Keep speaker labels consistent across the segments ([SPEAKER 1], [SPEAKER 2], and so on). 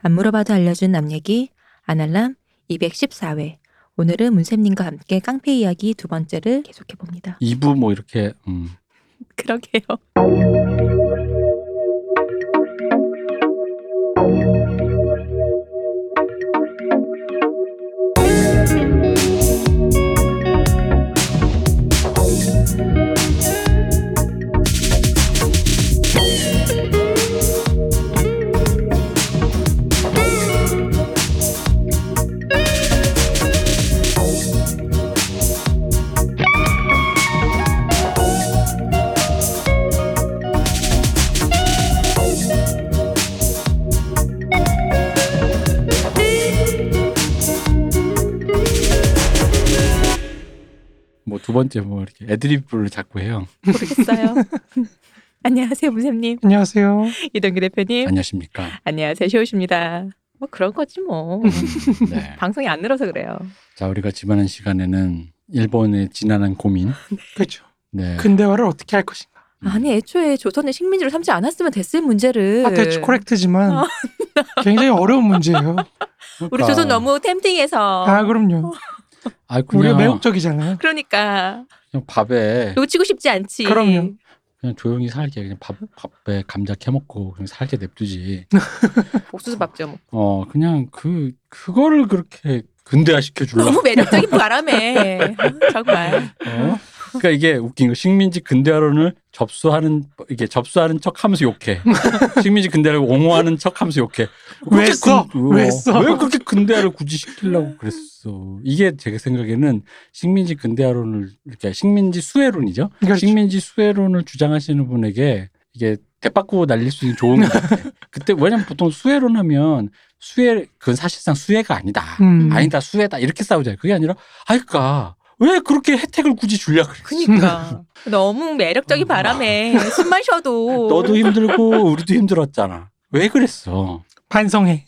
[SPEAKER 1] 안 물어봐도 알려준 남 얘기 아날람 214회 오늘은 문쌤님과 함께 깡패 이야기 두 번째를 계속해 봅니다.
[SPEAKER 2] 2부 뭐 이렇게 음.
[SPEAKER 1] 그러게요.
[SPEAKER 2] 뭐 두 번째 뭐 이렇게 애드립을 자꾸 해요.
[SPEAKER 1] 모르겠어요. 안녕하세요 문쌤님,
[SPEAKER 2] 안녕하세요.
[SPEAKER 1] 이동규 대표님.
[SPEAKER 3] 아,
[SPEAKER 2] 안녕하십니까.
[SPEAKER 1] 안녕하세요 쇼우십니다. 뭐 그런 거지 뭐.
[SPEAKER 2] 네.
[SPEAKER 1] 방송이 안 늘어서 그래요.
[SPEAKER 2] 자 우리가 지난한 시간에는 일본의 지난한 고민.
[SPEAKER 3] 그렇죠.
[SPEAKER 2] 네.
[SPEAKER 3] 근대화를 어떻게 할 것인가.
[SPEAKER 1] 아니 애초에 조선을 식민지로 삼지 않았으면 됐을 문제를.
[SPEAKER 3] 음. 아, 대체 코렉트지만
[SPEAKER 1] 어.
[SPEAKER 3] 굉장히 어려운 문제예요.
[SPEAKER 1] 우리 조선 너무 템팅해서.
[SPEAKER 3] 그러니까. 아, 그럼요.
[SPEAKER 2] 그러니까 아
[SPEAKER 3] 우리가
[SPEAKER 2] 그냥,
[SPEAKER 3] 매혹적이잖아요.
[SPEAKER 1] 그러니까
[SPEAKER 2] 그냥 밥에
[SPEAKER 1] 놓치고 싶지 않지.
[SPEAKER 3] 그럼요.
[SPEAKER 2] 그냥 조용히 살게 그냥 밥 밥에 감자 캐먹고 그냥 살게 냅두지.
[SPEAKER 1] 옥수수 밥죠. 뭐.
[SPEAKER 2] 어 그냥 그 그거를 그렇게 근대화 시켜 주려고.
[SPEAKER 1] 너무 매력적인 바람에 아, 정말
[SPEAKER 2] 어? 그러니까 이게 웃긴 거 식민지 근대화론을 접수하는 이게 접수하는 척하면서 욕해 식민지 근대화를 옹호하는 척하면서 욕해
[SPEAKER 3] 왜 써? 왜
[SPEAKER 2] 어,
[SPEAKER 3] 써?
[SPEAKER 2] 왜 그렇게 근대화를 굳이 시키려고 그랬어 이게 제 생각에는 식민지 근대화론을 그러니까 식민지 수혜론이죠
[SPEAKER 3] 그렇죠.
[SPEAKER 2] 식민지 수혜론을 주장하시는 분에게 이게 대빠꾸고 날릴 수 있는 좋은 것 같아 그때 왜냐면 보통 수혜론 하면 수혜 그건 사실상 수혜가 아니다
[SPEAKER 3] 음.
[SPEAKER 2] 아니다 수혜다 이렇게 싸우잖아요 그게 아니라 아이까 왜 그렇게 혜택을 굳이 주려 그래 그러니까.
[SPEAKER 1] 그니까 너무 매력적인 바람에 숨만 쉬어도
[SPEAKER 2] 너도 힘들고 우리도 힘들었잖아. 왜 그랬어?
[SPEAKER 3] 반성해.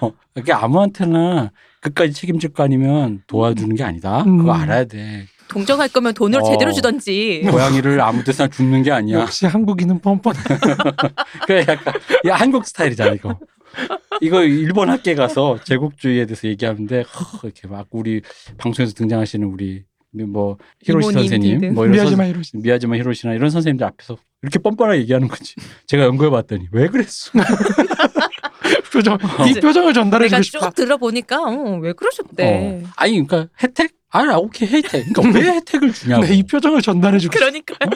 [SPEAKER 2] 어. 이게 아무한테나 끝까지 책임질 거 아니면 도와주는 게 아니다.
[SPEAKER 3] 음.
[SPEAKER 2] 그거 알아야 돼.
[SPEAKER 1] 동정할 거면 돈으로
[SPEAKER 2] 어.
[SPEAKER 1] 제대로 주던지
[SPEAKER 2] 고양이를 아무 데서나 죽는 게 아니야.
[SPEAKER 3] 역시 한국인은 뻔뻔해.
[SPEAKER 2] 그러니까 약간 이 한국 스타일이잖아 이거. 이거 일본 학계 가서 제국주의에 대해서 얘기하는데 허, 이렇게 막 우리 방송에서 등장하시는 우리 뭐 히로시
[SPEAKER 1] 이모님
[SPEAKER 2] 선생님
[SPEAKER 1] 등등.
[SPEAKER 2] 뭐 이런
[SPEAKER 3] 미하지마 이러지.
[SPEAKER 2] 선- 미야지마 히로시나 이런 선생님들 앞에서 이렇게 뻔뻔하게 얘기하는 거지. 제가 연구해 봤더니 왜 그랬어?
[SPEAKER 3] 표정. 이 표정을
[SPEAKER 1] 내가
[SPEAKER 3] 전달해주고 싶다.
[SPEAKER 1] 쭉 들어보니까 어, 왜 그러셨대
[SPEAKER 2] 어. 아니 그러니까 혜택? 아 오케이 혜택. 그러니까 왜 혜택을 주냐고.
[SPEAKER 3] 네, 이 표정을 전달해주고 싶다.
[SPEAKER 1] 그러니까요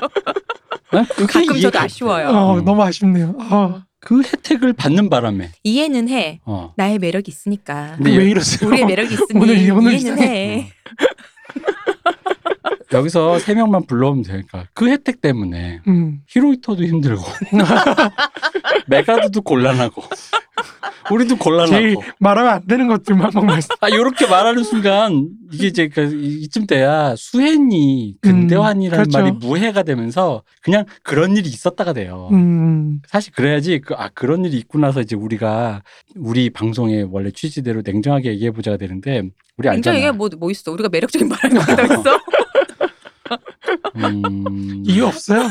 [SPEAKER 2] 난 어, 그게
[SPEAKER 1] 가끔
[SPEAKER 2] 이해가
[SPEAKER 1] 저도
[SPEAKER 2] 안 돼.
[SPEAKER 1] 아쉬워요
[SPEAKER 3] 어,
[SPEAKER 2] 음.
[SPEAKER 3] 너무 아쉽네요. 어.
[SPEAKER 2] 그 혜택을 받는 바람에.
[SPEAKER 1] 이해는 해
[SPEAKER 2] 어.
[SPEAKER 1] 나의 매력이 있으니까
[SPEAKER 2] 근데
[SPEAKER 3] 왜 이러세요?
[SPEAKER 1] 우리의 매력이 있으니
[SPEAKER 3] 오늘- 오늘
[SPEAKER 1] 이해는 해
[SPEAKER 2] 어. 여기서 세 명만 불러오면 되니까 그 혜택 때문에
[SPEAKER 3] 음.
[SPEAKER 2] 히로히토도 힘들고 메가드도 곤란하고 우리도 곤란하고
[SPEAKER 3] 제일 말하면 안 되는 것들만 막 말씀.
[SPEAKER 2] 아 요렇게 말하는 순간 이게 이제 그 이- 이쯤 돼야 수혜니 근대환이라는
[SPEAKER 3] 음, 그렇죠.
[SPEAKER 2] 말이 무해가 되면서 그냥 그런 일이 있었다가 돼요.
[SPEAKER 3] 음.
[SPEAKER 2] 사실 그래야지 그, 아 그런 일이 있고 나서 이제 우리가 우리 방송의 원래 취지대로 냉정하게 얘기해 보자가 되는데 우리 알잖아.
[SPEAKER 1] 굉장히 이게 뭐, 뭐 있어 우리가 매력적인 바람이 어디다 있어
[SPEAKER 2] 음,
[SPEAKER 3] 이유 없어요.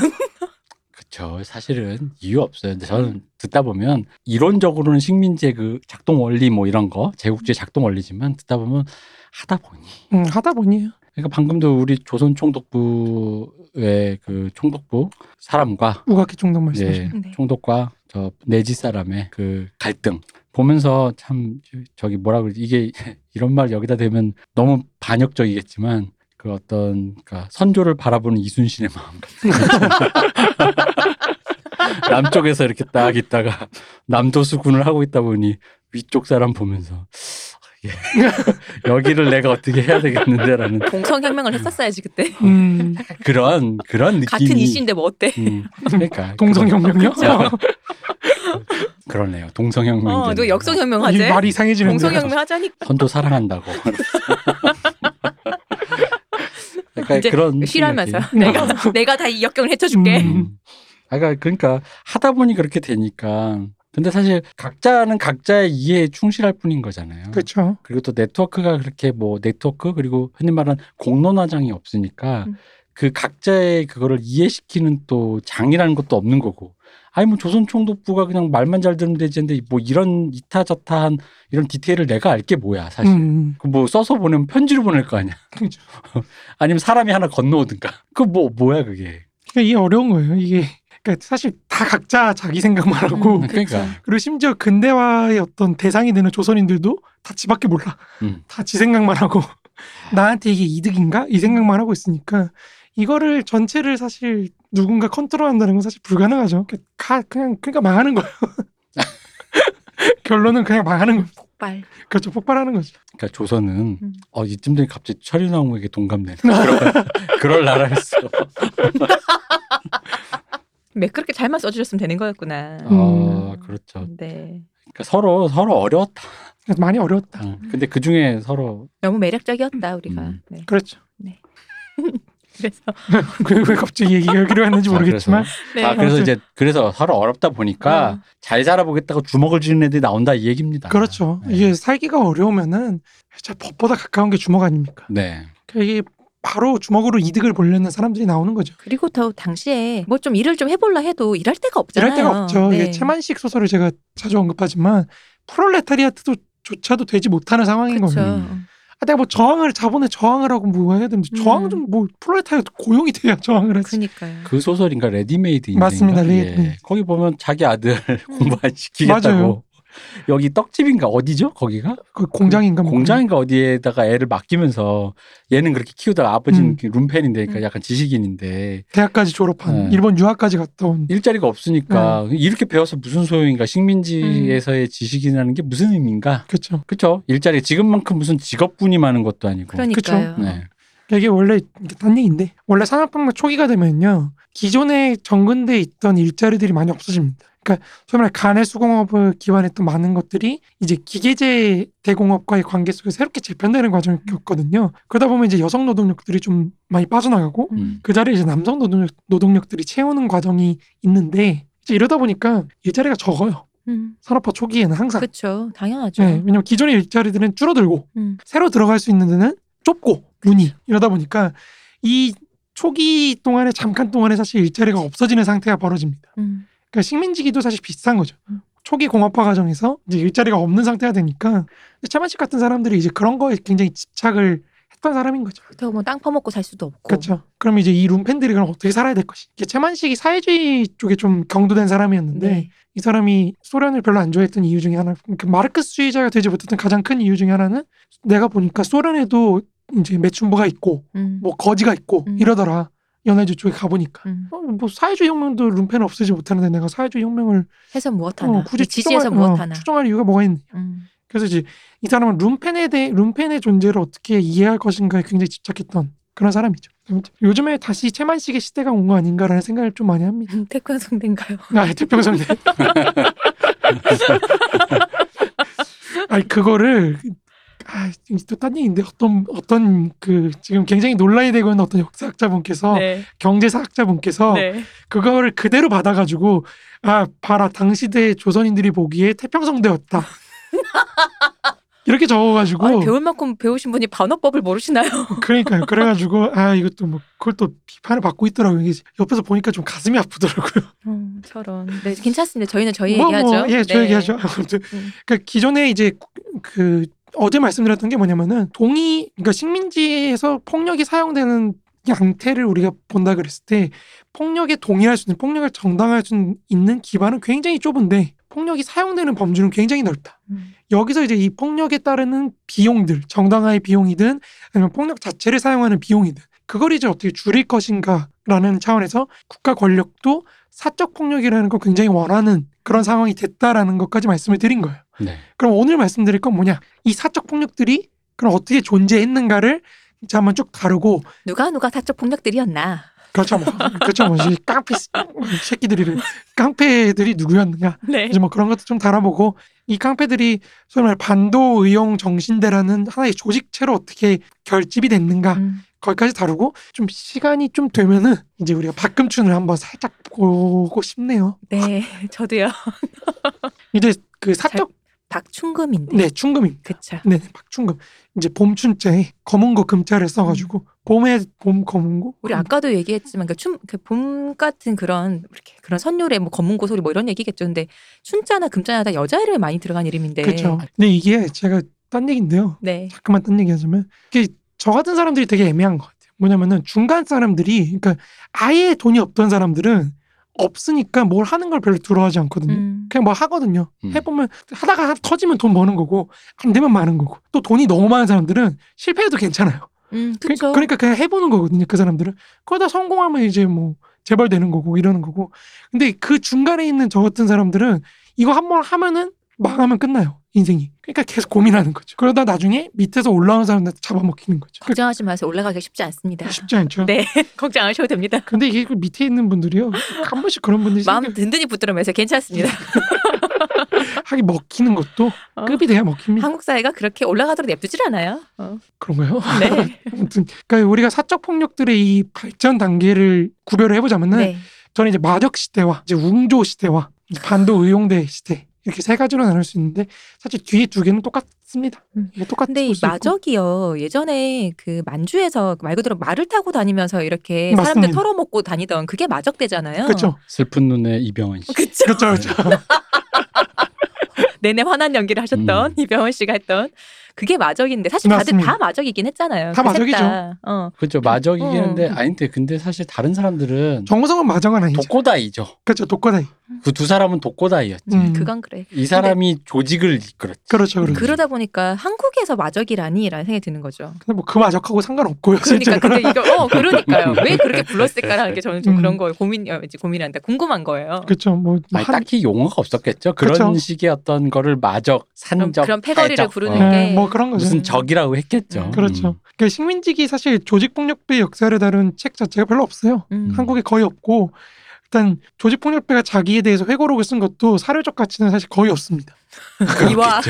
[SPEAKER 2] 그쵸. 사실은 이유 없어요. 근데 저는 듣다 보면 이론적으로는 식민지의 그 작동 원리 뭐 이런 거 제국주의 작동 원리지만 듣다 보면 하다 보니.
[SPEAKER 3] 음, 하다 보니.
[SPEAKER 2] 그러니까 방금도 우리 조선 총독부의 그 총독부 사람과
[SPEAKER 3] 우각기 총독 말씀하시네.
[SPEAKER 2] 예,
[SPEAKER 1] 네.
[SPEAKER 2] 총독과 저 내지 사람의 그 갈등 보면서 참 저기 뭐라 그러지 이게 이런 말 여기다 대면 너무 반역적이겠지만 그 어떤 그러니까 선조를 바라보는 이순신의 마음 같은 남쪽에서 이렇게 딱 있다가 남도수군을 하고 있다 보니 위쪽 사람 보면서 예, 여기를 내가 어떻게 해야 되겠는데라는
[SPEAKER 1] 동성혁명을 했었어야지 그때
[SPEAKER 3] 음.
[SPEAKER 2] 그런 그런 느낌이
[SPEAKER 1] 같은 이씨인데 뭐 어때
[SPEAKER 2] 음, 그러니까
[SPEAKER 3] 동성혁명요?
[SPEAKER 2] 그런- 그러네요. 동성혁명.
[SPEAKER 1] 어, 너 역성혁명 하지
[SPEAKER 3] 이 말이 이상해지는데.
[SPEAKER 1] 동성혁명 하자니까
[SPEAKER 2] 선도 사랑한다고. 약간
[SPEAKER 1] 이제
[SPEAKER 2] 그런
[SPEAKER 1] 쉬라면서
[SPEAKER 2] 생각이.
[SPEAKER 1] 내가 내가 다 이 역경을 헤쳐줄게
[SPEAKER 3] 음.
[SPEAKER 2] 음. 아까 그러니까 하다 보니 그렇게 되니까. 근데 사실 각자는 각자의 이해에 충실할 뿐인 거잖아요.
[SPEAKER 3] 그렇죠.
[SPEAKER 2] 그리고 또 네트워크가 그렇게 뭐 네트워크 그리고 흔히 말하는 공론화장이 없으니까
[SPEAKER 1] 음.
[SPEAKER 2] 그 각자의 그거를 이해시키는 또 장이라는 것도 없는 거고 아니 뭐 조선총독부가 그냥 말만 잘 들으면 되지인데 뭐 이런 이타저타한 이런 디테일을 내가 알게 뭐야 사실.
[SPEAKER 3] 음.
[SPEAKER 2] 그 뭐 써서 보내면 편지로 보낼 거 아니야.
[SPEAKER 3] 그죠.
[SPEAKER 2] 아니면 사람이 하나 건너오든가. 그 뭐 뭐야 그게.
[SPEAKER 3] 그러니까 이게 어려운 거예요. 이게 그러니까 사실 다 각자 자기 생각만 하고
[SPEAKER 1] 음.
[SPEAKER 2] 그러니까
[SPEAKER 3] 그리고 심지어 근대화의 어떤 대상이 되는 조선인들도 다 지밖에 몰라.
[SPEAKER 2] 음. 아.
[SPEAKER 3] 다 지 생각만 하고 나한테 이게 이득인가 이 생각만 하고 있으니까 이거를 전체를 사실 누군가 컨트롤한다는 건 사실 불가능하죠. 그러니까 가- 그냥 그러니까 망하는 거예요. 결론은 그냥 망하는 거죠.
[SPEAKER 1] 폭발.
[SPEAKER 3] 그렇죠. 폭발하는 거죠.
[SPEAKER 2] 그러니까 조선은
[SPEAKER 1] 음.
[SPEAKER 2] 어 이쯤 되면 갑자기 철인왕후에게 동갑내네. 그런- 그럴 나라였어.
[SPEAKER 1] 왜 네, 그렇게 잘만 써주셨으면 되는 거였구나.
[SPEAKER 3] 음.
[SPEAKER 2] 아 그렇죠.
[SPEAKER 1] 네.
[SPEAKER 2] 그러니까 서로 서로 어려웠다.
[SPEAKER 3] 그래서 많이 어려웠다.
[SPEAKER 2] 어, 근데 그 중에 서로
[SPEAKER 1] 너무 매력적이었다 우리가.
[SPEAKER 2] 음.
[SPEAKER 1] 네.
[SPEAKER 3] 그렇죠.
[SPEAKER 1] 그래서
[SPEAKER 3] 왜, 왜 갑자기 얘기가 여기로 했는지
[SPEAKER 2] 아,
[SPEAKER 3] 모르겠지만
[SPEAKER 1] 네.
[SPEAKER 2] 아 그래서 그러니까
[SPEAKER 3] 아무튼. 음.
[SPEAKER 2] 이제 그래서 서로 어렵다 보니까
[SPEAKER 3] 아,
[SPEAKER 1] 어.
[SPEAKER 2] 잘 살아보겠다고 주먹을 쥐는 애들이 나온다 이 얘기입니다.
[SPEAKER 3] 그렇죠.
[SPEAKER 2] 네.
[SPEAKER 3] 이게 살기가 어려우면은 진짜 법보다 가까운 게 주먹 아닙니까?
[SPEAKER 2] 네.
[SPEAKER 3] 그러니까 이게 바로 주먹으로 이득을 보려는 사람들이 나오는 거죠.
[SPEAKER 1] 그리고 더 당시에 뭐 좀 일을 좀 해볼라 해도 일할 데가 없잖아요.
[SPEAKER 3] 이럴 데가 없죠.
[SPEAKER 1] 네.
[SPEAKER 3] 이게 채만식 소설을 제가 자주 언급하지만 프롤레타리아트도 조차도 되지 못하는 상황인
[SPEAKER 1] 그쵸. 어,
[SPEAKER 3] 거예요. 아, 내가 뭐 저항을 자본에 저항을 하고 뭐 해야 되는데
[SPEAKER 1] 음.
[SPEAKER 3] 저항 좀 뭐 프롤레타리아트 고용이 돼야 저항을 하지.
[SPEAKER 1] 그니까요.
[SPEAKER 2] 그 소설인가 레디메이드 인생인가?
[SPEAKER 3] 맞습니다. 레디메이드.
[SPEAKER 2] 예. 거기 보면 자기 아들
[SPEAKER 1] 음,
[SPEAKER 2] 공부 안
[SPEAKER 3] 맞아요.
[SPEAKER 2] 시키겠다고 여기 떡집인가 어디죠? 거기가
[SPEAKER 3] 그 공장인가 뭐
[SPEAKER 2] 공장인가 어디에다가 애를 맡기면서 얘는 그렇게 키우다가 아버지는
[SPEAKER 3] 음.
[SPEAKER 2] 그 룸펜인데 그러니까
[SPEAKER 1] 음.
[SPEAKER 2] 약간 지식인인데
[SPEAKER 3] 대학까지 졸업한
[SPEAKER 2] 네.
[SPEAKER 3] 일본 유학까지 갔다 온
[SPEAKER 2] 일자리가 없으니까
[SPEAKER 3] 네.
[SPEAKER 2] 이렇게 배워서 무슨 소용인가
[SPEAKER 3] 음.
[SPEAKER 2] 식민지에서의 지식이라는 게 무슨 의미인가?
[SPEAKER 3] 그렇죠.
[SPEAKER 2] 그렇죠. 일자리 지금만큼 무슨 직업군이 많은 것도 아니고.
[SPEAKER 1] 그러니까요.
[SPEAKER 2] 네.
[SPEAKER 3] 이게 원래 이게 딴 얘기인데 원래 산업혁명 초기가 되면요 기존에 정근대에 있던 일자리들이 많이 없어집니다. 그러니까 소위 말해 가내 수공업을 기반했던 많은 것들이 이제 기계제 대공업과의 관계 속에서 새롭게 재편되는 과정을 겪거든요. 그러다 보면 이제 여성 노동력들이 좀 많이 빠져나가고
[SPEAKER 2] 음.
[SPEAKER 3] 그 자리에 이제 남성 노동력, 노동력들이 채우는 과정이 있는데 이제 이러다 보니까 일자리가 적어요.
[SPEAKER 1] 음.
[SPEAKER 3] 산업화 초기에는 항상.
[SPEAKER 1] 그렇죠. 당연하죠.
[SPEAKER 3] 네, 왜냐면 기존의 일자리들은 줄어들고
[SPEAKER 1] 음.
[SPEAKER 3] 새로 들어갈 수 있는 데는 좁고 문이
[SPEAKER 1] 그렇죠.
[SPEAKER 3] 이러다 보니까 이 초기 동안에 잠깐 동안에 사실 일자리가 없어지는 상태가 벌어집니다.
[SPEAKER 1] 음.
[SPEAKER 3] 그러니까 식민지기도 사실 비슷한 거죠.
[SPEAKER 1] 음.
[SPEAKER 3] 초기 공업화 과정에서 이제 일자리가 없는 상태가 되니까 차만식 같은 사람들이 이제 그런 거에 굉장히 집착을 했던 사람인 거죠.
[SPEAKER 1] 그렇다고 뭐 땅 퍼먹고 살 수도 없고.
[SPEAKER 3] 그렇죠. 그럼 이제 이 룸팬들이 그럼 어떻게 살아야 될 것이? 이게 채만식이 사회주의 쪽에 좀 경도된 사람이었는데
[SPEAKER 1] 네.
[SPEAKER 3] 이 사람이 소련을 별로 안 좋아했던 이유 중에 하나, 그러니까 마르크스주의자가 되지 못했던 가장 큰 이유 중에 하나는 내가 보니까 소련에도 이제 매춘부가 있고
[SPEAKER 1] 음.
[SPEAKER 3] 뭐 거지가 있고
[SPEAKER 1] 음.
[SPEAKER 3] 이러더라. 연해주 쪽에 가보니까
[SPEAKER 1] 음.
[SPEAKER 3] 어, 뭐 사회주의 혁명도 룸펜을 없애지 못하는데 내가 사회주의 혁명을
[SPEAKER 1] 해서 무엇 하나.
[SPEAKER 3] 어, 굳이
[SPEAKER 1] 지지해서
[SPEAKER 3] 추종할,
[SPEAKER 1] 무엇
[SPEAKER 3] 어,
[SPEAKER 1] 하나.
[SPEAKER 3] 추종할 이유가 뭐가 있느냐.
[SPEAKER 1] 음.
[SPEAKER 3] 그래서 이제 이 사람은 룸펜에 대해 룸펜의 존재를 어떻게 이해할 것인가에 굉장히 집착했던 그런 사람이죠. 아무튼 요즘에 다시 채만식의 시대가 온 거 아닌가라는 생각을 좀 많이 합니다.
[SPEAKER 1] 태권 성대인가요?
[SPEAKER 3] 아, 태평성대. 아니 그거를 아, 또딴 얘기인데 어떤 어떤 그 지금 굉장히 논란이 되고 있는 어떤 어. 역사학자분께서
[SPEAKER 1] 네.
[SPEAKER 3] 경제사학자분께서
[SPEAKER 1] 네.
[SPEAKER 3] 그거를 그대로 받아가지고 아 봐라 당시대 조선인들이 보기에 태평성대였다 이렇게 적어가지고
[SPEAKER 1] 아니, 배울 만큼 배우신 분이 반어법을 모르시나요?
[SPEAKER 3] 그러니까요 그래가지고 아 이것도 뭐 그걸 또 비판을 받고 있더라고요 이게 옆에서 보니까 좀 가슴이 아프더라고요
[SPEAKER 1] 어, 저런. 네, 괜찮습니다. 저희는 저희
[SPEAKER 3] 뭐,
[SPEAKER 1] 얘기하죠.
[SPEAKER 3] 뭐, 예, 저
[SPEAKER 1] 네.
[SPEAKER 3] 얘기하죠 아무튼
[SPEAKER 1] 음.
[SPEAKER 3] 그 기존에 이제 그 어제 말씀드렸던 게 뭐냐면은 동의 그러니까 식민지에서 폭력이 사용되는 양태를 우리가 본다 그랬을 때 폭력에 동의할 수 있는 폭력을 정당할 수 있는 기반은 굉장히 좁은데 폭력이 사용되는 범주는 굉장히 넓다.
[SPEAKER 1] 음.
[SPEAKER 3] 여기서 이제 이 폭력에 따르는 비용들 정당화의 비용이든 아니면 폭력 자체를 사용하는 비용이든 그걸 이제 어떻게 줄일 것인가라는 차원에서 국가 권력도 사적 폭력이라는 걸 굉장히 원하는 그런 상황이 됐다라는 것까지 말씀을 드린 거예요.
[SPEAKER 2] 네.
[SPEAKER 3] 그럼 오늘 말씀드릴 건 뭐냐? 이 사적 폭력들이 그럼 어떻게 존재했는가를 이제 한번 쭉 다루고
[SPEAKER 1] 누가 누가 사적 폭력들이었나?
[SPEAKER 3] 그렇죠 뭐 그렇죠 뭐 이 깡패 씨- 새끼들이 깡패들이 누구였는가
[SPEAKER 1] 네.
[SPEAKER 3] 이제 뭐 그런 것도 좀 다뤄보고 이 깡패들이 소위 말해 반도 의용 정신대라는 하나의 조직체로 어떻게 결집이 됐는가
[SPEAKER 1] 음.
[SPEAKER 3] 거기까지 다루고 좀 시간이 좀 되면은 이제 우리가 박금춘을 한번 살짝 보고 싶네요
[SPEAKER 1] 네, 저도요.
[SPEAKER 3] 이제 그 사적
[SPEAKER 1] 박충금인데.
[SPEAKER 3] 네 충금입니다.
[SPEAKER 1] 그쵸.
[SPEAKER 3] 네, 박충금. 이제 봄춘자에 검은 거 금자를 써가지고 봄에 봄 검은고?
[SPEAKER 1] 우리 아까도 얘기했지만 그러니까 춤, 그봄 같은 그런 이렇게 그런 선율의 뭐 검은고 소리 뭐 이런 얘기겠죠. 근데 춘자나 금자나 다 여자 이름이 많이 들어간 이름인데.
[SPEAKER 3] 그렇죠. 근데 이게 제가 딴 얘기인데요.
[SPEAKER 1] 네.
[SPEAKER 3] 잠깐만 딴 얘기하자면 이게 저 같은 사람들이 되게 애매한 것 같아요. 뭐냐면은 중간 사람들이 그러니까 아예 돈이 없던 사람들은 없으니까 뭘 하는 걸 별로 두려워하지 않거든요.
[SPEAKER 1] 음.
[SPEAKER 3] 그냥 뭐 하거든요.
[SPEAKER 2] 음.
[SPEAKER 3] 해보면 하다가 하- 터지면 돈 버는 거고 안 되면 많은 거고 또 돈이 너무 많은 사람들은 실패해도 괜찮아요.
[SPEAKER 1] 음,
[SPEAKER 3] 그-
[SPEAKER 1] 그렇죠.
[SPEAKER 3] 그러니까 그냥 해보는 거거든요. 그 사람들은 그러다 성공하면 이제 뭐 재벌 되는 거고 이러는 거고 근데 그 중간에 있는 저 같은 사람들은 이거 한 번 하면은 망하면 끝나요 인생이. 그러니까 계속 고민하는 거죠. 그러다 나중에 밑에서 올라오는 사람한테 잡아먹히는 거죠. 그러니까
[SPEAKER 1] 걱정하지 마세요. 올라가기 쉽지 않습니다.
[SPEAKER 3] 쉽지 않죠.
[SPEAKER 1] 네. 걱정 안 하셔도 됩니다.
[SPEAKER 3] 근데 이게 그 밑에 있는 분들이요 한 번씩 그런 분들이
[SPEAKER 1] 마음
[SPEAKER 3] 생겨-
[SPEAKER 1] 든든히 붙들어면서 괜찮습니다.
[SPEAKER 3] 하긴 먹히는 것도
[SPEAKER 1] 어.
[SPEAKER 3] 급이 돼야 먹힙니다.
[SPEAKER 1] 한국 사회가 그렇게 올라가도록 냅두질 않아요. 어.
[SPEAKER 3] 그런가요?
[SPEAKER 1] 네.
[SPEAKER 3] 아무튼 그러니까 우리가 사적 폭력들의 이 발전 단계를 구별을 해보자면은
[SPEAKER 1] 네.
[SPEAKER 3] 저는 이제 마력 시대와 이제 웅조 시대와 이 반도 의용대 시대 이렇게 세 가지로 나눌 수 있는데 사실 뒤에 두 개는 똑같습니다.
[SPEAKER 1] 음.
[SPEAKER 3] 이게 똑같은
[SPEAKER 1] 근데 이
[SPEAKER 3] 곳이 있고.
[SPEAKER 1] 마적이요 예전에 그 만주에서 말 그대로 말을 타고 다니면서 이렇게 사람들
[SPEAKER 3] 맞습니다.
[SPEAKER 1] 털어먹고 다니던 그게 마적대잖아요.
[SPEAKER 3] 그렇죠,
[SPEAKER 2] 슬픈 눈의 이병헌 씨.
[SPEAKER 1] 그쵸.
[SPEAKER 3] 그렇죠, 그렇죠.
[SPEAKER 1] 내내 화난 연기를 하셨던
[SPEAKER 2] 음.
[SPEAKER 1] 이병헌 씨가 했던 그게 마적인데 사실 다들
[SPEAKER 3] 맞습니다.
[SPEAKER 1] 다 마적이긴 했잖아요.
[SPEAKER 3] 다
[SPEAKER 1] 그셋
[SPEAKER 3] 마적이죠.
[SPEAKER 1] 다. 어.
[SPEAKER 2] 그죠 마적이긴
[SPEAKER 1] 어.
[SPEAKER 2] 한데 아닌데 근데 사실 다른 사람들은
[SPEAKER 3] 정우성은 마정은 아니죠.
[SPEAKER 2] 독고다이죠.
[SPEAKER 3] 그렇죠, 독거다이.
[SPEAKER 2] 그 두 사람은 독고다이였지.
[SPEAKER 3] 음.
[SPEAKER 1] 그건 그래.
[SPEAKER 2] 이 사람이 조직을 이끌었지.
[SPEAKER 3] 그렇죠, 그렇죠.
[SPEAKER 2] 그런-
[SPEAKER 1] 그러다 보니까 한국에서 마적이라니라는 생각이 드는 거죠.
[SPEAKER 3] 근데 뭐 그 마적하고 상관없고요.
[SPEAKER 1] 그러니까
[SPEAKER 3] 실제로.
[SPEAKER 1] 근데 이거 어 그러니까요. 왜 그렇게 불렀을까라는 게 저는 좀
[SPEAKER 3] 음.
[SPEAKER 1] 그런 거에 고민 어, 이제 고민한다. 궁금한 거예요.
[SPEAKER 3] 그렇죠, 뭐
[SPEAKER 2] 아니,
[SPEAKER 3] 한-
[SPEAKER 2] 딱히 용어가 없었겠죠. 그런
[SPEAKER 3] 그쵸.
[SPEAKER 2] 식의 어떤 거를 마적,
[SPEAKER 1] 그런,
[SPEAKER 2] 산적,
[SPEAKER 1] 그런 패거리를
[SPEAKER 2] 해적,
[SPEAKER 1] 부르는
[SPEAKER 2] 어,
[SPEAKER 3] 네,
[SPEAKER 1] 게
[SPEAKER 3] 뭐 그런 거죠.
[SPEAKER 2] 무슨 적이라고 했겠죠.
[SPEAKER 1] 음.
[SPEAKER 3] 그렇죠.
[SPEAKER 2] 음.
[SPEAKER 3] 그러니까 식민지기 사실 조직폭력배 역사를 다룬 책 자체가 별로 없어요.
[SPEAKER 1] 음.
[SPEAKER 3] 한국에 거의 없고 일단 조직폭력배가 자기에 대해서 회고록을 쓴 것도 사료적 가치는 사실 거의 없습니다.
[SPEAKER 1] 이와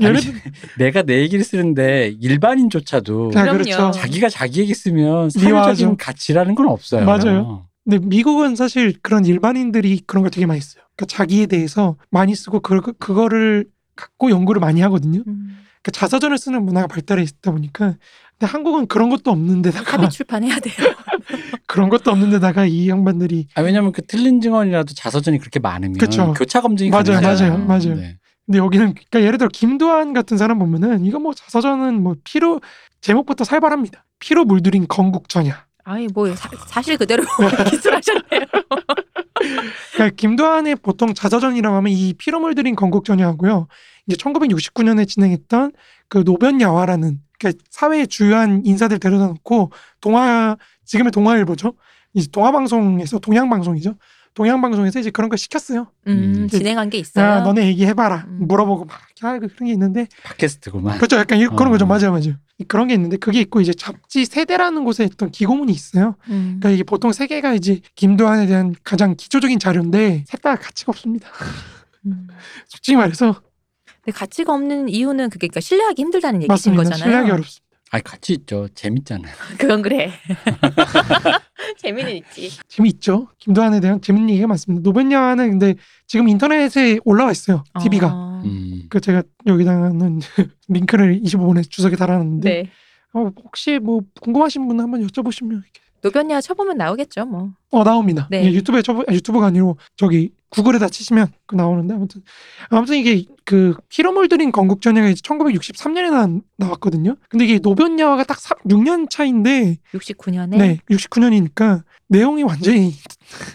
[SPEAKER 3] 예를
[SPEAKER 2] 음. 아니, 내가 내 얘기를 쓰는데 일반인조차도
[SPEAKER 3] 자,
[SPEAKER 1] 그럼요.
[SPEAKER 3] 그렇죠.
[SPEAKER 2] 자기가 자기 얘기 쓰면
[SPEAKER 3] 미워하죠.
[SPEAKER 2] 사회적인 가치라는 건 없어요.
[SPEAKER 3] 맞아요. 근데 미국은 사실 그런 일반인들이 그런 걸 되게 많이 써요. 그러니까 자기에 대해서 많이 쓰고 그, 그거를 갖고 연구를 많이 하거든요.
[SPEAKER 1] 음.
[SPEAKER 3] 그러니까 자서전을 쓰는 문화가 발달해 있다 보니까 근데 한국은 그런 것도 없는데다가
[SPEAKER 1] 합의 출판해야 돼요.
[SPEAKER 3] 그런 것도 없는데다가 이 양반들이
[SPEAKER 2] 아, 왜냐면 그 틀린 증언이라도 자서전이 그렇게 많으면
[SPEAKER 3] 그쵸.
[SPEAKER 2] 교차 검증이
[SPEAKER 3] 맞아요,
[SPEAKER 2] 가능하잖아요.
[SPEAKER 3] 맞아요, 맞아요.
[SPEAKER 2] 네.
[SPEAKER 3] 근데 여기는 그러니까 예를 들어 김두한 같은 사람 보면은 이거 뭐 자서전은 뭐 피로 제목부터 살벌합니다. 피로 물들인 건국전야.
[SPEAKER 1] 아니 뭐 사, 사실 그대로 기술하셨네요.
[SPEAKER 3] 그러니까 김두한의 보통 자서전이라고 하면 이 피로 물들인 건국전야하고요. 이제 1969년에 진행했던 그 노변야화라는 그러니까 사회의 주요한 인사들 데려다 놓고 동아 지금의 동아일보죠. 이제 동아방송에서 동양방송이죠. 동양방송에서 이제 그런 걸 시켰어요.
[SPEAKER 1] 음,
[SPEAKER 2] 음.
[SPEAKER 1] 진행한 게 있어요.
[SPEAKER 3] 네. 야, 너네 얘기해봐라.
[SPEAKER 1] 음.
[SPEAKER 3] 물어보고 막 야, 그런 게 있는데
[SPEAKER 2] 팟캐스트구만.
[SPEAKER 3] 그렇죠. 약간 이런- 그런
[SPEAKER 2] 어.
[SPEAKER 3] 거죠. 맞아요, 맞아요. 그런 게 있는데 그게 있고 이제 잡지 세대라는 곳에 있던 기고문이 있어요.
[SPEAKER 1] 음.
[SPEAKER 3] 그러니까 이게 보통 세 개가 이제 김도환에 대한 가장 기초적인 자료인데 셋 다 가치가 없습니다.
[SPEAKER 1] 음.
[SPEAKER 3] 솔직히 말해서
[SPEAKER 1] 근데 가치가 없는 이유는 그게 그러니까 신뢰하기 힘들다는 얘기인
[SPEAKER 3] 맞습니다.
[SPEAKER 1] 거잖아요.
[SPEAKER 3] 신뢰하기 어렵습니다.
[SPEAKER 2] 아니 같이 있죠. 재밌잖아요.
[SPEAKER 1] 그건 그래. 재미는 있지.
[SPEAKER 3] 재미있죠. 김도환에 대한 재밌는 얘기가 많습니다. 노벤야는 근데 지금 인터넷에 올라와 있어요. TV가.
[SPEAKER 1] 어.
[SPEAKER 2] 음.
[SPEAKER 3] 그 제가 여기다가는 링크를 25번에 주석에 달아놨는데
[SPEAKER 1] 네.
[SPEAKER 3] 어, 혹시 뭐 궁금하신 분 한번 여쭤보시면 이렇게
[SPEAKER 1] 노변야 쳐보면 나오겠죠, 뭐.
[SPEAKER 3] 어 나옵니다.
[SPEAKER 1] 네.
[SPEAKER 3] 예, 유튜브에 저 유튜브가 아니고 저기 구글에다 치시면 그 나오는데 아무튼 아무튼 이게 그 히로물드린 건국 전야가 이제 1963년에 나, 나왔거든요. 근데 이게 노변야화가 딱 6년 차인데
[SPEAKER 1] 69년에
[SPEAKER 3] 네. 69년이니까 내용이 완전히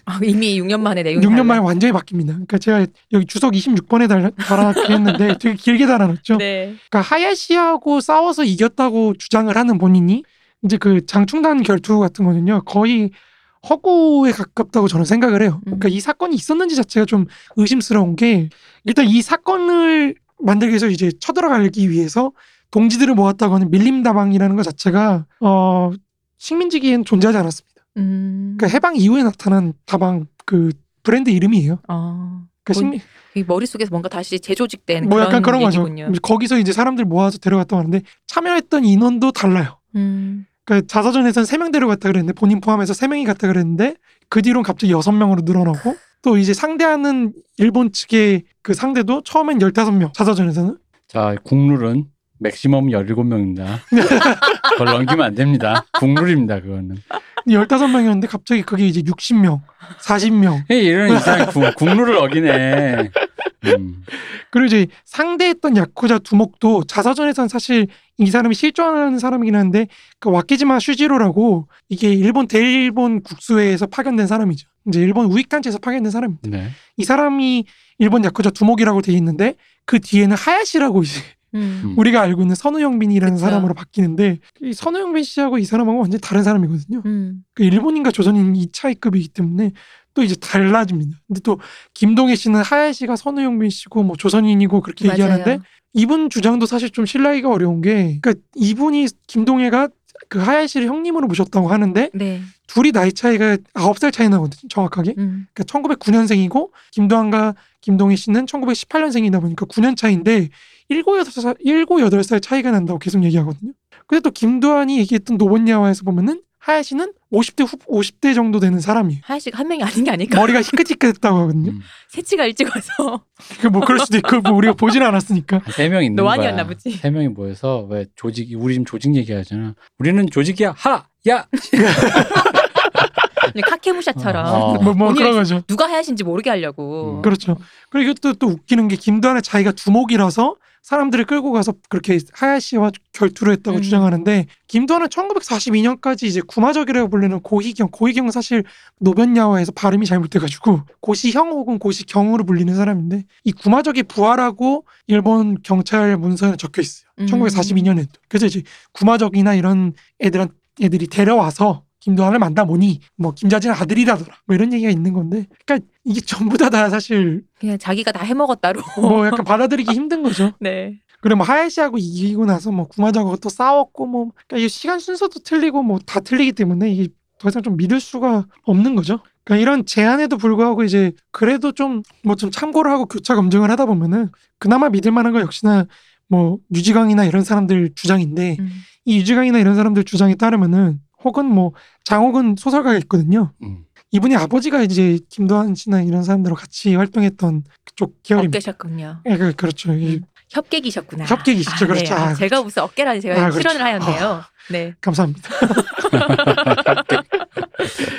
[SPEAKER 1] 아, 이미 6년 만에 내용이
[SPEAKER 3] 6년 만에
[SPEAKER 1] 달라.
[SPEAKER 3] 완전히 바뀝니다. 그러니까 제가 여기 주석 26번에 달아 달아놨긴 했는데 되게 길게 달아놨죠.
[SPEAKER 1] 네.
[SPEAKER 3] 그러니까 하야시하고 싸워서 이겼다고 주장을 하는 본인이 이제 그 장충단 결투 같은 거는요 거의 허구에 가깝다고 저는 생각을 해요.
[SPEAKER 1] 음.
[SPEAKER 3] 그러니까 이 사건이 있었는지 자체가 좀 의심스러운 게 일단 이 사건을 만들기 위해서 이제 쳐들어가기 위해서 동지들을 모았다고 하는 밀림다방이라는 것 자체가 어 식민지기엔 존재하지 않았습니다.
[SPEAKER 1] 음.
[SPEAKER 3] 그러니까 해방 이후에 나타난 다방 그 브랜드 이름이에요.
[SPEAKER 1] 어.
[SPEAKER 3] 그러니까 식민-
[SPEAKER 1] 이 머릿속에서 뭔가 다시 재조직된
[SPEAKER 3] 뭐
[SPEAKER 1] 그런,
[SPEAKER 3] 약간 그런 거죠.
[SPEAKER 1] 얘기군요.
[SPEAKER 3] 거기서 이제 사람들 모아서 데려갔다고 하는데 참여했던 인원도 달라요.
[SPEAKER 1] 음.
[SPEAKER 3] 그러니까 자서전에선 3명 데려갔다 그랬는데 본인 포함해서 3명이 갔다 그랬는데 그 뒤로는 갑자기 6명으로 늘어나고 또 이제 상대하는 일본 측의 그 상대도 처음엔 15명 자서전에서는
[SPEAKER 2] 자 국룰은 맥시멈 17명입니다. 그걸 넘기면 안 됩니다. 국룰입니다, 그거는.
[SPEAKER 3] 15명이었는데 갑자기 그게 이제 60명, 40명.
[SPEAKER 2] 예, 에이, 이런 이상한 국- 국룰을 어기네. 음,
[SPEAKER 3] 그리고 이제 상대했던 야쿠자 두목도 자서전에선 사실 이 사람이 실존하는 사람이긴 한데 그 와키지마 슈지로라고 이게 일본 대일본 국수회에서 파견된 사람이죠. 이제 일본 우익단체에서 파견된 사람.
[SPEAKER 2] 네.
[SPEAKER 3] 이 사람이 일본 야쿠자 두목이라고 돼 있는데 그 뒤에는 하야시라고 이제
[SPEAKER 1] 음.
[SPEAKER 2] 음.
[SPEAKER 3] 우리가 알고 있는 선우영빈이라는
[SPEAKER 1] 그쵸.
[SPEAKER 3] 사람으로 바뀌는데 이 선우영빈 씨하고 이 사람하고 완전히 다른 사람이거든요.
[SPEAKER 1] 음.
[SPEAKER 3] 그 일본인과 조선인 2차이급이기 때문에 또 이제 달라집니다. 근데 또 김동혜 씨는 하야시가 선우영빈 씨고 뭐 조선인이고 그렇게 얘기하는데
[SPEAKER 1] 맞아요.
[SPEAKER 3] 이분 주장도 사실 좀 신뢰하기가 어려운 게 그러니까 이분이 김동혜가 그 하야시를 형님으로 모셨다고 하는데
[SPEAKER 1] 네.
[SPEAKER 3] 둘이 나이 차이가 9살 차이 나거든요. 정확하게.
[SPEAKER 1] 음.
[SPEAKER 3] 그러니까 1909년생이고 김도환과 김동희 씨는 1918년생이다 보니까 9년 차인데 7, 8살, 7, 8살 차이가 난다고 계속 얘기하거든요. 근데 또 김도환이 얘기했던 노본야화에서 보면은 하야시는 50대 후, 50대 정도 되는 사람이에요.
[SPEAKER 1] 하야식 한 명이 아닌 게 아닐까?
[SPEAKER 3] 머리가 희끗희끗했다고 하거든요.
[SPEAKER 2] 음,
[SPEAKER 1] 새치가 일찍 와서
[SPEAKER 3] 그뭐 그럴 수도 있고 뭐 우리가 보진 않았으니까.
[SPEAKER 2] 한세명 있는
[SPEAKER 1] 노안이었나
[SPEAKER 2] 거야.
[SPEAKER 1] 보지.
[SPEAKER 2] 세 명이 모여서 왜 조직 우리 지금 조직 얘기하잖아. 우리는 조직이야. 하! 야!
[SPEAKER 1] 그냥 카케무샤처럼
[SPEAKER 2] 어.
[SPEAKER 3] 뭐, 뭐
[SPEAKER 1] 언니가
[SPEAKER 3] 그런 거죠.
[SPEAKER 1] 누가 하야신지 모르게 하려고.
[SPEAKER 2] 음.
[SPEAKER 3] 그렇죠. 그리고 이것도 또 웃기는 게 김도환의 자기가 두목이라서 사람들을 끌고 가서 그렇게 하야시와 결투를 했다고
[SPEAKER 1] 음.
[SPEAKER 3] 주장하는데 김도환은 1942년까지 이제 구마적이라고 불리는 고희경 고희경은 사실 노변야화에서 발음이 잘못돼가지고 고시형 혹은 고시경으로 불리는 사람인데 이 구마적이 부활하고 일본 경찰 문서에 적혀 있어요.
[SPEAKER 1] 음.
[SPEAKER 3] 1942년에 그래서 이제 구마적이나 이런 애들한 애들이 데려와서 김도환을 만나보니 뭐 김자진 아들이라더라 뭐 이런 얘기가 있는 건데 그러니까 이게 전부 다 다 사실
[SPEAKER 1] 그냥 자기가 다 해먹었다로.
[SPEAKER 3] 뭐 약간 받아들이기 힘든 거죠.
[SPEAKER 1] 네.
[SPEAKER 3] 그럼 뭐 하야시하고 이기고 나서 뭐 구마적하고 또 싸웠고 뭐 그러니까 이 시간 순서도 틀리고 뭐 다 틀리기 때문에 이게 더 이상 좀 믿을 수가 없는 거죠. 그러니까 이런 제한에도 불구하고 이제 그래도 좀 뭐 좀 참고를 하고 교차 검증을 하다 보면은 그나마 믿을 만한 건 역시나 뭐 유지강이나 이런 사람들 주장인데
[SPEAKER 1] 음.
[SPEAKER 3] 이 유지강이나 이런 사람들 주장에 따르면은 혹은 뭐 장옥은 소설가가 있거든요.
[SPEAKER 2] 음,
[SPEAKER 3] 이분이 아버지가 이제 김도환 씨나 이런 사람들과 같이 활동했던 그쪽 계열입니다.
[SPEAKER 1] 어깨셨군요.
[SPEAKER 3] 예, 그- 그렇죠. 이-
[SPEAKER 1] 음. 협객이셨구나.
[SPEAKER 3] 협객이시죠.
[SPEAKER 1] 아,
[SPEAKER 3] 그렇죠.
[SPEAKER 1] 네. 아,
[SPEAKER 3] 아,
[SPEAKER 1] 제가 무슨 어깨라니 제가
[SPEAKER 3] 아,
[SPEAKER 1] 실현을
[SPEAKER 3] 그렇죠.
[SPEAKER 1] 하였네요. 네.
[SPEAKER 3] 감사합니다.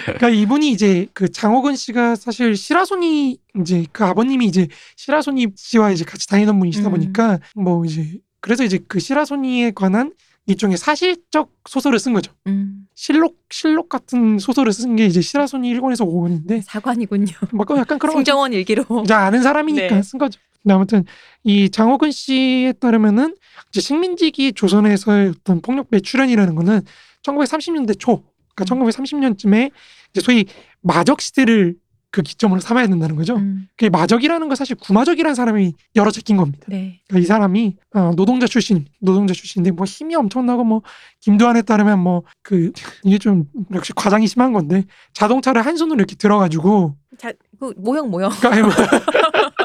[SPEAKER 3] 그러니까 이분이 이제 그 장호근 씨가 사실 시라소니 이제 그 아버님이 이제 시라소니 씨와 이제 같이 다니던 분이시다
[SPEAKER 1] 음.
[SPEAKER 3] 보니까 뭐 이제 그래서 이제 그 시라소니에 관한 일종의 사실적 소설을 쓴 거죠.
[SPEAKER 1] 음,
[SPEAKER 3] 실록 실록 같은 소설을 쓴 게 이제 시라소니 1권에서 5권인데
[SPEAKER 1] 음, 사관이군요.
[SPEAKER 3] 막 약간 그런 거
[SPEAKER 1] 승정원 일기로.
[SPEAKER 3] 이제 아는 사람이니까
[SPEAKER 1] 네.
[SPEAKER 3] 쓴 거죠. 근데 아무튼 이 장호근 씨에 따르면은 이제 식민지기 조선에서의 어떤 폭력 배출현이라는 거는 1930년대 초,
[SPEAKER 1] 음.
[SPEAKER 3] 그러니까 1930년쯤에 이제 소위 마적 시대를 그 기점으로 삼아야 된다는 거죠.
[SPEAKER 1] 음,
[SPEAKER 3] 그 마적이라는 건 사실 구마적이라는 사람이 열어 제낀 겁니다.
[SPEAKER 1] 네.
[SPEAKER 3] 그러니까 이 사람이 어, 노동자 출신, 노동자 출신인데 뭐 힘이 엄청나고 뭐 김두한에 따르면 뭐 그 이게 좀 역시 과장이 심한 건데 자동차를 한 손으로 이렇게 들어가지고
[SPEAKER 1] 자, 그 모형 모형.
[SPEAKER 3] 그러니까,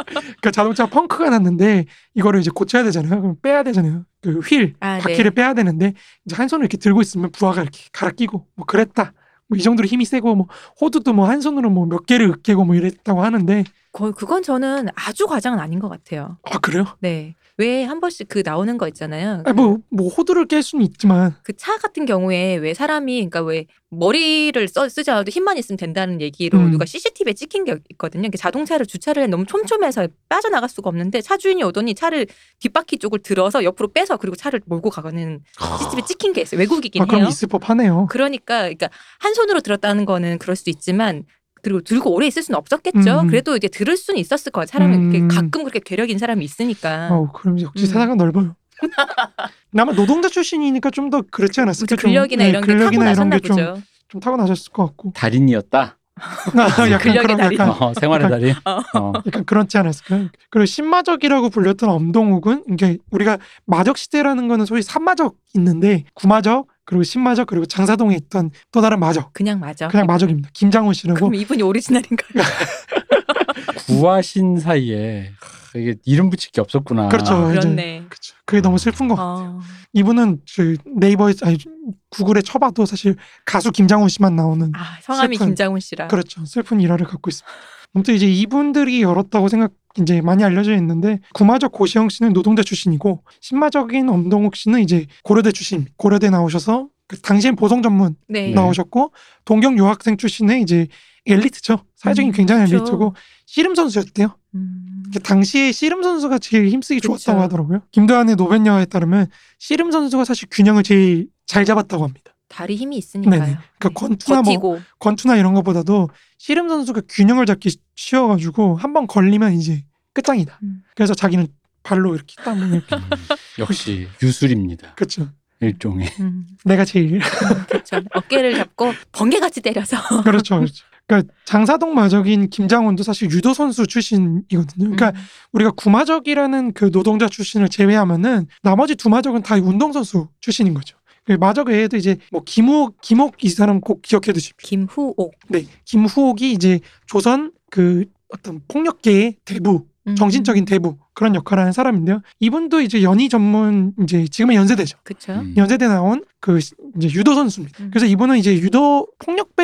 [SPEAKER 3] 그러니까 자동차 펑크가 났는데 이거를 이제 고쳐야 되잖아요. 그럼 빼야 되잖아요. 그 휠,
[SPEAKER 1] 아, 네.
[SPEAKER 3] 바퀴를 빼야 되는데 이제 한 손으로 이렇게 들고 있으면 부하가 이렇게 갈아 끼고 뭐 그랬다. 뭐 이 정도로 힘이 세고 뭐 호두도 뭐 한 손으로 뭐 몇 개를 으깨고 뭐 이랬다고 하는데
[SPEAKER 1] 거- 그건 저는 아주 과장은 아닌 것 같아요.
[SPEAKER 3] 아 그래요?
[SPEAKER 1] 네. 왜 한 번씩 그 나오는 거 있잖아요.
[SPEAKER 3] 아니 뭐뭐 호두를 깰 수는 있지만 아,
[SPEAKER 1] 그 차 같은 경우에 왜 사람이 그러니까 왜 머리를 써, 쓰지 않아도 힘만 있으면 된다는 얘기로
[SPEAKER 3] 음.
[SPEAKER 1] 누가 CCTV에 찍힌 게 있거든요. 그러니까 자동차를 주차를 너무 촘촘해서 빠져나갈 수가 없는데 차 주인이 오더니 차를 뒷바퀴 쪽을 들어서 옆으로 빼서 그리고 차를 몰고 가는 CCTV 에 찍힌 게 있어요. 외국이긴
[SPEAKER 3] 아
[SPEAKER 1] 해요.
[SPEAKER 3] 그럼 있을 법하네요.
[SPEAKER 1] 그러니까 그러니까 한 손으로 들었다는 거는 그럴 수도 있지만 그리고 들고 오래 있을 수는 없었겠죠.
[SPEAKER 3] 음.
[SPEAKER 1] 그래도 이제 들을 수는 있었을 거예요. 사람이
[SPEAKER 3] 음.
[SPEAKER 1] 이렇게 가끔 그렇게 괴력인 사람이 있으니까.
[SPEAKER 3] 어 그럼 역시
[SPEAKER 1] 음.
[SPEAKER 3] 세상은 넓어요. 아마 노동자 출신이니까 좀 더 그렇지 않았을까?
[SPEAKER 1] 아무튼 근력이나
[SPEAKER 3] 네,
[SPEAKER 1] 이런 게 타고
[SPEAKER 3] 근력이나 이런
[SPEAKER 1] 나섰나
[SPEAKER 3] 게 좀
[SPEAKER 1] 보죠.
[SPEAKER 3] 좀 타고 나셨을 것 같고
[SPEAKER 2] 달인이었다.
[SPEAKER 3] 약간
[SPEAKER 1] 근력의
[SPEAKER 3] 그런
[SPEAKER 1] 달인.
[SPEAKER 3] 약간
[SPEAKER 2] 어, 생활의 달인. 어.
[SPEAKER 3] 약간 그러니까 그렇지 않았을까요? 그리고 신마적이라고 불렸던 엄동욱은 이게 우리가 마적 시대라는 거는 소위 삼마적 있는데 구마적 그리고 신마적 그리고 장사동에 있던 또 다른 마적
[SPEAKER 1] 그냥 맞아.
[SPEAKER 3] 그냥 마적입니다. 김장훈 씨라고
[SPEAKER 1] 그럼 이분이 오리지널인가요?
[SPEAKER 2] 구하신 사이에 하, 이게 이름 붙이기 없었구나.
[SPEAKER 3] 그렇죠. 아, 이제-
[SPEAKER 1] 그렇네.
[SPEAKER 3] 그쵸. 그게 너무 슬픈 거.
[SPEAKER 1] 어.
[SPEAKER 3] 이분은 저 네이버에 아니 구글에 쳐봐도 사실 가수 김장훈 씨만 나오는
[SPEAKER 1] 아 성함이
[SPEAKER 3] 슬픈.
[SPEAKER 1] 김장훈 씨라.
[SPEAKER 3] 그렇죠. 슬픈 일화를 갖고 있습니다. 아무튼 이제 이분들이 열었다고 생각 이제 많이 알려져 있는데 구마적 고시영 씨는 노동자 출신이고 신마적인 엄동욱 씨는 이제 고려대 출신 고려대 나오셔서 그 당시엔 보성 전문
[SPEAKER 1] 네.
[SPEAKER 2] 네.
[SPEAKER 3] 나오셨고 동경 유학생 출신의 이제 엘리트죠 사회적인
[SPEAKER 1] 음,
[SPEAKER 3] 굉장히
[SPEAKER 1] 그렇죠.
[SPEAKER 3] 엘리트고 씨름 선수였대요.
[SPEAKER 1] 음.
[SPEAKER 3] 그 당시에 씨름 선수가 제일 힘쓰기
[SPEAKER 1] 그쵸.
[SPEAKER 3] 좋았다고 하더라고요. 김도환의 노벤 영화에 따르면 씨름 선수가 사실 균형을 제일 잘 잡았다고 합니다.
[SPEAKER 1] 다리 힘이 있으니까요.
[SPEAKER 3] 네네.
[SPEAKER 1] 네.
[SPEAKER 3] 그러니까 권투나 뭐
[SPEAKER 1] 버티고
[SPEAKER 3] 권투나 이런 것보다도 씨름 선수가 균형을 잡기 쉬워가지고 한 번 걸리면 이제 끝장이다.
[SPEAKER 1] 음.
[SPEAKER 3] 그래서 자기는 발로 이렇게 땀을 이렇게
[SPEAKER 2] 음, 역시 유술입니다.
[SPEAKER 3] 그렇죠.
[SPEAKER 2] 일종의
[SPEAKER 1] 음,
[SPEAKER 3] 내가 제일
[SPEAKER 1] 그렇죠. 어깨를 잡고 번개같이 때려서
[SPEAKER 3] 그렇죠. 그렇죠. 그러니까 장사동 마적인 김장훈도 사실 유도 선수 출신이거든요. 그러니까
[SPEAKER 1] 음.
[SPEAKER 3] 우리가 구마적이라는 그 노동자 출신을 제외하면은 나머지 두 마적은 다 운동선수 출신인 거죠. 그 마적 외에도 이제 뭐 김옥 김옥 이 사람 꼭 기억해 두십시오.
[SPEAKER 1] 김후옥
[SPEAKER 3] 네, 김후옥이 이제 조선 그 어떤 폭력계의 대부
[SPEAKER 1] 음.
[SPEAKER 3] 정신적인 대부 그런 역할을 하는 사람인데요. 이분도 이제 연희 전문 이제 지금의 연세대죠.
[SPEAKER 1] 그렇죠.
[SPEAKER 2] 음,
[SPEAKER 3] 연세대 나온 그 시- 이제 유도 선수입니다.
[SPEAKER 1] 음.
[SPEAKER 3] 그래서 이분은 이제 유도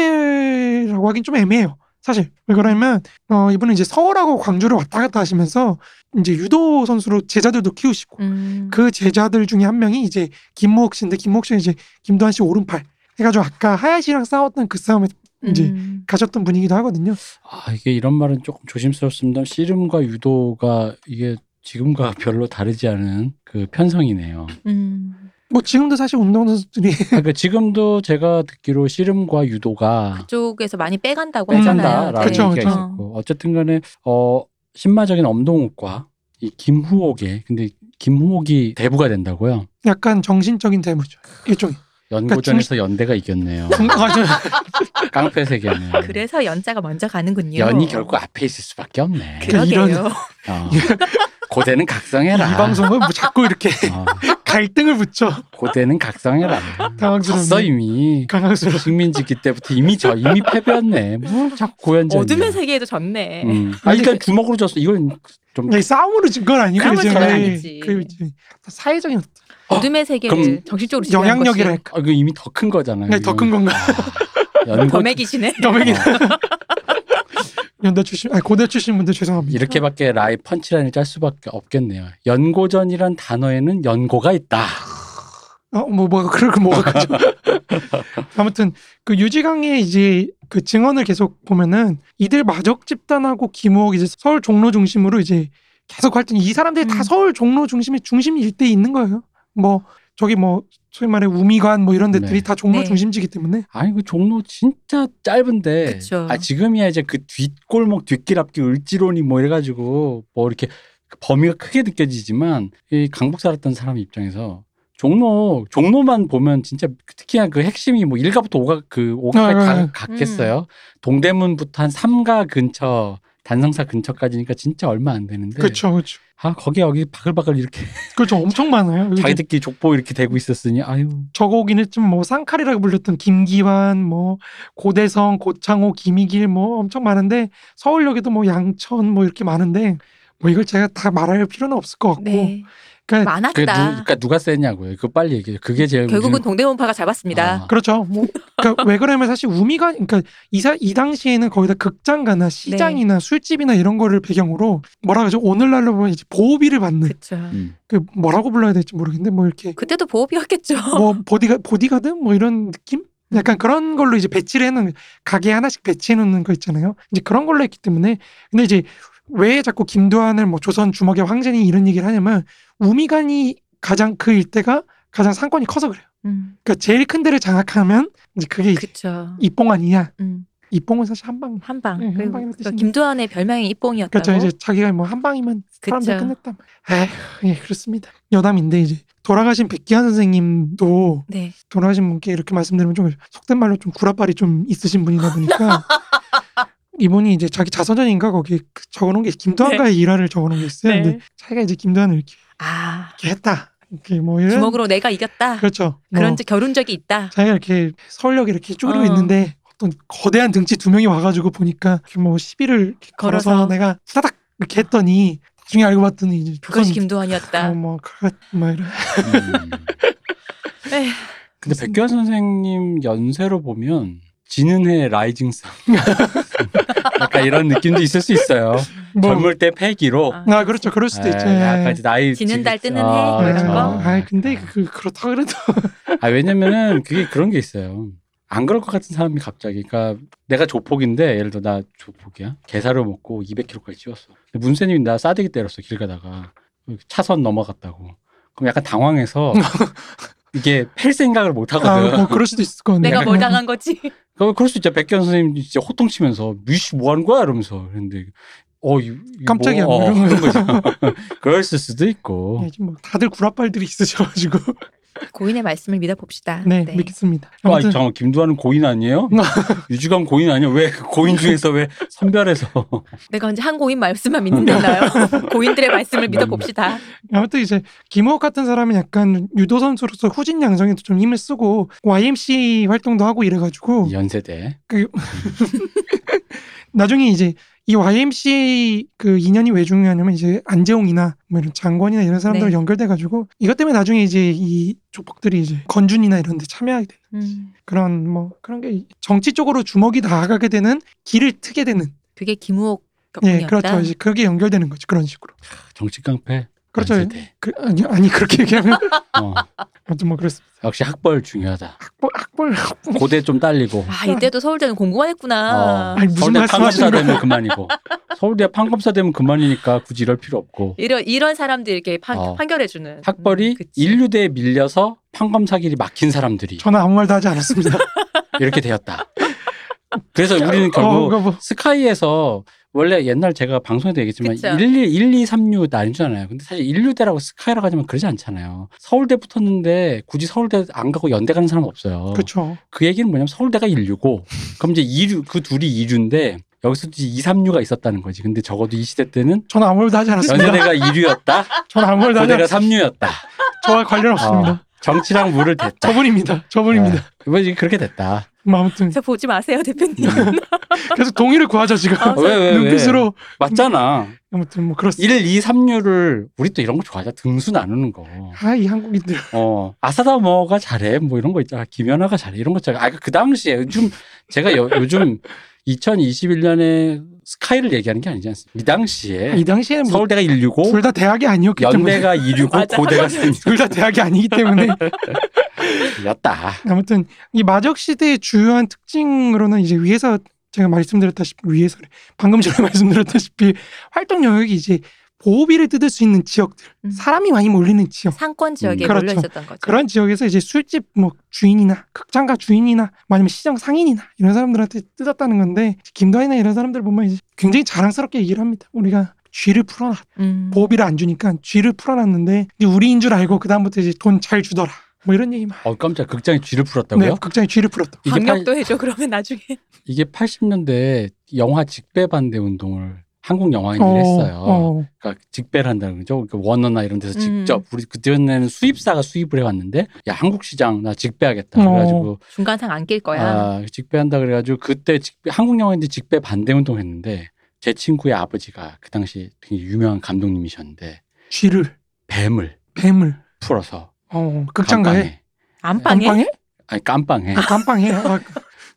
[SPEAKER 3] 폭력배라고 하긴 좀 애매해요. 사실 왜 그러냐면 어 이분은 이제 서울하고 광주를 왔다 갔다 하시면서 이제 유도 선수로 제자들도 키우시고
[SPEAKER 1] 음.
[SPEAKER 3] 그 제자들 중에 한 명이 이제 김모옥 씨인데 김모옥 씨는 이제 김도환 씨 오른팔 해가지고 아까 하야시랑 싸웠던 그 싸움에 이제
[SPEAKER 1] 음.
[SPEAKER 3] 가셨던 분이기도 하거든요.
[SPEAKER 2] 아 이게 이런 말은 조금 조심스럽습니다. 씨름과 유도가 이게 지금과 별로 다르지 않은 그 편성이네요.
[SPEAKER 1] 음.
[SPEAKER 3] 뭐 지금도 사실 운동 선수들이
[SPEAKER 2] 그러니까 지금도 제가 듣기로 씨름과 유도가
[SPEAKER 1] 쪽에서 많이 빼간다고
[SPEAKER 3] 음,
[SPEAKER 1] 하잖아요.
[SPEAKER 2] 한다라는
[SPEAKER 3] 그쵸,
[SPEAKER 2] 얘기가
[SPEAKER 3] 그쵸.
[SPEAKER 2] 있었고 어쨌든간에 어 신마적인 엄동욱과 이 김후옥의 근데 김후옥이 대부가 된다고요.
[SPEAKER 3] 약간 정신적인 대무죠. 일종의
[SPEAKER 2] 연고전에서 연대가 이겼네요.
[SPEAKER 1] 아,
[SPEAKER 2] 깡패 세계네요.
[SPEAKER 1] 그래서 연자가 먼저 가는군요.
[SPEAKER 2] 연이 결국 앞에 있을 수밖에 없네.
[SPEAKER 1] 그러게요.
[SPEAKER 3] 그러니까 이런-
[SPEAKER 2] 어. 고대는 각성해라.
[SPEAKER 3] 이 방송은 뭐 자꾸 이렇게
[SPEAKER 2] 어,
[SPEAKER 3] 갈등을 붙여
[SPEAKER 2] 고대는 각성해라.
[SPEAKER 3] 당황스럽네.
[SPEAKER 2] 졌어 이미.
[SPEAKER 3] 강학수로
[SPEAKER 2] 식민지기 때부터 이미 져 이미 패배였네. 뭐 자꾸 고현전.
[SPEAKER 1] 어둠의 세계에도 졌네.
[SPEAKER 2] 음. 아 일단 주먹으로 졌어. 이건 좀
[SPEAKER 3] 네, 싸움으로 진 건 아니고
[SPEAKER 1] 싸움으로
[SPEAKER 3] 이제
[SPEAKER 1] 진건 아니지.
[SPEAKER 3] 그 이제 사회적인
[SPEAKER 1] 어둠의 세계를
[SPEAKER 2] 그럼
[SPEAKER 1] 정신적으로 지배한 것이
[SPEAKER 3] 영향력이랄까.
[SPEAKER 2] 아, 이거 이미 더 큰 거잖아요.
[SPEAKER 3] 네, 더큰 건가?
[SPEAKER 2] 아, 연고
[SPEAKER 1] 범액이시네.
[SPEAKER 3] 너무 연대 출신, 아니 고대 출신 분들 죄송합니다.
[SPEAKER 2] 이렇게밖에 라이 펀치라인을 짤 수밖에 없겠네요. 연고전이란 단어에는 연고가 있다.
[SPEAKER 3] 어, 뭐 뭐가 그럴 건 뭐가 그죠? 아무튼 그 유지강의 이제 그 증언을 계속 보면은 이들 마적 집단하고 김옥 이제 서울 종로 중심으로 이제 계속 활동. 이 사람들이 다
[SPEAKER 1] 음.
[SPEAKER 3] 서울 종로 중심의 중심 일대에 있는 거예요. 뭐 저기 뭐 소위 말해 우미관 뭐 이런 데들이
[SPEAKER 2] 네.
[SPEAKER 3] 다 종로
[SPEAKER 1] 네.
[SPEAKER 3] 중심지기 때문에
[SPEAKER 2] 아니 그 종로 진짜 짧은데
[SPEAKER 1] 그쵸.
[SPEAKER 2] 아 지금이야 이제 그 뒷골목 뒷길 앞길 을지로니 뭐 이래가지고 뭐 이렇게 그 범위가 크게 느껴지지만 이 강북 살았던 사람 입장에서 종로 종로만 보면 진짜 특히나 그 핵심이 뭐 1가부터 5가 그 5가까지
[SPEAKER 3] 네, 네,
[SPEAKER 2] 가-
[SPEAKER 3] 네.
[SPEAKER 2] 갔겠어요 동대문부터 한 3가 근처 단성사 근처까지니까 진짜 얼마 안 되는데
[SPEAKER 3] 그렇죠, 그렇죠.
[SPEAKER 2] 아 거기 여기 바글바글 이렇게
[SPEAKER 3] 그렇죠. 엄청 많아요. 이게
[SPEAKER 2] 자기들끼리 족보 이렇게 되고 있었으니 아유
[SPEAKER 3] 저거 오긴 했지만 뭐 쌍칼이라고 불렸던 김기환, 뭐 고대성, 고창호, 김희길 뭐 엄청 많은데 서울역에도 뭐 양천 뭐 이렇게 많은데 뭐 이걸 제가 다 말할 필요는 없을 것 같고
[SPEAKER 1] 네.
[SPEAKER 3] 그러니까
[SPEAKER 2] 그 누,
[SPEAKER 1] 많았다.
[SPEAKER 2] 그러니까 누가 쎄냐고요 그거 빨리 얘기해 그게 제일
[SPEAKER 1] 결국은
[SPEAKER 2] 우리는-
[SPEAKER 1] 동대문파가 잡았습니다.
[SPEAKER 2] 네, 아,
[SPEAKER 3] 그렇죠. 뭐 그러니까 왜 그러냐면 사실 우미가 그러니까 이사 이 당시에는 거의 다
[SPEAKER 1] 네.
[SPEAKER 3] 극장가나 시장이나 술집이나 이런 거를 배경으로 뭐라 그러죠? 오늘날로 보면 이제 보호비를 받는
[SPEAKER 1] 그렇죠.
[SPEAKER 2] 음.
[SPEAKER 3] 그 뭐라고 불러야 될지 모르겠는데 뭐 이렇게
[SPEAKER 1] 그때도 보호비였겠죠.
[SPEAKER 3] 뭐 보디가 보디가드 뭐 이런 느낌?
[SPEAKER 1] 음.
[SPEAKER 3] 약간 그런 걸로 이제 배치를 해놓은 가게 하나씩 배치해 놓는 거 있잖아요. 이제 그런 걸로 했기 때문에 근데 이제 왜 자꾸 김도환을 뭐 조선 주먹의 황제니 이런 얘기를 하냐면 우미간이 가장 그 일대가 가장 상권이 커서 그래요.
[SPEAKER 1] 음,
[SPEAKER 3] 그러니까 제일 큰 데를 장악하면 이제 그게 이제
[SPEAKER 1] 그렇죠.
[SPEAKER 3] 이뽕 아니냐?
[SPEAKER 1] 음,
[SPEAKER 3] 이뽕은 사실 한 방.
[SPEAKER 1] 한 방.
[SPEAKER 3] 네, 한
[SPEAKER 1] 그리고
[SPEAKER 3] 방이라는
[SPEAKER 1] 그
[SPEAKER 3] 뜻이네.
[SPEAKER 1] 김두한의 별명이 이뽕이었다고.
[SPEAKER 3] 그렇죠. 이제 자기가 뭐 한 방이면 사람들
[SPEAKER 1] 그쵸.
[SPEAKER 3] 끝냈다. 에휴, 예, 그렇습니다. 여담인데 이제 돌아가신 백기환 선생님도
[SPEAKER 1] 네.
[SPEAKER 3] 돌아가신 분께 이렇게 말씀드리면 좀 속된 말로 좀 구라빨이 좀 있으신 분이다 보니까 이분이 이제 자기 자서전인가 거기 그 적어놓은 게 김도환과의 일화를 적어놓은 게 있어요.
[SPEAKER 1] 네.
[SPEAKER 3] 근데 자기가 이제 김도환을 이렇게,
[SPEAKER 1] 아
[SPEAKER 3] 이렇게 했다. 이렇게 뭐 이런
[SPEAKER 1] 주먹으로 내가 이겼다.
[SPEAKER 3] 그렇죠. 뭐
[SPEAKER 1] 그런 적 겨룬 적이 있다.
[SPEAKER 3] 자기가 이렇게 서울역 이렇게 쭈그리고
[SPEAKER 1] 어.
[SPEAKER 3] 있는데 어떤 거대한 등치 두 명이 와가지고 보니까 이렇게 뭐 시비를 이렇게 걸어서,
[SPEAKER 1] 걸어서.
[SPEAKER 3] 내가 후다닥 이렇게 했더니 나중에 알고 봤더니 이제
[SPEAKER 1] 그것이
[SPEAKER 3] 조선-
[SPEAKER 1] 김두한이었다.
[SPEAKER 3] 어, 뭐, 그뭐 이런
[SPEAKER 2] 음.
[SPEAKER 1] 에휴.
[SPEAKER 2] 근데 백규환 선생님 연세로 보면 지는 해 라이징 선 약간 이런 느낌도 있을 수 있어요.
[SPEAKER 3] 뭐,
[SPEAKER 2] 젊을 때 패기로.
[SPEAKER 1] 아,
[SPEAKER 3] 아 그렇죠 그럴 수도
[SPEAKER 2] 예,
[SPEAKER 3] 있죠.
[SPEAKER 2] 약간 이제 나이
[SPEAKER 1] 지는 달
[SPEAKER 2] 지긋-
[SPEAKER 1] 뜨는
[SPEAKER 2] 아,
[SPEAKER 1] 해, 뭐 이런
[SPEAKER 2] 그렇죠.
[SPEAKER 1] 거?
[SPEAKER 3] 아 근데 그 그렇다 그래도
[SPEAKER 2] 아 왜냐면은 그게 그런 게 있어요. 안 그럴 것 같은 사람이 갑자기 그러니까 내가 조폭인데 예를 들어 나 조폭이야 개사를 먹고 200km까지 찌웠어. 근데 문세님이 나 싸대기 때렸어 길 가다가 차선 넘어갔다고. 그럼 약간 당황해서 이게 팰 생각을 못 하거든.
[SPEAKER 3] 아, 뭐 그럴 수도 있을 것 같네.
[SPEAKER 1] 내가 뭘 당한 거지?
[SPEAKER 2] 그럼 그럴 수 있죠. 백현 선생님 진짜 호통치면서 미씨 뭐 하는 거야 이러면서 그런데 어 이- 이거
[SPEAKER 3] 깜짝이야,
[SPEAKER 2] 뭐, 어,
[SPEAKER 3] 이런
[SPEAKER 2] 그런 거죠. 그럴 수도 있고.
[SPEAKER 3] 예, 지금 뭐 다들 구라빨들이 있으셔가지고
[SPEAKER 1] 고인의 말씀을 믿어봅시다.
[SPEAKER 3] 네, 믿겠습니다.
[SPEAKER 2] 아,
[SPEAKER 3] 아무튼
[SPEAKER 2] 잠깐 김두한은 고인 아니에요? 유주관 고인 아니에요? 왜그 고인 중에서 왜 선별해서?
[SPEAKER 3] 어.
[SPEAKER 1] 내가 언제 한 고인 말씀만 믿는 데나요? 고인들의
[SPEAKER 3] 네.
[SPEAKER 1] 말씀을 믿어봅시다.
[SPEAKER 3] 아무튼 이제 김호욱 같은 사람은 약간 유도 선수로서 후진 양성에도 좀 힘을 쓰고 YMC 활동도 하고
[SPEAKER 2] 예.
[SPEAKER 3] 이래가지고
[SPEAKER 2] 연세대.
[SPEAKER 3] 나중에 이제 이 YMC 그 인연이 왜 중요하냐면 이제 안재홍이나 뭐 이런 장관이나 이런 사람들
[SPEAKER 1] 네.
[SPEAKER 3] 연결돼가지고 이것 때문에 나중에 이제 이 조폭들이 이제 건준이나 이런 데 참여하게 되는
[SPEAKER 1] 음,
[SPEAKER 3] 그런 뭐 그런 게 정치 쪽으로 주먹이 나아가게 되는 길을 트게 되는
[SPEAKER 1] 그게 김우옥
[SPEAKER 3] 예
[SPEAKER 1] 덕분이었다.
[SPEAKER 3] 그렇죠 이제 그게 연결되는 거죠 그런 식으로
[SPEAKER 2] 정치 깡패.
[SPEAKER 3] 그렇죠
[SPEAKER 2] 연세대.
[SPEAKER 3] 그, 아니 아니 그렇게 얘기하면
[SPEAKER 2] 어,
[SPEAKER 3] 아무튼 뭐 그렇습니다
[SPEAKER 2] 역시 학벌 중요하다.
[SPEAKER 3] 학벌 학벌 학벌
[SPEAKER 2] 고대 좀 딸리고.
[SPEAKER 1] 아 이때도 서울대는 공부만 했구나.
[SPEAKER 2] 어,
[SPEAKER 3] 아니, 무슨
[SPEAKER 2] 서울대
[SPEAKER 3] 말씀하시는
[SPEAKER 2] 판검사
[SPEAKER 3] 거예요?
[SPEAKER 2] 되면 그만이고. 서울대 판검사 되면 그만이니까 굳이 이럴 필요
[SPEAKER 3] 음,
[SPEAKER 2] 없고.
[SPEAKER 1] 이런 이런 사람들 이렇게 판,
[SPEAKER 2] 어.
[SPEAKER 1] 판결해주는 음,
[SPEAKER 2] 학벌이 인류대에 밀려서 판검사길이 막힌 사람들이
[SPEAKER 3] 저는 아무 말도 하지 않았습니다
[SPEAKER 2] 이렇게 되었다. 그래서 우리는
[SPEAKER 3] 어,
[SPEAKER 2] 결국
[SPEAKER 3] 그러니까 뭐,
[SPEAKER 2] 스카이에서 원래 옛날 제가 방송에도 얘기했지만
[SPEAKER 1] 그쵸.
[SPEAKER 2] 1, 1, 2, 3, 6 나뉘잖아요. 근데 사실 인류대라고 스카이라고 하지만 그러지 않잖아요. 서울대 붙었는데 굳이 서울대 안 가고 연대 가는 사람 없어요. 그
[SPEAKER 3] 그렇죠
[SPEAKER 2] 얘기는 뭐냐면 서울대가 인류고 그럼 이제 이류 그 둘이 이류인데 여기서 이제 2, 3, 6가 있었다는 거지. 근데 적어도 이 시대 때는
[SPEAKER 3] 저는 아무 말도 하지 않았습니다
[SPEAKER 2] 연세대가 이류였다.
[SPEAKER 3] 저는 아무 말도 하지
[SPEAKER 2] 고대가
[SPEAKER 3] 않았습니다
[SPEAKER 2] 3류였다. 어,
[SPEAKER 3] 저와 관련 없습니다
[SPEAKER 2] 정치랑 물을 댔다.
[SPEAKER 3] 저분입니다 저분입니다
[SPEAKER 2] 네. 이번 그렇게 됐다.
[SPEAKER 3] 뭐 아무튼
[SPEAKER 1] 저 보지 마세요 대표님.
[SPEAKER 2] 음.
[SPEAKER 3] 계속 동의를 구하죠 지금
[SPEAKER 1] 아,
[SPEAKER 2] 왜, 왜, 왜?
[SPEAKER 3] 눈빛으로
[SPEAKER 2] 네. 맞잖아.
[SPEAKER 3] 아무튼 뭐 그렇습니다
[SPEAKER 2] 1, 2, 3류를 우리 또 이런 거 좋아하자. 등수 나누는 거.
[SPEAKER 3] 아 이 한국인들
[SPEAKER 2] 어 아사다머가 잘해 뭐 이런 거 있잖아 김연아가 잘해 이런 거 있잖아 아그 당시에 요즘 제가 요, 요즘 2021년에 스카이를 얘기하는 게 아니지 않습니까 이 당시에
[SPEAKER 3] 이 당시에는 뭐
[SPEAKER 2] 네. 서울대가 인류고
[SPEAKER 3] 둘 다 대학이 아니었기 때문에
[SPEAKER 2] 연대가 이류고
[SPEAKER 1] 맞아.
[SPEAKER 2] 고대가
[SPEAKER 3] 둘 다 대학이 아니기 때문에
[SPEAKER 2] 삼류였다
[SPEAKER 3] 아무튼 이 마적 시대의 주요한 특징으로는 이제 위에서 제가 말씀드렸다시피 위에서 그래. 방금 전에 말씀드렸다시피 활동 영역이 이제 보호비를 뜯을 수 있는 지역들
[SPEAKER 1] 음.
[SPEAKER 3] 사람이 많이 몰리는 지역
[SPEAKER 1] 상권 지역에
[SPEAKER 2] 음,
[SPEAKER 3] 그렇죠.
[SPEAKER 1] 몰려 있었던 거죠.
[SPEAKER 3] 그런 지역에서 이제 술집 뭐 주인이나 극장가 주인이나 뭐 아니면 시장 상인이나 이런 사람들한테 뜯었다는 건데 김도환이나 이런 사람들 보면 이제 굉장히 자랑스럽게 얘기를 합니다. 우리가 쥐를 풀어놨
[SPEAKER 1] 음.
[SPEAKER 3] 보호비를 안 주니까 쥐를 풀어놨는데 이제 우리인 줄 알고 그 다음부터 이제 돈 잘 주더라 뭐 이런 얘기만.
[SPEAKER 2] 어 깜짝 극장에 쥐를 풀었다고요
[SPEAKER 3] 네, 극장에 쥐를 풀었다.
[SPEAKER 2] 이게, 팔-
[SPEAKER 1] 방역도 해줘 그러면 나중에.
[SPEAKER 2] 이게 80년대 영화 직배 반대 운동을 한국 영화인들이
[SPEAKER 3] 어,
[SPEAKER 2] 했어요
[SPEAKER 3] 어.
[SPEAKER 2] 그러니까 직배를 한다는 거죠. 그러니까 원어나 이런 데서
[SPEAKER 1] 음.
[SPEAKER 2] 직접 우리 그때는 수입사가 수입을 해왔는데 야 한국 시장 나 직배하겠다 그래가지고
[SPEAKER 1] 어. 중간상 안 낄 거야.
[SPEAKER 2] 아, 직배한다 그래가지고 그때 직배, 한국 영화인데 직배 반대 운동했는데 제 친구의 아버지가 그 당시 되게 유명한 감독님이셨는데
[SPEAKER 3] 쥐를
[SPEAKER 2] 뱀을
[SPEAKER 3] 뱀을
[SPEAKER 2] 풀어서
[SPEAKER 3] 어, 극장가에
[SPEAKER 2] 감방에
[SPEAKER 1] 안방에
[SPEAKER 3] 감방에
[SPEAKER 2] 아니 깜빵에
[SPEAKER 3] 아, 감방에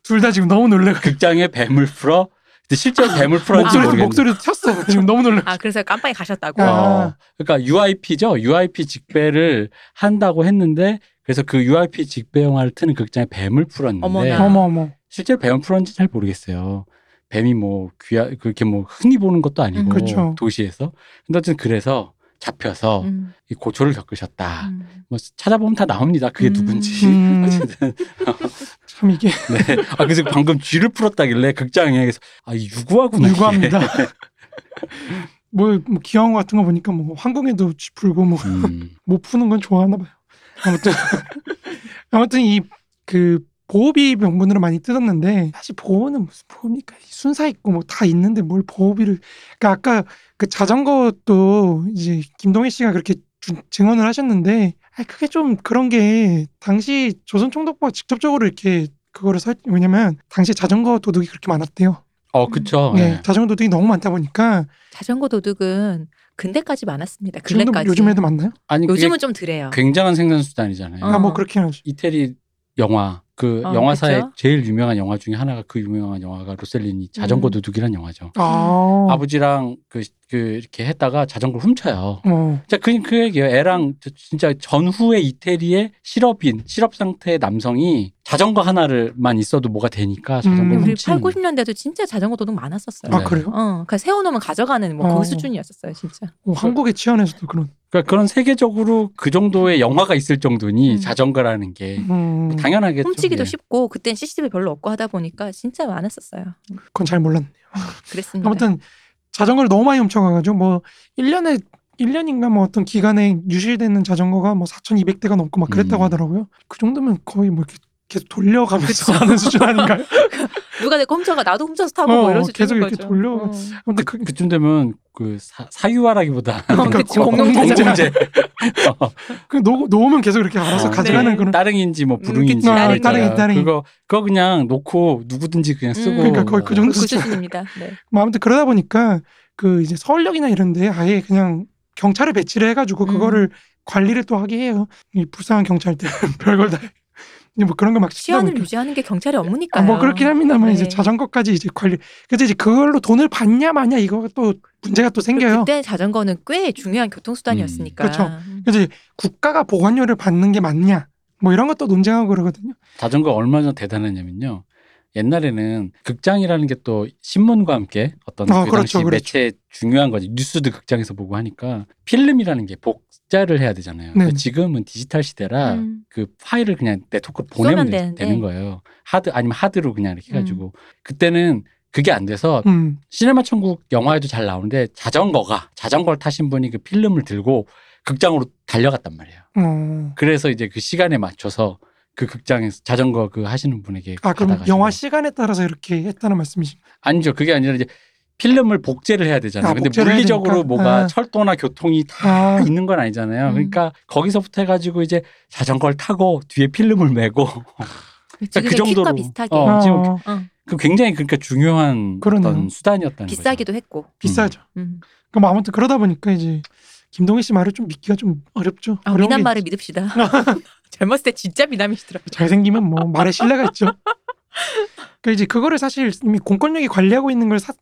[SPEAKER 3] 둘 다 지금 너무 놀래가
[SPEAKER 2] 극장에 뱀을 풀어 근데 실제로 뱀을 풀었는지
[SPEAKER 3] 목소리도
[SPEAKER 2] 아, 모르겠는데
[SPEAKER 3] 목소리도 튀었어 지금 너무 놀래.
[SPEAKER 1] 아 그래서 깜빵에 가셨다고.
[SPEAKER 3] 아.
[SPEAKER 2] 어, 그러니까 UIP죠 UIP 직배를 한다고 했는데 그래서 그 UIP 직배 영화를 트는 극장에 뱀을 풀었는데
[SPEAKER 1] 어머나.
[SPEAKER 3] 어머 어머.
[SPEAKER 2] 실제로 뱀을 풀었는지 잘 모르겠어요. 뱀이 뭐 귀하 그렇게 뭐 흔히 보는 것도 아니고
[SPEAKER 1] 음,
[SPEAKER 3] 그렇죠.
[SPEAKER 2] 도시에서 근데 어쨌든 그래서 잡혀서
[SPEAKER 1] 음,
[SPEAKER 2] 이 고초를 겪으셨다.
[SPEAKER 1] 음.
[SPEAKER 2] 뭐 찾아보면 다 나옵니다. 그게
[SPEAKER 1] 음.
[SPEAKER 2] 누군지.
[SPEAKER 3] 음,
[SPEAKER 2] 어쨌든
[SPEAKER 3] 참 이게
[SPEAKER 2] 네. 아 그래서 방금 쥐를 풀었다길래 극장에 그래서 아 유구하구나. 이게.
[SPEAKER 3] 유구합니다. 뭐, 뭐 기왕 같은 거 보니까 뭐 한국에도 쥐 풀고 뭐 못
[SPEAKER 2] 음.
[SPEAKER 3] 푸는 건 좋아하나 봐요. 아무튼 아무튼 이 그 보호비 명분으로 많이 뜯었는데 사실 보호는 무슨 보호입니까? 순사 있고 뭐 다 있는데 뭘 보호비를 그러니까 아까 그 자전거도 이제 김동희 씨가 그렇게 주- 증언을 하셨는데 아 그게 좀 그런 게 당시 조선 총독부가 직접적으로 이렇게 그거를 설 왜냐면 당시 자전거 도둑이 그렇게 많았대요.
[SPEAKER 2] 어 그쵸.
[SPEAKER 3] 네.
[SPEAKER 2] 네.
[SPEAKER 3] 자전거 도둑이 너무 많다 보니까
[SPEAKER 1] 자전거 도둑은 근대까지 많았습니다.
[SPEAKER 3] 지금도
[SPEAKER 1] 근래까지.
[SPEAKER 3] 그 요즘에도 만나요?
[SPEAKER 2] 아니 그게
[SPEAKER 1] 요즘은 좀 드래요.
[SPEAKER 2] 굉장한 생산 수단이잖아요.
[SPEAKER 1] 어.
[SPEAKER 3] 아 뭐 그렇긴 하죠.
[SPEAKER 2] 이태리 영화 그
[SPEAKER 1] 어,
[SPEAKER 2] 영화사의
[SPEAKER 1] 그쵸.
[SPEAKER 2] 제일 유명한 영화 중에 하나가 그 유명한 영화가 로셀린이 자전거
[SPEAKER 1] 음. 어.
[SPEAKER 2] 도둑이란 영화죠.
[SPEAKER 3] 아.
[SPEAKER 2] 아버지랑 그, 그 이렇게 했다가 자전거를 훔쳐요.
[SPEAKER 3] 어.
[SPEAKER 2] 자, 그, 그 얘기예요. 애랑 저- 진짜 전후의 이태리의 실업인, 실업 상태의 남성이 자전거 하나를만 있어도 뭐가 되니까 자전거를
[SPEAKER 3] 음.
[SPEAKER 1] 우리
[SPEAKER 2] 훔치는.
[SPEAKER 1] 8, 90년대도 진짜 자전거 도둑 많았었어요.
[SPEAKER 3] 아
[SPEAKER 2] 네.
[SPEAKER 3] 그래요?
[SPEAKER 1] 어, 그러니까 세워놓으면 가져가는 뭐 그
[SPEAKER 3] 어.
[SPEAKER 1] 수준이었었어요, 진짜.
[SPEAKER 3] 어, 한국의 치안에서도 그런.
[SPEAKER 2] 그러니까 그런 세계적으로 그 정도의 영화가 있을 정도니
[SPEAKER 1] 음.
[SPEAKER 2] 자전거라는 게
[SPEAKER 3] 음.
[SPEAKER 2] 예. 당연하겠죠.
[SPEAKER 1] 훔치기도
[SPEAKER 2] 예.
[SPEAKER 1] 쉽고 그땐 CCTV 별로 없고 하다 보니까 진짜 많았었어요.
[SPEAKER 3] 그건 잘 몰랐네.
[SPEAKER 1] 그랬습니다.
[SPEAKER 3] 아무튼 자전거를 너무 많이 훔쳐가가지고 뭐 1년에 1년인가 뭐 어떤 기간에 유실되는 자전거가 뭐 4,200대가 넘고 막 그랬다고
[SPEAKER 2] 음.
[SPEAKER 3] 하더라고요. 그 정도면 거의 뭐 이렇게 계속 돌려가면서 하는 수준 아닌가요?
[SPEAKER 1] 누가 내 훔쳐가 나도 훔쳐서 타고 뭐
[SPEAKER 3] 어,
[SPEAKER 1] 이런 식으로
[SPEAKER 3] 계속
[SPEAKER 1] 하는
[SPEAKER 3] 이렇게
[SPEAKER 1] 거죠.
[SPEAKER 3] 돌려.
[SPEAKER 1] 어.
[SPEAKER 3] 근데 그,
[SPEAKER 2] 그쯤 되면 그 사, 사유화라기보다
[SPEAKER 1] 그러니까 그치, 공동체.
[SPEAKER 2] 공동체.
[SPEAKER 3] 그 놓, 놓으면 계속 이렇게 알아서
[SPEAKER 2] 어,
[SPEAKER 3] 가져가는
[SPEAKER 1] 네.
[SPEAKER 3] 그런 음, 어,
[SPEAKER 2] 따릉인지 뭐 부릉인지
[SPEAKER 1] 그치,
[SPEAKER 2] 알잖아요.
[SPEAKER 3] 따릉이, 따릉이.
[SPEAKER 2] 그거 그거 그냥 놓고 누구든지 그냥 쓰고
[SPEAKER 1] 음.
[SPEAKER 3] 그러니까 거의 그 정도
[SPEAKER 1] 그
[SPEAKER 3] 수준.
[SPEAKER 1] 수준입니다. 네.
[SPEAKER 3] 뭐 아무튼 그러다 보니까 그 이제 서울역이나 이런데 아예 그냥 경찰을 배치를 해가지고
[SPEAKER 1] 음.
[SPEAKER 3] 그거를 관리를 또 하게 해요. 이 불쌍한 경찰들 별걸 다. 해요. 이제 뭐 그런 거막
[SPEAKER 1] 치안을 유지하는 게 경찰의
[SPEAKER 3] 아,
[SPEAKER 1] 업무니까요.
[SPEAKER 3] 뭐 그렇긴 합니다만 이제
[SPEAKER 1] 네.
[SPEAKER 3] 자전거까지 이제 관리. 근데 이제 그걸로 돈을 받냐 마냐 이거 또 문제가 또 생겨요.
[SPEAKER 1] 그때 자전거는 꽤 중요한 교통수단이었으니까.
[SPEAKER 3] 음. 그렇죠. 그래서 이제 국가가 보관료를 받는 게 맞냐 뭐 이런 것도 논쟁하고 그러거든요.
[SPEAKER 2] 자전거 얼마 전 대단했냐면요. 옛날에는 극장이라는 게 또 신문과 함께 어떤
[SPEAKER 3] 아,
[SPEAKER 2] 그
[SPEAKER 3] 그렇죠,
[SPEAKER 2] 당시
[SPEAKER 3] 그렇죠.
[SPEAKER 2] 매체의 중요한 거지 뉴스도 극장에서 보고 하니까 필름이라는 게 복사를 해야 되잖아요.
[SPEAKER 3] 네.
[SPEAKER 2] 근데 지금은 디지털 시대라
[SPEAKER 1] 음.
[SPEAKER 2] 그 파일을 그냥 네트워크로
[SPEAKER 1] 쏘면
[SPEAKER 2] 보내면 되-
[SPEAKER 1] 되는데. 음.
[SPEAKER 2] 되는 거예요. 하드 아니면 하드로 그냥 이렇게 해가지고 그때는 그게 안 돼서
[SPEAKER 3] 음,
[SPEAKER 2] 시네마 천국 영화에도 잘 나오는데 자전거가 자전거를 타신 분이 그 필름을 들고 극장으로 달려갔단 말이에요.
[SPEAKER 3] 어.
[SPEAKER 2] 그래서 이제 그 시간에 맞춰서 그 극장에서 자전거 그 하시는 분에게
[SPEAKER 3] 아 그럼
[SPEAKER 2] 받아가지고.
[SPEAKER 3] 영화 시간에 따라서 이렇게 했다는 말씀이신.
[SPEAKER 2] 아니죠 그게 아니라 이제 필름을 복제를 해야 되잖아요.
[SPEAKER 3] 아,
[SPEAKER 2] 근데
[SPEAKER 3] 복제를 해야
[SPEAKER 2] 물리적으로
[SPEAKER 3] 되니까.
[SPEAKER 2] 뭐가
[SPEAKER 3] 아.
[SPEAKER 2] 철도나 교통이 다
[SPEAKER 3] 아,
[SPEAKER 2] 있는 건 아니잖아요.
[SPEAKER 1] 음.
[SPEAKER 2] 그러니까 거기서부터 해가지고 이제 자전거를 타고 뒤에 필름을 메고
[SPEAKER 1] 지금의
[SPEAKER 2] 그 정도로
[SPEAKER 1] 퀵과 비슷하게
[SPEAKER 2] 어,
[SPEAKER 3] 아,
[SPEAKER 2] 지금
[SPEAKER 3] 어,
[SPEAKER 1] 어,
[SPEAKER 2] 그 굉장히 그러니까 중요한
[SPEAKER 3] 그러네요.
[SPEAKER 2] 어떤 수단이었다는 거죠.
[SPEAKER 1] 비싸기도 했고.
[SPEAKER 3] 비싸죠.
[SPEAKER 1] 음.
[SPEAKER 3] 그럼 아무튼 그러다 보니까 이제 김동희 씨 말을 좀 믿기가 좀 어렵죠.
[SPEAKER 1] 아,
[SPEAKER 3] 어려운
[SPEAKER 1] 미남
[SPEAKER 3] 게
[SPEAKER 1] 말을 믿읍시다. 젊었을 때 진짜 미남이시더라고요.
[SPEAKER 3] 잘생기면 뭐 말에 신뢰가 있죠. 그러니까 이제 그거를 사실 이미 공권력이 관리하고 있는 걸 사-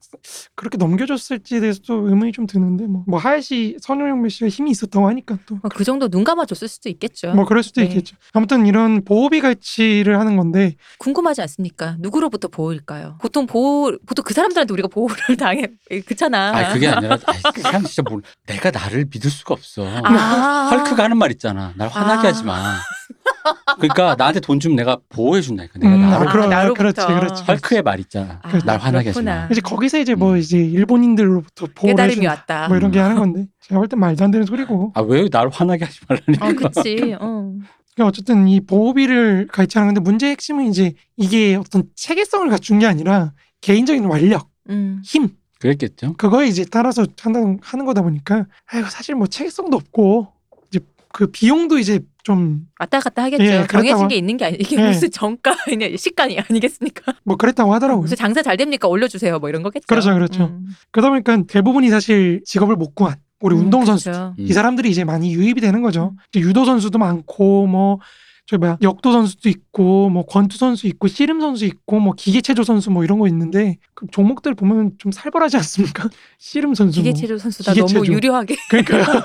[SPEAKER 3] 그렇게 넘겨줬을지에 대해서도 의문이 좀 드는데 뭐, 뭐 하야시 선우영배 씨가 힘이 있었다고 하니까 또
[SPEAKER 1] 어, 그 정도 눈 감아줬을 수도 있겠죠.
[SPEAKER 3] 뭐 그럴 수도
[SPEAKER 1] 네.
[SPEAKER 3] 있겠죠. 아무튼 이런 보호비 가치를 하는 건데
[SPEAKER 1] 궁금하지 않습니까? 누구로부터 보호일까요? 보통 보호, 보통 그 사람들한테 우리가 보호를 당해. 그렇잖아.
[SPEAKER 2] 아 그게 아니라 아이, 그 사람 진짜 뭘 내가 나를 믿을 수가 없어.
[SPEAKER 1] 아.
[SPEAKER 2] 헐크가 하는 말 있잖아. 날 화나게
[SPEAKER 1] 아.
[SPEAKER 2] 하지 마. 그러니까 나한테 돈 주면 내가 보호해 준다니까. 내가
[SPEAKER 3] 음,
[SPEAKER 2] 나를
[SPEAKER 3] 아, 그럼-
[SPEAKER 1] 나로부터.
[SPEAKER 3] 그렇지, 그렇지.
[SPEAKER 2] 헐크의 말 있잖아.
[SPEAKER 1] 아,
[SPEAKER 2] 날 화나게 하지
[SPEAKER 1] 그렇구나.
[SPEAKER 2] 마.
[SPEAKER 3] 이제 거기서 이제 뭐
[SPEAKER 2] 음.
[SPEAKER 3] 이제 일본인들로부터 보호를
[SPEAKER 1] 깨달음이
[SPEAKER 3] 해준다.
[SPEAKER 1] 왔다.
[SPEAKER 3] 뭐 이런 게 하는 건데 제가 볼 땐 말도 안 되는 소리고
[SPEAKER 2] 아, 왜 날 화나게 하지 말라니.
[SPEAKER 1] 어, 그치. 어.
[SPEAKER 3] 그러니까 어쨌든 이 보호비를 가입하는 건데 문제의 핵심은 이제 이게 어떤 체계성을 갖춘 게 아니라 개인적인 완력,
[SPEAKER 1] 음.
[SPEAKER 3] 힘
[SPEAKER 2] 그랬겠죠.
[SPEAKER 3] 그거에 이제 따라서 한다는 하는 거다 보니까 아이고 사실 뭐 체계성도 없고 이제 그 비용도 이제 좀 뭐
[SPEAKER 1] 왔다 갔다 하겠죠.
[SPEAKER 3] 예, 그렇다고
[SPEAKER 1] 정해진 게 있는 게 아니 이게
[SPEAKER 3] 예.
[SPEAKER 1] 무슨 정가 아니 식간이 아니겠습니까?
[SPEAKER 3] 뭐 그랬다고 하더라고요.
[SPEAKER 1] 무슨 장사 잘 됩니까? 올려주세요. 뭐 이런 거겠죠. 음.
[SPEAKER 3] 그렇죠, 그렇죠. 그러다 보니까 대부분이 사실 직업을 못 구한 우리 운동 선수
[SPEAKER 1] 그렇죠. 음.
[SPEAKER 2] 음.
[SPEAKER 3] 이 사람들이 이제 많이 유입이 되는 거죠. 이제 유도 선수도 많고 뭐 저기 뭐야 역도 선수도 있고 뭐 권투 선수 있고 씨름 선수 있고 뭐 기계체조 선수 뭐 이런 거 있는데 그 종목들 보면 좀 살벌하지 않습니까? 씨름 선수 뭐.
[SPEAKER 1] 기계체조 선수다
[SPEAKER 3] 기계체조.
[SPEAKER 1] 너무 유려하게
[SPEAKER 3] 그러니까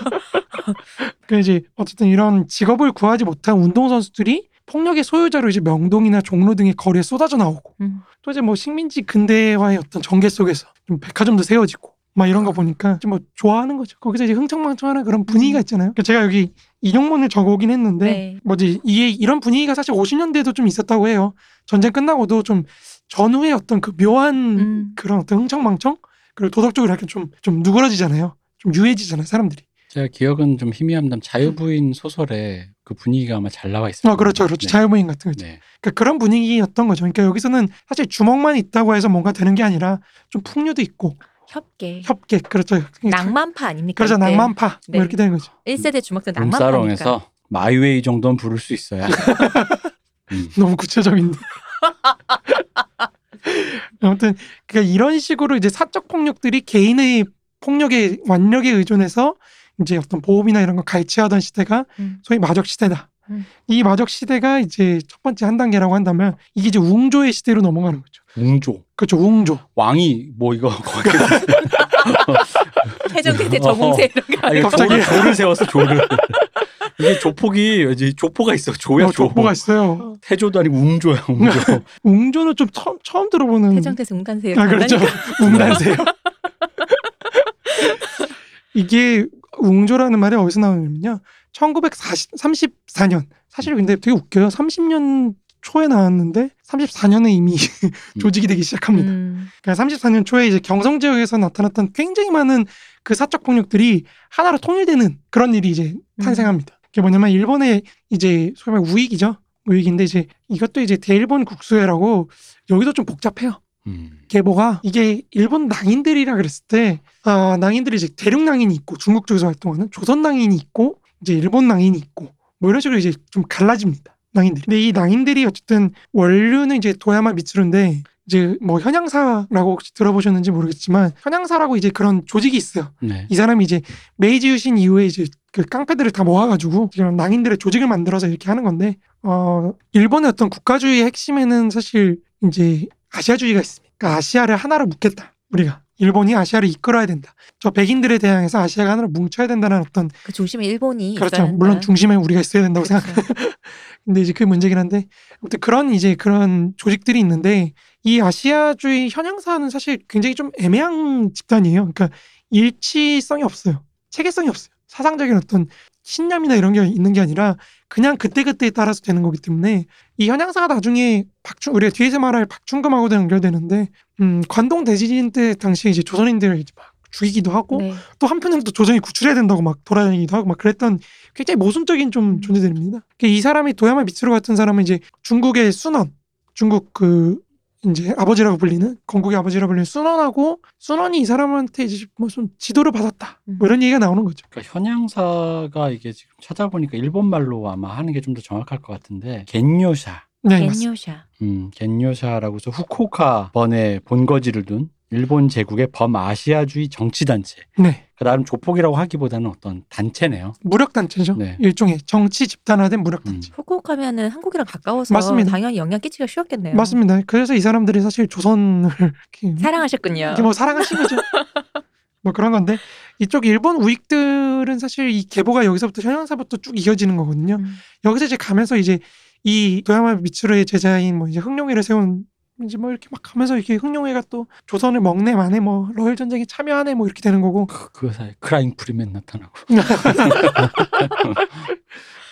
[SPEAKER 3] 그 이제 어쨌든 이런 직업을 구하지 못한 운동 선수들이 폭력의 소유자로 이제 명동이나 종로 등의 거리에 쏟아져 나오고
[SPEAKER 1] 음.
[SPEAKER 3] 또 이제 뭐 식민지 근대화의 어떤 전개 속에서 좀 백화점도 세워지고 막 이런 거 보니까 이제 뭐 좋아하는 거죠. 거기서 이제 흥청망청하는 그런 분위기가 있잖아요. 그러니까 제가 여기 인용문을 적어오긴 했는데
[SPEAKER 1] 네.
[SPEAKER 3] 뭐지 이게 이런 분위기가 사실 50년대에도 좀 있었다고 해요. 전쟁 끝나고도 좀 전후의 어떤 그 묘한
[SPEAKER 1] 음.
[SPEAKER 3] 그런 어떤 흥청망청 그리고 도덕적으로 이렇게 좀 좀 누그러지잖아요. 좀 유해지잖아요, 사람들이.
[SPEAKER 2] 제가 기억은 좀 희미합니다. 자유부인 소설에 그 분위기가 아마 잘 나와 있어요.
[SPEAKER 3] 아, 그렇죠, 그렇죠. 자유무인 같은 거죠.
[SPEAKER 2] 네.
[SPEAKER 3] 그러니까 그런 분위기였던 거죠. 그러니까 여기서는 사실 주먹만 있다고 해서 뭔가 되는 게 아니라 좀 풍류도 있고
[SPEAKER 1] 협계
[SPEAKER 3] 협계, 그렇죠.
[SPEAKER 1] 낭만파 아닙니까?
[SPEAKER 3] 그렇죠,
[SPEAKER 1] 이때?
[SPEAKER 3] 낭만파 뭐
[SPEAKER 1] 네.
[SPEAKER 3] 이렇게 되는 거죠.
[SPEAKER 1] 1세대 주먹들 낭만파니까.
[SPEAKER 2] 음, 룸사롱에서 마이웨이 정도는 부를 수 있어야. 음.
[SPEAKER 3] 너무 구체적인데. 아무튼 그러니까 이런 식으로 이제 사적 폭력들이 개인의 폭력의 완력에 의존해서 이제 어떤 보험이나 이런 걸 갈취하던 시대가
[SPEAKER 1] 음.
[SPEAKER 3] 소위 마적 시대다.
[SPEAKER 1] 음.
[SPEAKER 3] 이 마적 시대가 이제 첫 번째 한 단계라고 한다면 이게 이제 웅조의 시대로 넘어가는 거죠.
[SPEAKER 2] 웅조
[SPEAKER 3] 그렇죠. 웅조.
[SPEAKER 2] 왕이 뭐 이거 거기
[SPEAKER 1] 해적대대 저공세 이런 거.
[SPEAKER 2] 아, 이거
[SPEAKER 3] 갑자기.
[SPEAKER 2] 조를, 조를 세웠어 조를 이게 조폭이 이제 조포가 있어 조야
[SPEAKER 3] 어,
[SPEAKER 2] 조
[SPEAKER 3] 족보가 있어요.
[SPEAKER 2] 태조도 아니고 웅조야 웅조
[SPEAKER 3] 웅조는 좀 처, 음 들어보는.
[SPEAKER 1] 해적대대 운간세.
[SPEAKER 3] 아, 그렇죠.
[SPEAKER 2] 네.
[SPEAKER 3] 웅단세요. 이게 웅조라는 말이 어디서 나오냐면요. 1934년. 사실 근데 되게 웃겨요. 30년 초에 나왔는데 34년에 이미 조직이 되기 시작합니다.
[SPEAKER 1] 음.
[SPEAKER 3] 그러니까 34년 초에 이제 경성 지역에서 나타났던 굉장히 많은 그 사적 폭력들이 하나로 통일되는 그런 일이 이제
[SPEAKER 1] 음.
[SPEAKER 3] 탄생합니다. 그게 뭐냐면 일본의 이제 소위 말해 우익이죠. 우익인데 이제 이것도 이제 대일본 국수회라고 여기도 좀 복잡해요.
[SPEAKER 2] 음.
[SPEAKER 3] 계보가 이게 일본 낭인들이라 그랬을 때 아, 낭인들이 이제 대륙 낭인이 있고 중국 쪽에서 활동하는 조선 낭인이 있고 이제 일본 낭인이 있고 뭐 이런 식으로 이제 좀 갈라집니다. 낭인들이. 근데 이 낭인들이 어쨌든 원류는 이제 도야마 미츠루인데 이제 뭐 현양사라고 혹시 들어보셨는지 모르겠지만 현양사라고 이제 그런 조직이 있어요.
[SPEAKER 2] 네
[SPEAKER 3] 이 사람이 이제 메이지 유신 이후에 이제 그 깡패들을 다 모아가지고 그런 낭인들의 조직을 만들어서 이렇게 하는 건데 어 일본의 어떤 국가주의의 핵심에는 사실 이제 아시아주의가 있습니다. 그러니까 아시아를 하나로 묶겠다 우리가 일본이 아시아를 이끌어야 된다. 저 백인들에 대항해서 아시아가 하나로 뭉쳐야 된다는 어떤
[SPEAKER 1] 그 중심에 일본이.
[SPEAKER 3] 그렇죠.
[SPEAKER 1] 있어야 한다.
[SPEAKER 3] 물론 중심에 우리가 있어야 된다고 생각.
[SPEAKER 1] 그렇죠.
[SPEAKER 3] 근데 이제 그게 문제긴 한데 아무튼 그런 이제 그런 조직들이 있는데 이 아시아주의 현양사는 사실 굉장히 좀 애매한 집단이에요. 그러니까 일치성이 없어요. 체계성이 없어요. 사상적인 어떤 신념이나 이런 게 있는 게 아니라 그냥 그때그때에 따라서 되는 거기 때문에 이 현양사가 나중에 박충 우리가 뒤에서 말할 박충금하고도 연결되는데 음 관동 대지진 때 당시에 이제 조선인들을 이제 막 죽이기도 하고
[SPEAKER 1] 네.
[SPEAKER 3] 또 한편으로 또 조정이 구출해야 된다고 막 돌아다니기도 하고 막 그랬던 굉장히 모순적인 좀
[SPEAKER 1] 음.
[SPEAKER 3] 존재들입니다. 그이 사람이 도야마 미츠루 같은 사람은 이제 중국의 순원, 중국 그 이제 아버지라고 불리는 건국의 아버지라고 불리는 순원하고 순원이 이 사람한테 이제 무슨 지도를 받았다 뭐 이런 얘기가 나오는 거죠.
[SPEAKER 2] 그러니까 현양사가 이게 지금 찾아보니까 일본 말로 아마 하는 게 좀 더 정확할 것 같은데 겐요샤
[SPEAKER 1] 아,
[SPEAKER 3] 네, 맞습니다.
[SPEAKER 1] 겐요샤.
[SPEAKER 2] 음, 겐요샤라고 해서 후쿠오카 번에 본거지를 둔 일본 제국의 범아시아주의 정치단체.
[SPEAKER 3] 네,
[SPEAKER 2] 그 나름 조폭이라고 하기보다는 어떤 단체네요.
[SPEAKER 3] 무력 단체죠.
[SPEAKER 2] 네.
[SPEAKER 3] 일종의 정치 집단화된 무력
[SPEAKER 2] 음.
[SPEAKER 3] 단체.
[SPEAKER 1] 후쿠오카면은 한국이랑 가까워서
[SPEAKER 3] 맞습니다.
[SPEAKER 1] 당연히 영향 끼치기가 쉬웠겠네요.
[SPEAKER 3] 맞습니다. 그래서 이 사람들이 사실 조선을 이렇게
[SPEAKER 1] 사랑하셨군요.
[SPEAKER 3] 이게 뭐 사랑하신 거죠. 뭐 그런 건데 이쪽 일본 우익들은 사실 이 계보가 여기서부터 현양사부터 쭉 이어지는 거거든요.
[SPEAKER 1] 음.
[SPEAKER 3] 여기서 이제 가면서 이제 이 도야마 미츠루의 제자인 뭐 이제 흥룡회를 세운 이제 뭐 이렇게 막 가면서 이렇게 흥룡회가 또 조선을 먹네 마네 뭐 러일 전쟁에 참여하네 뭐 이렇게 되는 거고
[SPEAKER 2] 그, 그 사이 크라잉 프리맨 나타나고.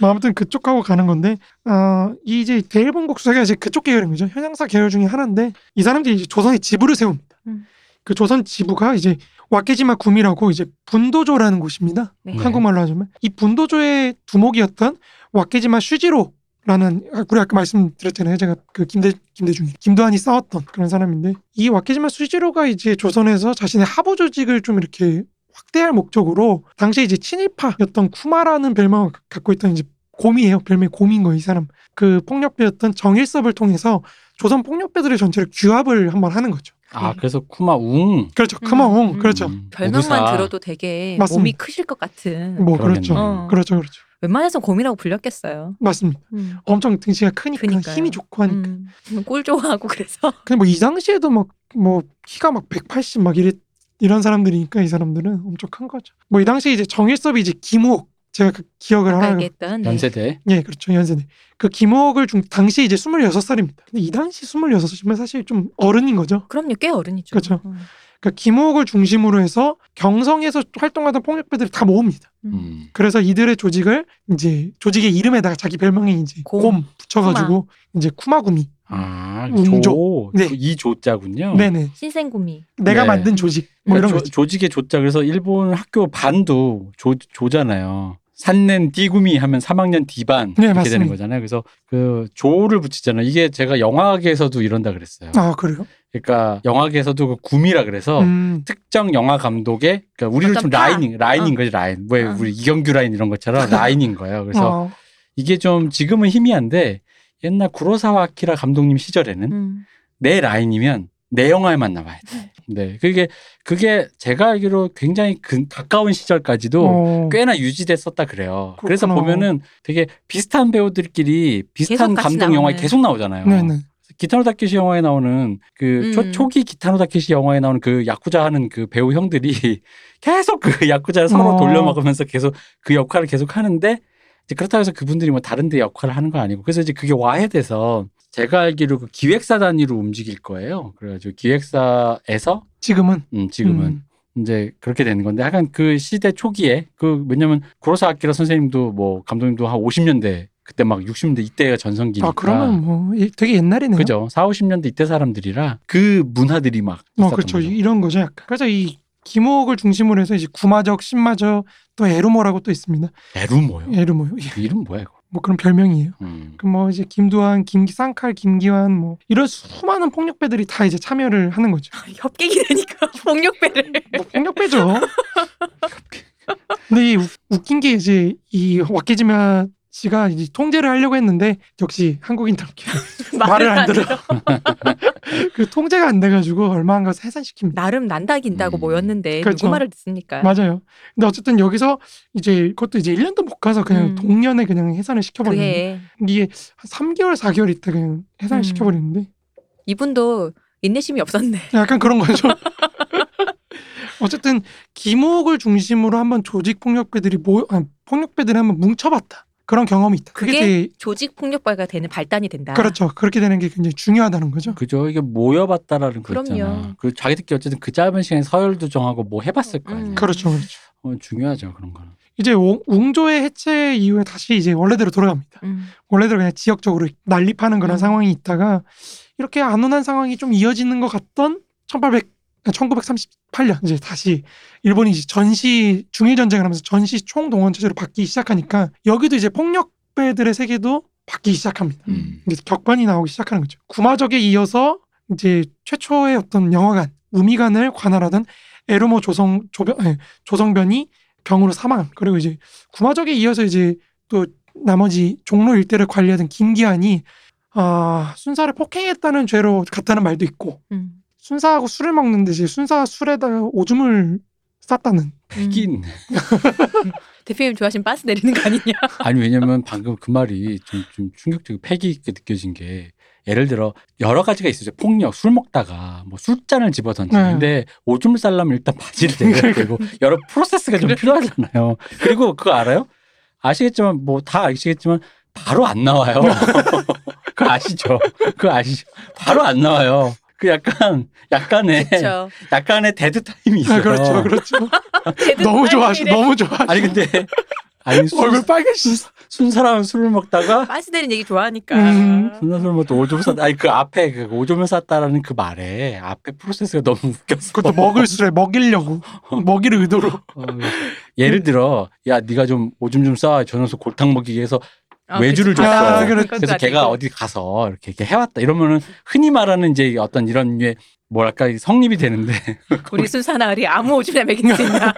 [SPEAKER 3] 뭐 아무튼 그쪽하고 가는 건데 어, 이 이제 대일본 국수사가 이제 그쪽 계열입니다. 현양사 계열 중에 하나인데 이 사람들이 이제 조선의 지부를 세웁니다.
[SPEAKER 1] 음.
[SPEAKER 3] 그 조선 지부가 이제 와케지마 구미라고 이제 분도조라는 곳입니다.
[SPEAKER 1] 네.
[SPEAKER 2] 네.
[SPEAKER 3] 한국말로 하자면 이 분도조의 두목이었던 와케지마 슈지로라는 우리 아까 말씀드렸잖아요 제가 그 김대 김대중 김도한이 싸웠던 그런 사람인데 이 와케지마 슈지로가 이제 조선에서 자신의 하부 조직을 좀 이렇게 확대할 목적으로 당시 이제 친일파였던 쿠마라는 별명을 갖고 있던 이제 곰이에요 별명 이 곰인 거예요 이 사람 그 폭력배였던 정일섭을 통해서 조선 폭력배들의 전체를 규합을 한번 하는 거죠
[SPEAKER 2] 아, 그래서 쿠마 웅.
[SPEAKER 3] 그렇죠
[SPEAKER 1] 음,
[SPEAKER 3] 크마옹
[SPEAKER 1] 음.
[SPEAKER 3] 그렇죠
[SPEAKER 2] 음,
[SPEAKER 1] 별명만
[SPEAKER 2] 오구사.
[SPEAKER 1] 들어도 되게
[SPEAKER 3] 맞습니다.
[SPEAKER 1] 몸이 크실 것 같은.
[SPEAKER 3] 뭐
[SPEAKER 2] 그러겠네.
[SPEAKER 3] 그렇죠
[SPEAKER 1] 어.
[SPEAKER 3] 그렇죠 그렇죠
[SPEAKER 1] 웬만해서 곰이라고 불렸겠어요.
[SPEAKER 3] 맞습니다.
[SPEAKER 1] 음.
[SPEAKER 3] 엄청 등치가 크니까
[SPEAKER 1] 그니까요.
[SPEAKER 3] 힘이 좋고 하니까
[SPEAKER 1] 음, 꿀 좋아하고 그래서
[SPEAKER 3] 근데 뭐 이 당시에도 막 뭐 키가 막 180 막 이래 이런 사람들이니까 이 사람들은 엄청 큰 거죠. 뭐 이 당시 이제 정일섭이 이제 김옥 제가 그 기억을
[SPEAKER 1] 아까
[SPEAKER 3] 하나
[SPEAKER 1] 얘기했던 네.
[SPEAKER 2] 연세대.
[SPEAKER 3] 예 그렇죠 연세대 그 김옥을 중 당시 이제 26살입니다. 근데 이 당시 26살이면 사실 좀 어른인 거죠.
[SPEAKER 1] 그럼요, 꽤 어른이죠.
[SPEAKER 3] 그렇죠.
[SPEAKER 1] 음.
[SPEAKER 3] 그러니까 김옥을 중심으로 해서 경성에서 활동하던 폭력배들을 다 모읍니다.
[SPEAKER 1] 음.
[SPEAKER 2] 음.
[SPEAKER 3] 그래서 이들의 조직을 이제 조직의 이름에다가 자기 별명에 이제 곰,
[SPEAKER 1] 곰.
[SPEAKER 3] 붙여가지고 이제 쿠마구미
[SPEAKER 2] 아,
[SPEAKER 3] 웅조.
[SPEAKER 2] 조.
[SPEAKER 3] 네.
[SPEAKER 2] 이 조자군요.
[SPEAKER 3] 네네
[SPEAKER 1] 신생구미.
[SPEAKER 3] 내가
[SPEAKER 2] 네.
[SPEAKER 3] 만든 조직 뭐 이런
[SPEAKER 2] 조,
[SPEAKER 3] 거죠.
[SPEAKER 2] 조직의 조자 그래서 일본 학교 반도 조, 조잖아요. 산넨 디구미 하면 3학년 디반
[SPEAKER 3] 네,
[SPEAKER 2] 이렇게 되는
[SPEAKER 3] 맞습니다.
[SPEAKER 2] 거잖아요. 그래서 그 조를 붙이잖아요. 이게 제가 영화계에서도 이런다 그랬어요.
[SPEAKER 3] 아 그래요?
[SPEAKER 2] 그러니까 영화계에서도 그 구미라 그래서
[SPEAKER 3] 음.
[SPEAKER 2] 특정 영화 감독의 그러니까 우리를
[SPEAKER 1] 어떤
[SPEAKER 2] 좀
[SPEAKER 1] 파.
[SPEAKER 2] 라인인 라인인
[SPEAKER 1] 어.
[SPEAKER 2] 거지 라인. 왜
[SPEAKER 1] 어.
[SPEAKER 2] 우리 이경규 라인 이런 것처럼 라인인 거예요. 그래서
[SPEAKER 3] 어.
[SPEAKER 2] 이게 좀 지금은 희미한데 옛날 구로사와 아키라 감독님 시절에는
[SPEAKER 1] 음.
[SPEAKER 2] 내 라인이면 내 영화에만 나와야 돼. 네. 그게 그게 제가 알기로 굉장히 근- 가까운 시절까지도
[SPEAKER 3] 어,
[SPEAKER 2] 꽤나 유지됐었다 그래요. 그래서
[SPEAKER 3] 그렇구나.
[SPEAKER 2] 보면은 되게 비슷한 배우들끼리 비슷한
[SPEAKER 1] 계속 같이
[SPEAKER 2] 감독 영화에
[SPEAKER 1] 나오는.
[SPEAKER 2] 계속 나오잖아요.
[SPEAKER 3] 네네.
[SPEAKER 2] 기타노 다케시 영화에 나오는 그 초,
[SPEAKER 1] 음.
[SPEAKER 2] 초기 기타노 다케시 영화에 나오는 그 야쿠자 하는 그 배우 형들이 계속 그 야쿠자를 서로
[SPEAKER 3] 어.
[SPEAKER 2] 돌려먹으면서 계속 그 역할을 계속 하는데 이제 그렇다고 해서 그분들이 뭐 다른 데 역할을 하는 거 아니고 그래서 이제 그게 와해돼서 제가 알기로 그 기획사 단위로 움직일 거예요. 그래가지고 기획사에서
[SPEAKER 3] 지금은
[SPEAKER 2] 음, 지금은
[SPEAKER 3] 음.
[SPEAKER 2] 이제 그렇게 되는 건데 약간 그 시대 초기에 그 왜냐면 고로사 아키라 선생님도 뭐 감독님도 한 50년대 그때 막 60년대 이때가 전성기니까
[SPEAKER 3] 아 그러면 뭐 이- 되게 옛날이네요.
[SPEAKER 2] 그죠 4, 50년대 이때 사람들이라 그 문화들이 막
[SPEAKER 3] 어
[SPEAKER 2] 있었던
[SPEAKER 3] 그렇죠.
[SPEAKER 2] 거죠.
[SPEAKER 3] 이- 이런 거죠. 약간. 그래서 이 기목을 중심으로 해서 이제 구마적, 신마적 또 에르모라고 또 있습니다.
[SPEAKER 2] 에루모요
[SPEAKER 3] 에르모요. 예,
[SPEAKER 2] 그 이름 뭐야 이거
[SPEAKER 3] 뭐 그런 별명이에요.
[SPEAKER 2] 음.
[SPEAKER 3] 그 뭐 이제 김두한, 김기 쌍칼, 김기환 뭐 이런 수많은 폭력배들이 다 이제 참여를 하는 거죠.
[SPEAKER 1] 협객이 되니까 폭력배를
[SPEAKER 3] 뭐 폭력배죠. 근데 이 우- 웃긴 게 이제 이 와키지마 씨가 이제 통제를 하려고 했는데 역시 한국인답게 말을 안 들어. 그 통제가 안 돼가지고 얼마 안 가서 해산시킵니다.
[SPEAKER 1] 나름 난다긴다고
[SPEAKER 2] 음.
[SPEAKER 1] 모였는데
[SPEAKER 3] 그렇죠.
[SPEAKER 1] 누구 말을 듣습니까?
[SPEAKER 3] 맞아요. 근데 어쨌든 여기서 이제 그것도 이제 1년도 못 가서 그냥
[SPEAKER 1] 음.
[SPEAKER 3] 동년에 그냥 해산을 시켜버리는데
[SPEAKER 1] 그해
[SPEAKER 3] 이게 한 3개월 4개월 있다 그냥 해산을
[SPEAKER 1] 음.
[SPEAKER 3] 시켜버리는데
[SPEAKER 1] 이분도 인내심이 없었네.
[SPEAKER 3] 약간 그런 거죠. 어쨌든 기목을 중심으로 한번 조직 폭력배들이 모 아니, 폭력배들이 한번 뭉쳐봤다 그런 경험이 있다. 그게,
[SPEAKER 1] 그게
[SPEAKER 3] 되게-
[SPEAKER 1] 조직 폭력배가 되는 발단이 된다. 음.
[SPEAKER 3] 그렇죠. 그렇게 되는 게 굉장히 중요하다는 거죠.
[SPEAKER 2] 그죠 이게 모여봤다라는 거
[SPEAKER 1] 그럼요.
[SPEAKER 2] 있잖아 그리고 자기들끼리 어쨌든 그 짧은 시간에 서열도 정하고 뭐 해봤을 거 아니에요
[SPEAKER 1] 음.
[SPEAKER 3] 그렇죠, 그렇죠.
[SPEAKER 2] 어, 중요하죠 그런 거는
[SPEAKER 3] 이제 웅- 웅조의 해체 이후에 다시 이제 원래대로 돌아갑니다.
[SPEAKER 1] 음.
[SPEAKER 3] 원래대로 그냥 지역적으로 난립하는 그런
[SPEAKER 1] 음.
[SPEAKER 3] 상황이 있다가 이렇게 안온한 상황이 좀 이어지는 것 같던 1800 1938년 이제 다시 일본이 이제 전시 중일 전쟁을 하면서 전시 총동원 체제로 바뀌기 시작하니까 여기도 이제 폭력배들의 세계도 바뀌기 시작합니다.
[SPEAKER 2] 음.
[SPEAKER 3] 이제 격반이 나오기 시작하는 거죠. 구마적에 이어서 이제 최초의 어떤 영화관, 우미관을 관할하던 에르모 조성 조병 아니, 조성변이 병으로 사망. 그리고 이제 구마적에 이어서 이제 또 나머지 종로 일대를 관리하던 김기한이 아, 순사를 폭행했다는 죄로 갔다는 말도 있고
[SPEAKER 1] 음.
[SPEAKER 3] 순사하고 술을 먹는데 이제 순사 술에다가 오줌을 쌌다는
[SPEAKER 1] 음.
[SPEAKER 2] 긴
[SPEAKER 1] 대표님 좋아하시는 빤스 내리는 거 아니냐?
[SPEAKER 3] 네.
[SPEAKER 2] 아니 왜냐면 방금 그 말이 좀, 좀 충격적이고 패기 있게 느껴진 게 예를 들어 여러 가지가 있어요. 폭력, 술 먹다가 뭐 술잔을 집어
[SPEAKER 3] 네.
[SPEAKER 2] 던지는데 오줌을 싸려면 일단 바지를 내려야
[SPEAKER 3] 그러니까.
[SPEAKER 2] 되고 여러 프로세스가 좀 필요하잖아요. 그리고 그거 알아요? 아시겠지만 뭐 다 아시겠지만 바로 안 나와요. 그거 아시죠? 그거 아시죠? 바로 안 나와요. 그 약간 약간의
[SPEAKER 1] 그렇죠.
[SPEAKER 2] 약간의 데드 타임이 있어요.
[SPEAKER 3] 아, 그렇죠. 그렇죠. 너무 좋아하시 너무 좋아하시
[SPEAKER 2] 아니 근데 아니
[SPEAKER 3] 얼굴
[SPEAKER 2] 순,
[SPEAKER 3] 빨개지셨어.
[SPEAKER 2] 순사람 술을 먹다가
[SPEAKER 1] 빤스 내리는 얘기 좋아하니까.
[SPEAKER 3] 음.
[SPEAKER 2] 전화설 뭐또 오줌 쌌다. 아니 그 앞에 그 오줌을 쌌다라는 그 말에 앞에 프로세스가 너무 웃겼어.
[SPEAKER 3] 그것도 먹을 술에 먹이려고 먹이를 의도로
[SPEAKER 2] 어, 예를 들어 야 네가 좀 오줌 좀 싸. 저 녀석 골탕 먹이기 위해서
[SPEAKER 1] 아,
[SPEAKER 2] 외주를
[SPEAKER 1] 그치.
[SPEAKER 2] 줬어.
[SPEAKER 1] 아,
[SPEAKER 3] 그래.
[SPEAKER 1] 그건
[SPEAKER 2] 그래서
[SPEAKER 1] 또
[SPEAKER 2] 걔가
[SPEAKER 1] 아니고.
[SPEAKER 2] 어디 가서 이렇게, 이렇게 해왔다. 이러면은 흔히 말하는 이제 어떤 이런 류의 뭐랄까 이 성립이 되는데
[SPEAKER 1] 우리 순사나 우리 아무 오줌이나 먹이는 수 있나?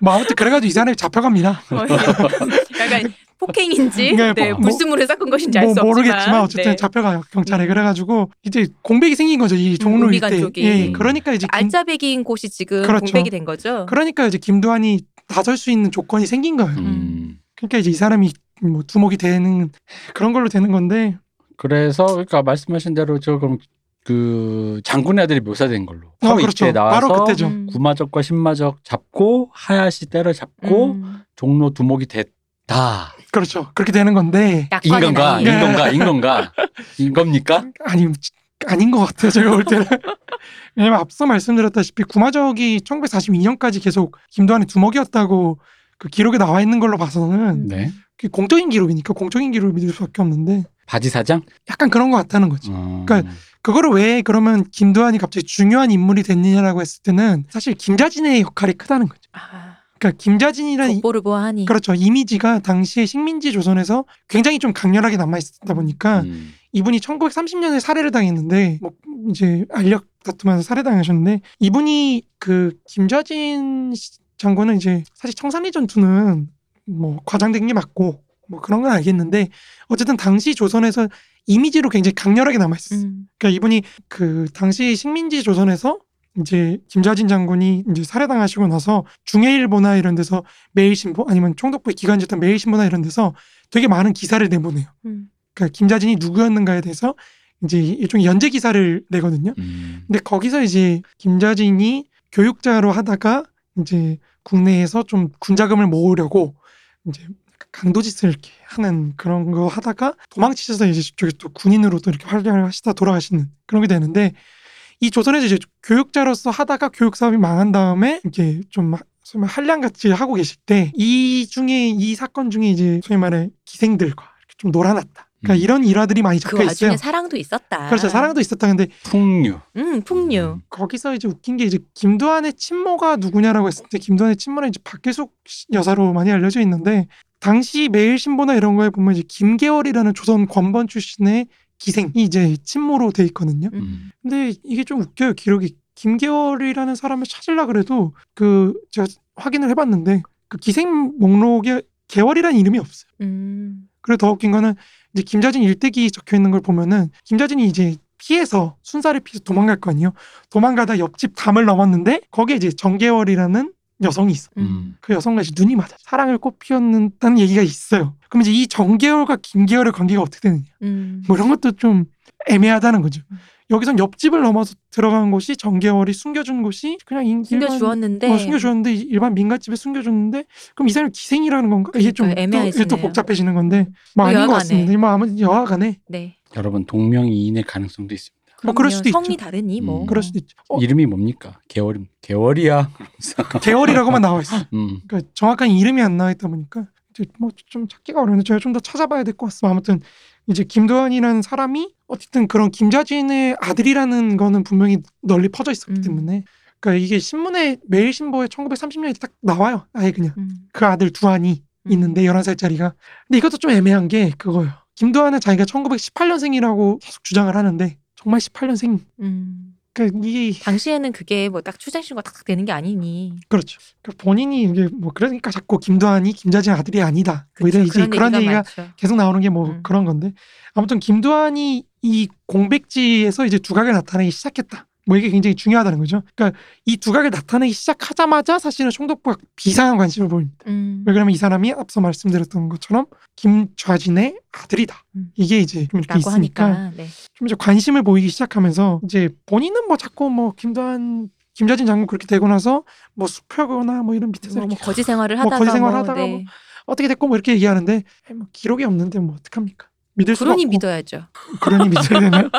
[SPEAKER 3] 뭐 아무튼 그래가지고 이 사람이 잡혀갑니다.
[SPEAKER 1] 어, 예. 약간 폭행인지
[SPEAKER 3] 네,
[SPEAKER 1] 네,
[SPEAKER 3] 뭐-
[SPEAKER 1] 불순물을 섞은 것인지 알
[SPEAKER 3] 뭐
[SPEAKER 1] 수 없지만
[SPEAKER 3] 모르겠지만 어쨌든
[SPEAKER 1] 네.
[SPEAKER 3] 잡혀가요 경찰에 그래가지고 이제 공백이 생긴 거죠 이 종로
[SPEAKER 1] 우미간
[SPEAKER 3] 일대.
[SPEAKER 1] 음, 쪽이.
[SPEAKER 3] 예, 그러니까 이제 김,
[SPEAKER 1] 네. 알짜배기인 곳이 지금
[SPEAKER 3] 그렇죠.
[SPEAKER 1] 공백이 된 거죠.
[SPEAKER 3] 그러니까 이제 김두한이 나설 수 있는 조건이 생긴 거예요.
[SPEAKER 2] 음.
[SPEAKER 3] 그러니까 이제 이 사람이 뭐 두목이 되는 그런 걸로 되는 건데
[SPEAKER 2] 그래서 그러니까 말씀하신 대로 저 그럼 그 장군의 아들이 묘사된 걸로
[SPEAKER 3] 어,
[SPEAKER 2] 바로
[SPEAKER 3] 그렇죠.
[SPEAKER 2] 이때 나와서
[SPEAKER 3] 바로 그때죠.
[SPEAKER 1] 음.
[SPEAKER 2] 구마적과 신마적 잡고 하야시 때려잡고
[SPEAKER 1] 음.
[SPEAKER 2] 종로 두목이 됐다.
[SPEAKER 3] 그렇죠 그렇게 되는 건데
[SPEAKER 1] 약관은
[SPEAKER 2] 인간가
[SPEAKER 1] 아니에요.
[SPEAKER 3] 인간-
[SPEAKER 2] 인건가 인건가 인겁니까?
[SPEAKER 3] 아니 아닌 것 같아요 제가 볼 때는 왜냐면 앞서 말씀드렸다시피 구마적이 1942년까지 계속 김두한의 두목이었다고 그 기록에 나와 있는 걸로 봐서는
[SPEAKER 1] 음.
[SPEAKER 2] 네.
[SPEAKER 3] 그 공적인 기록이니까 공적인 기록을 믿을 수밖에 없는데
[SPEAKER 2] 바지 사장?
[SPEAKER 3] 약간 그런 것 같다는 거죠.
[SPEAKER 2] 어.
[SPEAKER 3] 그러니까 그거를 왜 그러면 김도환이 갑자기 중요한 인물이 됐느냐라고 했을 때는 사실 김자진의 역할이 크다는 거죠.
[SPEAKER 1] 아,
[SPEAKER 3] 그러니까 김자진이라는 이-
[SPEAKER 1] 족보를 보아하니
[SPEAKER 3] 그렇죠 이미지가 당시의 식민지 조선에서 굉장히 좀 강렬하게 남아 있었다 보니까
[SPEAKER 2] 음.
[SPEAKER 3] 이분이 1930년에 살해를 당했는데 뭐 이제 알력 다툼하면서 살해당하셨는데 이분이 그 김좌진 씨- 장군은 이제 사실 청산리 전투는 뭐 과장된 게 맞고 뭐 그런 건 알겠는데 어쨌든 당시 조선에서 이미지로 굉장히 강렬하게 남아 있었어요.
[SPEAKER 1] 음.
[SPEAKER 3] 그러니까 이분이 그 당시 식민지 조선에서 이제 김좌진 장군이 이제 살해당하시고 나서 중해일보나 이런 데서 매일신보 아니면 총독부의 기관지였던 매일신보나 이런 데서 되게 많은 기사를 내보내요.
[SPEAKER 1] 음.
[SPEAKER 3] 그러니까 김좌진이 누구였는가에 대해서 이제 일종의 연재 기사를 내거든요.
[SPEAKER 2] 음.
[SPEAKER 3] 근데 거기서 이제 김좌진이 교육자로 하다가 이제 국내에서 좀 군자금을 모으려고 이제 강도짓을 이렇게 하는 그런 거 하다가 도망치셔서 이제 저기 또 군인으로 또 이렇게 활약을 하시다 돌아가시는 그런 게 되는데 이 조선에서 이제 교육자로서 하다가 교육 사업이 망한 다음에 이렇게 좀 하- 소위 말해 한량같이 하고 계실 때 이 중에 이 사건 중에 이제 소위 말해 기생들과 이렇게 좀 놀아났다. 그러니까
[SPEAKER 2] 음.
[SPEAKER 3] 이런 일화들이 많이
[SPEAKER 1] 그
[SPEAKER 3] 적혀 있어요.
[SPEAKER 1] 와중에 사랑도 있었다.
[SPEAKER 3] 그렇죠. 사랑도 있었다. 근데
[SPEAKER 2] 풍류.
[SPEAKER 1] 음, 풍류.
[SPEAKER 3] 거기서 이제 웃긴 게 이제 김두한의 친모가 누구냐라고 했을 때 김두한의 친모는 이제 박계숙 씨- 여사로 많이 알려져 있는데 당시 매일신보나 이런 거에 보면 이제 김계월이라는 조선 권번 출신의 기생이 이제 친모로 돼 있거든요.
[SPEAKER 2] 음.
[SPEAKER 3] 근데 이게 좀 웃겨요 기록이 김계월이라는 사람을 찾으려 그래도 그 제가 확인을 해봤는데 그 기생 목록에 계월이라는 이름이 없어요.
[SPEAKER 1] 음.
[SPEAKER 3] 그리고 더 웃긴 거는 이제 김자진 일대기 적혀 있는 걸 보면은 김자진이 이제 피해서 순사를 피해서 도망갈 거 아니에요. 도망가다 옆집 담을 넘었는데 거기에 이제 정계월이라는 여성이 있어.
[SPEAKER 1] 음.
[SPEAKER 3] 그 여성과 이제 눈이 맞아. 사랑을 꽃 피웠다는 얘기가 있어요. 그럼 이제 이 정계월과 김계월의 관계가 어떻게 되느냐?
[SPEAKER 1] 음.
[SPEAKER 3] 뭐 이런 것도 좀 애매하다는 거죠.
[SPEAKER 1] 음.
[SPEAKER 3] 여기선 옆집을 넘어서 들어간 곳이 정계월이 숨겨준 곳이 그냥 인- 일반
[SPEAKER 1] 뭐 숨겨주었는데.
[SPEAKER 3] 어, 숨겨줬는데 이- 일반 민간집에 숨겨줬는데 그럼 이 사람이 기생이라는 건가? 이게 좀
[SPEAKER 1] 그러니까
[SPEAKER 3] 또, 이게 또
[SPEAKER 1] 애매해지네요.
[SPEAKER 3] 복잡해지는 건데 뭐
[SPEAKER 1] 또
[SPEAKER 3] 아닌 것
[SPEAKER 1] 여하간에.
[SPEAKER 3] 같습니다. 뭐 아무튼 여하간에
[SPEAKER 1] 네.
[SPEAKER 2] 여러분 동명이인의 가능성도 있습니다.
[SPEAKER 3] 뭐 그럴
[SPEAKER 1] 그럼요.
[SPEAKER 3] 수도
[SPEAKER 1] 성이
[SPEAKER 3] 있죠.
[SPEAKER 1] 다르니 뭐.
[SPEAKER 2] 음.
[SPEAKER 3] 그럴 수도 있죠. 어,
[SPEAKER 2] 이름이 뭡니까? 개월 개월이야.
[SPEAKER 3] 개월이라고만 나와 있어.
[SPEAKER 2] 음.
[SPEAKER 3] 그러니까 정확한 이름이 안 나와 있다 보니까 이제 뭐 좀 찾기가 어려운데 저희가 좀 더 찾아봐야 될 것 같습니다. 아무튼 이제 김도현이라는 사람이 어쨌든 그런 김자진의 아들이라는 거는 분명히 널리 퍼져 있었기
[SPEAKER 1] 음.
[SPEAKER 3] 때문에 그러니까 이게 신문에 매일신보에 1930년에 딱 나와요. 아예 그냥.
[SPEAKER 1] 음.
[SPEAKER 3] 그 아들 두한이
[SPEAKER 1] 음.
[SPEAKER 3] 있는데 11살짜리가 근데 이것도 좀 애매한 게 그거예요 김두한은 자기가 1918년생이라고 계속 주장을 하는데 정말 18년생
[SPEAKER 1] 음.
[SPEAKER 3] 그러니까 이게
[SPEAKER 1] 당시에는 그게 뭐 딱 출생 신고가 딱 되는 게 아니니.
[SPEAKER 3] 그렇죠 그러니까 본인이 이게 뭐 그러니까 자꾸 김두한이 김자진 아들이 아니다 뭐 이런 이제 그런 얘기가
[SPEAKER 1] 많죠.
[SPEAKER 3] 계속 나오는 게 뭐
[SPEAKER 1] 음.
[SPEAKER 3] 그런 건데 아무튼 김두한이 이 공백지에서 이제 두각을 나타내기 시작했다 뭐 이게 굉장히 중요하다는 거죠 그러니까 이 두각을 나타내기 시작하자마자 사실은 총독부가 비상한 관심을 보입니다
[SPEAKER 1] 음.
[SPEAKER 3] 왜냐면 이 사람이 앞서 말씀드렸던 것처럼 김좌진의 아들이다.
[SPEAKER 1] 음.
[SPEAKER 3] 이게 이제 좀 이렇게
[SPEAKER 1] 라고
[SPEAKER 3] 있으니까
[SPEAKER 1] 하니까. 네.
[SPEAKER 3] 좀 이제 관심을 보이기 시작하면서 이제 본인은 뭐 자꾸 뭐 김도한 김좌진 장군 그렇게 되고 나서 뭐 수표거나 뭐 이런 밑에서
[SPEAKER 1] 뭐,
[SPEAKER 3] 이렇게
[SPEAKER 1] 뭐 거지 생활을
[SPEAKER 3] 뭐
[SPEAKER 1] 하다가
[SPEAKER 3] 거지 생활 하다가
[SPEAKER 1] 네.
[SPEAKER 3] 어떻게 됐고 뭐 이렇게 얘기하는데 에이, 뭐 기록이 없는데 뭐 어떡합니까? 믿을 수
[SPEAKER 1] 그러니
[SPEAKER 3] 없고
[SPEAKER 1] 믿어야죠.
[SPEAKER 3] 그러니 믿어야 되나요?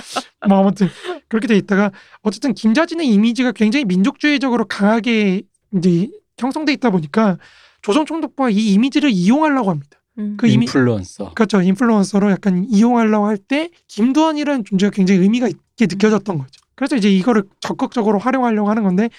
[SPEAKER 3] 뭐 아무튼 그렇게 돼 있다가 어쨌든 김자진의 이미지가 굉장히 민족주의적으로 강하게 이제 형성돼 있다 보니까 조선 총독부가 이 이미지를 이용하려고 합니다.
[SPEAKER 1] 음.
[SPEAKER 3] 그 이미-
[SPEAKER 2] 인플루언서.
[SPEAKER 3] 그렇죠. 인플루언서로 약간 이용하려고 할 때 김두한이라는 존재가 굉장히 의미가 있게 느껴졌던 거죠. 그래서 이제 이거를 적극적으로 활용하려고 하는 건데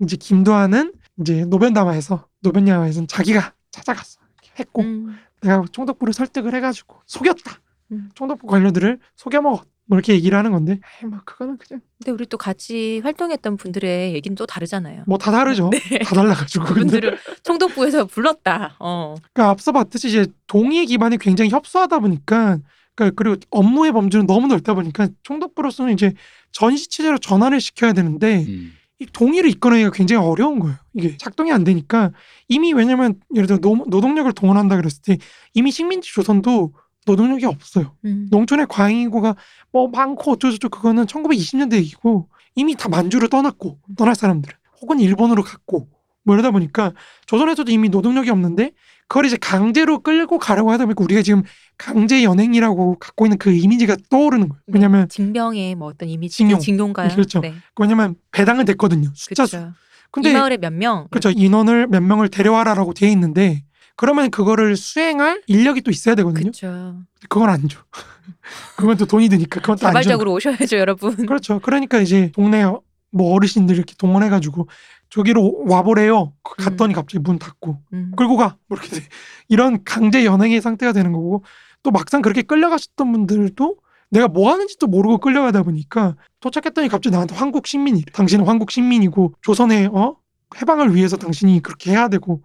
[SPEAKER 3] 이제 김두한은 이제 노변담화에서 노변야화에서는 자기가 찾아갔어 이렇게 했고
[SPEAKER 1] 음.
[SPEAKER 3] 내가 총독부를 설득을 해가지고 속였다.
[SPEAKER 1] 음.
[SPEAKER 3] 총독부 관료들을 속여먹었. 뭐 이렇게 얘기를 하는 건데 에이, 뭐 그거는 그냥
[SPEAKER 1] 근데 우리 또 같이 활동했던 분들의 얘기는 또 다르잖아요.
[SPEAKER 3] 뭐 다 다르죠. 다 달라가지고 근데
[SPEAKER 1] 그분들을 총독부에서 불렀다. 어.
[SPEAKER 3] 그러니까 앞서 봤듯이 이제 동의 기반이 굉장히 협소하다 보니까 그러니까 그리고 업무의 범주는 너무 넓다 보니까 총독부로서는 이제 전시 체제로 전환을 시켜야 되는데
[SPEAKER 2] 음.
[SPEAKER 3] 이 동의를 이끌어내기가 굉장히 어려운 거예요. 이게 작동이 안 되니까 이미 왜냐면 예를 들어 노, 노동력을 동원한다 그랬을 때 이미 식민지 조선도 노동력이 없어요.
[SPEAKER 1] 음.
[SPEAKER 3] 농촌의 과잉 인구가 뭐 많고 어쩌고저쩌고 그거는 1920년대 얘기고 이미 다 만주를 떠났고 떠날 사람들은 혹은 일본으로 갔고 뭐 이러다 보니까 조선에서도 이미 노동력이 없는데 그걸 이제 강제로 끌고 가려고 하다 보니까 우리가 지금 강제 연행이라고 갖고 있는 그 이미지가 떠오르는 거예요. 왜냐면
[SPEAKER 1] 징병의 뭐 어떤 이미지
[SPEAKER 3] 징용.
[SPEAKER 1] 징용가요.
[SPEAKER 3] 그렇죠.
[SPEAKER 1] 네.
[SPEAKER 3] 왜냐면 배당은 됐거든요. 숫자 수.
[SPEAKER 1] 그렇죠.
[SPEAKER 3] 근데
[SPEAKER 1] 이 마을에 몇 명?
[SPEAKER 3] 그렇죠. 인원을 몇 명을 데려와라라고 돼 있는데 그러면 그거를 수행할 인력이 또 있어야 되거든요.
[SPEAKER 1] 그렇죠.
[SPEAKER 3] 그건 안 줘. 그건 또 돈이 드니까 그건 또안 줘.
[SPEAKER 1] 자발적으로 오셔야죠, 여러분.
[SPEAKER 3] 그렇죠. 그러니까 이제 동네 뭐 어르신들 이렇게 동원해가지고 저기로 와보래요. 그 갔더니 갑자기 문 닫고
[SPEAKER 1] 음.
[SPEAKER 3] 끌고 가. 뭐 이렇게 돼. 이런 강제 연행의 상태가 되는 거고 또 막상 그렇게 끌려가셨던 분들도 내가 뭐 하는지도 모르고 끌려가다 보니까 도착했더니 갑자기 나한테 황국 식민이 래 당신은 황국 식민이고 조선의 어 해방을 위해서 당신이 그렇게 해야 되고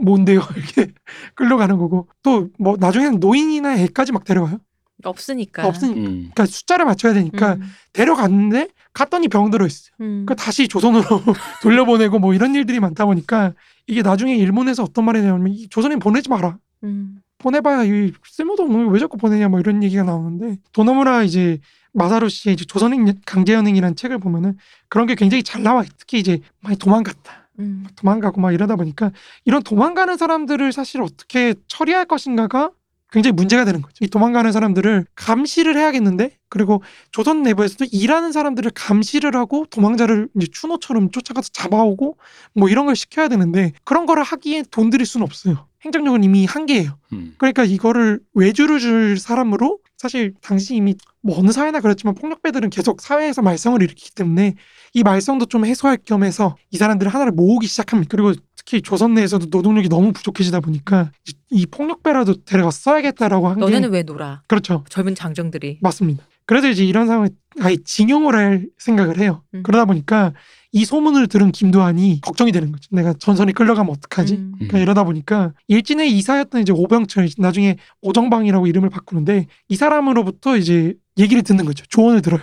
[SPEAKER 3] 뭔데요 이렇게 끌려가는 거고 또 뭐 나중에는 노인이나 애까지 막 데려가요.
[SPEAKER 1] 없으니까.
[SPEAKER 3] 없으니까 그러니까
[SPEAKER 2] 음.
[SPEAKER 3] 숫자를 맞춰야 되니까
[SPEAKER 1] 그러니까. 음,
[SPEAKER 3] 데려갔는데 갔더니 병 들어 있어. 요
[SPEAKER 1] 음.
[SPEAKER 3] 그러니까 다시 조선으로 돌려보내고 뭐 이런 일들이 많다 보니까 이게 나중에 일본에서 어떤 말이 나오냐면 이 조선인 보내지 마라.
[SPEAKER 1] 음.
[SPEAKER 3] 보내봐야 이 쓸모도 없는 걸왜 자꾸 보내냐 뭐 이런 얘기가 나오는데 도노무라 이제 마사루 씨의 이제 조선인 강제연행이라는 책을 보면은 그런 게 굉장히 잘 나와. 특히 이제 많이 도망갔다.
[SPEAKER 1] 음.
[SPEAKER 3] 도망가고 막 이러다 보니까 이런 도망가는 사람들을 사실 어떻게 처리할 것인가가 굉장히 문제가 되는 거죠. 이 도망가는 사람들을 감시를 해야겠는데 그리고 조선 내부에서도 일하는 사람들을 감시를 하고 도망자를 이제 추노처럼 쫓아가서 잡아오고 뭐 이런 걸 시켜야 되는데 그런 거를 하기에 돈 들일 수는 없어요. 행정력은 이미 한계예요.
[SPEAKER 2] 음.
[SPEAKER 3] 그러니까 이거를 외주를 줄 사람으로 사실 당시 이미 뭐 어느 사회나 그렇지만 폭력배들은 계속 사회에서 말썽을 일으키기 때문에 이 말썽도 좀 해소할 겸해서 이 사람들을 하나를 모으기 시작합니다. 그리고 특히 조선 내에서도 노동력이 너무 부족해지다 보니까 이- 이 폭력배라도 데려가 써야겠다라고 한 게
[SPEAKER 1] 너네는 왜 놀아?
[SPEAKER 3] 그렇죠.
[SPEAKER 1] 젊은 장정들이.
[SPEAKER 3] 맞습니다. 그래서 이제 이런 상황에 아예 징용을 할 생각을 해요.
[SPEAKER 1] 음.
[SPEAKER 3] 그러다 보니까 이 소문을 들은 김도환이 걱정이 되는 거죠. 내가 전선에 끌려가면 어떡하지?
[SPEAKER 1] 음.
[SPEAKER 2] 음.
[SPEAKER 3] 그러니까 이러다 보니까 일진의 이사였던 이제 오병철 나중에 오정방이라고 이름을 바꾸는데 이 사람으로부터 이제 얘기를 듣는 거죠. 조언을 들어요.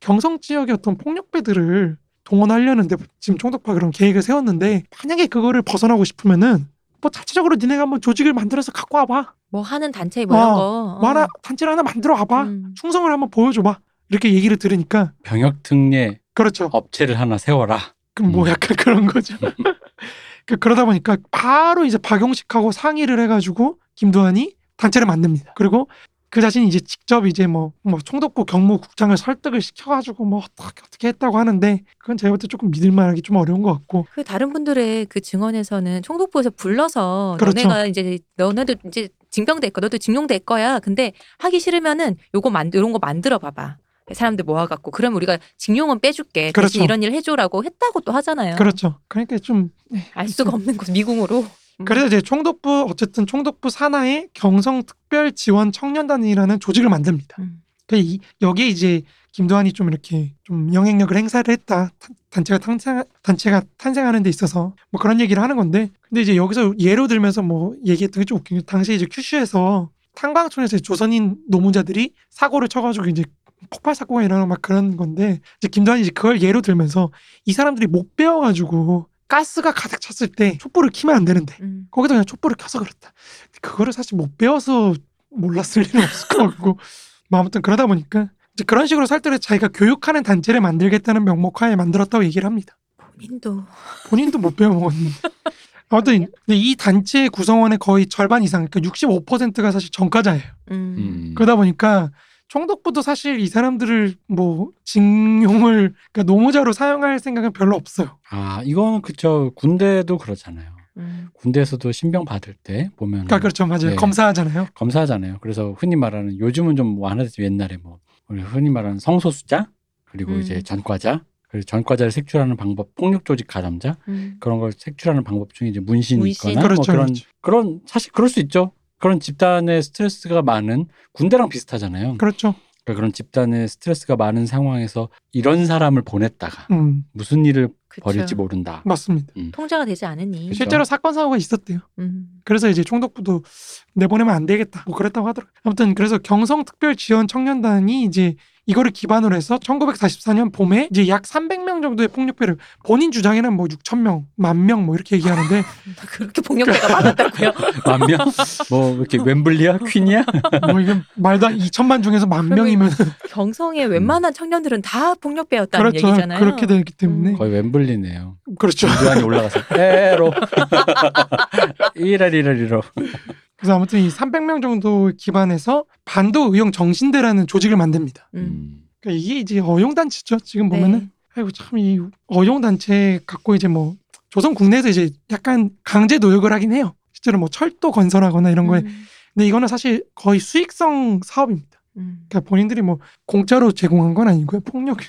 [SPEAKER 3] 경성 지역의 어떤 폭력배들을 동원하려는데 지금 총독파 그런 계획을 세웠는데 만약에 그거를 벗어나고 싶으면은 뭐 자체적으로 니네가 한번 조직을 만들어서 갖고 와봐.
[SPEAKER 1] 뭐 하는 단체 뭐 이런
[SPEAKER 3] 어,
[SPEAKER 1] 거. 어.
[SPEAKER 3] 뭐 하나 단체를 하나 만들어 와봐.
[SPEAKER 1] 음.
[SPEAKER 3] 충성을 한번 보여줘봐. 이렇게 얘기를 들으니까
[SPEAKER 2] 병역 특례
[SPEAKER 3] 그렇죠.
[SPEAKER 2] 업체를 하나 세워라.
[SPEAKER 3] 그 뭐
[SPEAKER 2] 음.
[SPEAKER 3] 약간 그런 거죠. 그 그러다 보니까 바로 이제 박용식하고 상의를 해가지고 김두한이 단체를 만듭니다. 그리고 그 자신이 이제 직접 이제 뭐, 뭐 총독부 경무국장을 설득을 시켜가지고 뭐 어떻게 어떻게 했다고 하는데 그건 제가 볼 때 조금 믿을만하기 좀 어려운 것 같고
[SPEAKER 1] 그 다른 분들의 그 증언에서는 총독부에서 불러서
[SPEAKER 3] 그렇죠.
[SPEAKER 1] 너네가 이제 너네도 이제 징병될 거, 너도 징용될 거야. 근데 하기 싫으면은 요거 만 이런 거 만들어 봐봐. 사람들 모아갖고 그럼 우리가 징용은 빼줄게.
[SPEAKER 3] 그렇죠.
[SPEAKER 1] 대신 이런 일 해줘라고 했다고 또 하잖아요.
[SPEAKER 3] 그렇죠. 그러니까 좀
[SPEAKER 1] 알 수가 없는 곳 미궁으로. 음.
[SPEAKER 3] 그래서 이제 총독부 어쨌든 총독부 산하에 경성특별지원청년단이라는 조직을 만듭니다.
[SPEAKER 1] 음.
[SPEAKER 3] 그 이- 여기에 이제 김도환이 좀 이렇게 좀 영향력을 행사를 했다. 탄- 단체가 탄생 단체가 탄생하는 데 있어서 뭐 그런 얘기를 하는 건데 근데 이제 여기서 예로 들면서 뭐 얘기했던 게 좀 웃긴 게 당시 이제 큐슈에서 탄광촌에서 조선인 노무자들이 사고를 쳐가지고 이제 폭발 사고가 일어나고 막 그런 건데 이제 김도환이 이제 그걸 예로 들면서 이 사람들이 못 배워가지고 가스가 가득 찼을 때 촛불을 켜면 안 되는데
[SPEAKER 1] 음.
[SPEAKER 3] 거기다 그냥 촛불을 켜서 그랬다. 그거를 사실 못 배워서 몰랐을 리는 없을 것 같고 뭐 아무튼 그러다 보니까 이제 그런 식으로 살때를 자기가 교육하는 단체를 만들겠다는 명목하에 만들었다고 얘기를 합니다.
[SPEAKER 1] 본인도
[SPEAKER 3] 본인도 못 배워먹었는데 아무튼 근데 이 단체의 구성원의 거의 절반 이상 그러니까 65%가 사실 전과자예요.
[SPEAKER 1] 음.
[SPEAKER 2] 음.
[SPEAKER 3] 그러다 보니까 총독부도 사실 이 사람들을 뭐 징용을 그러니까 노무자로 사용할 생각은 별로 없어요.
[SPEAKER 2] 아 이거는 그쵸 군대도 그렇잖아요.
[SPEAKER 1] 음.
[SPEAKER 2] 군대에서도 신병 받을 때 보면
[SPEAKER 3] 그러니까 그렇죠 맞아요
[SPEAKER 2] 네.
[SPEAKER 3] 검사하잖아요.
[SPEAKER 2] 검사하잖아요. 그래서 흔히 말하는 요즘은 좀 완화됐지 옛날에 뭐 우리 흔히 말하는 성소수자 그리고
[SPEAKER 1] 음.
[SPEAKER 2] 이제 전과자 그리고 전과자를 색출하는 방법 폭력 조직 가담자
[SPEAKER 1] 음.
[SPEAKER 2] 그런 걸 색출하는 방법 중에 이제 문신이
[SPEAKER 1] 문신.
[SPEAKER 2] 있거나
[SPEAKER 3] 그렇죠,
[SPEAKER 2] 뭐 그런
[SPEAKER 3] 그렇죠.
[SPEAKER 2] 그런 사실 그럴 수 있죠. 그런 집단의 스트레스가 많은 군대랑 비슷하잖아요.
[SPEAKER 3] 그렇죠.
[SPEAKER 2] 그러니까 그런 집단의 스트레스가 많은 상황에서 이런 사람을 보냈다가
[SPEAKER 3] 음
[SPEAKER 2] 무슨 일을
[SPEAKER 1] 그쵸.
[SPEAKER 2] 벌일지 모른다.
[SPEAKER 3] 맞습니다.
[SPEAKER 1] 통제가 되지 않으니.
[SPEAKER 2] 그쵸.
[SPEAKER 3] 실제로 사건 사고가 있었대요.
[SPEAKER 1] 음.
[SPEAKER 3] 그래서 이제 총독부도 내보내면 안 되겠다. 뭐 그랬다고 하더라고요. 아무튼 그래서 경성특별지원청년단이 이제 이거를 기반으로 해서 1944년 봄에 이제 약 300명 정도의 폭력배를 본인 주장에는 뭐 6천 명, 만 명 뭐 이렇게 얘기하는데
[SPEAKER 1] 그렇게 폭력배가 많았다고요?
[SPEAKER 2] 만명? 뭐 이렇게 웸블리야? 퀸이야?
[SPEAKER 3] 뭐 이게 말도 안 2천만 중에서 만 명이면
[SPEAKER 1] 경성의 웬만한 청년들은 다 폭력배였다는
[SPEAKER 3] 음. 그렇죠.
[SPEAKER 1] 얘기잖아요. 음.
[SPEAKER 3] 그렇게 되기 때문에
[SPEAKER 2] 거의 웸블리네요.
[SPEAKER 3] 그렇죠.
[SPEAKER 2] 김두한이 올라가서 에로 이랄이랄이로
[SPEAKER 3] 그래서 아무튼 이 300명 정도 기반에서 반도 의용 정신대라는 조직을 만듭니다.
[SPEAKER 1] 음.
[SPEAKER 3] 그러니까 이게 이제 어용단체죠. 지금
[SPEAKER 1] 네.
[SPEAKER 3] 음, 보면은 아이고 참 이 어용 단체 갖고 이제 뭐 조선 국내에서 이제 약간 강제 노역을 하긴 해요. 실제로 뭐 철도 건설하거나 이런 거에
[SPEAKER 1] 음.
[SPEAKER 3] 근데 이거는 사실 거의 수익성 사업입니다.
[SPEAKER 1] 음.
[SPEAKER 3] 그러니까 본인들이 뭐 공짜로 제공한 건 아니고요. 폭력이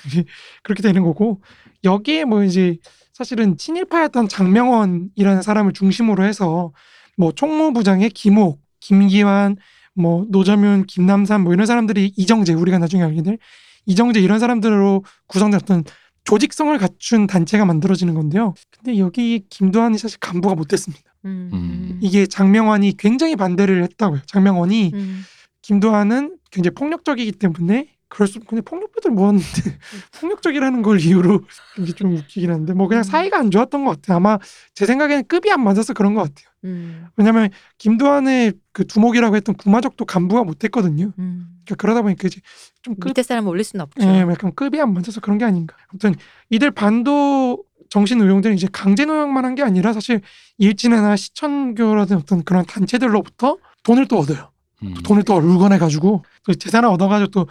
[SPEAKER 3] 그렇게 되는 거고 여기에 뭐 이제 사실은 친일파였던 장명원이라는 사람을 중심으로 해서 뭐 총무부장의 김옥, 김기환, 뭐 노점윤, 김남산 뭐 이런 사람들이 이정재 우리가 나중에 알게 될 이정재 이런 사람들로 구성된 어떤 조직성을 갖춘 단체가 만들어지는 건데요. 근데 여기 김도환이 사실 간부가 못 됐습니다.
[SPEAKER 1] 음.
[SPEAKER 2] 음.
[SPEAKER 3] 이게 장명환이 굉장히 반대를 했다고요. 장명환이
[SPEAKER 1] 음.
[SPEAKER 3] 김도하는 굉장히 폭력적이기 때문에 그럴 수 근데 폭력배들 뭐하는데 폭력적이라는 걸 이유로 이게 좀 웃기긴 한데 뭐 그냥 사이가 안 좋았던 것 같아요. 아마 제 생각에는 급이 안 맞아서 그런 것 같아요.
[SPEAKER 1] 음.
[SPEAKER 3] 왜냐면 김도한의 그 두목이라고 했던 구마적도 간부가 못했거든요.
[SPEAKER 1] 음.
[SPEAKER 3] 그러니까 그러다 보니까 이제 좀 급,
[SPEAKER 1] 밑에 사람 올릴 수는 없죠.
[SPEAKER 3] 그 예, 약간 급이 안 맞아서 그런 게 아닌가. 아무튼 이들 반도 정신 의용들은 이제 강제 노역만 한 게 아니라 사실 일진이나 시천교라든 어떤 그런 단체들로부터 돈을 또 얻어요.
[SPEAKER 2] 음.
[SPEAKER 3] 돈을 또 울건해가지고 또 재산을 얻어가지고 또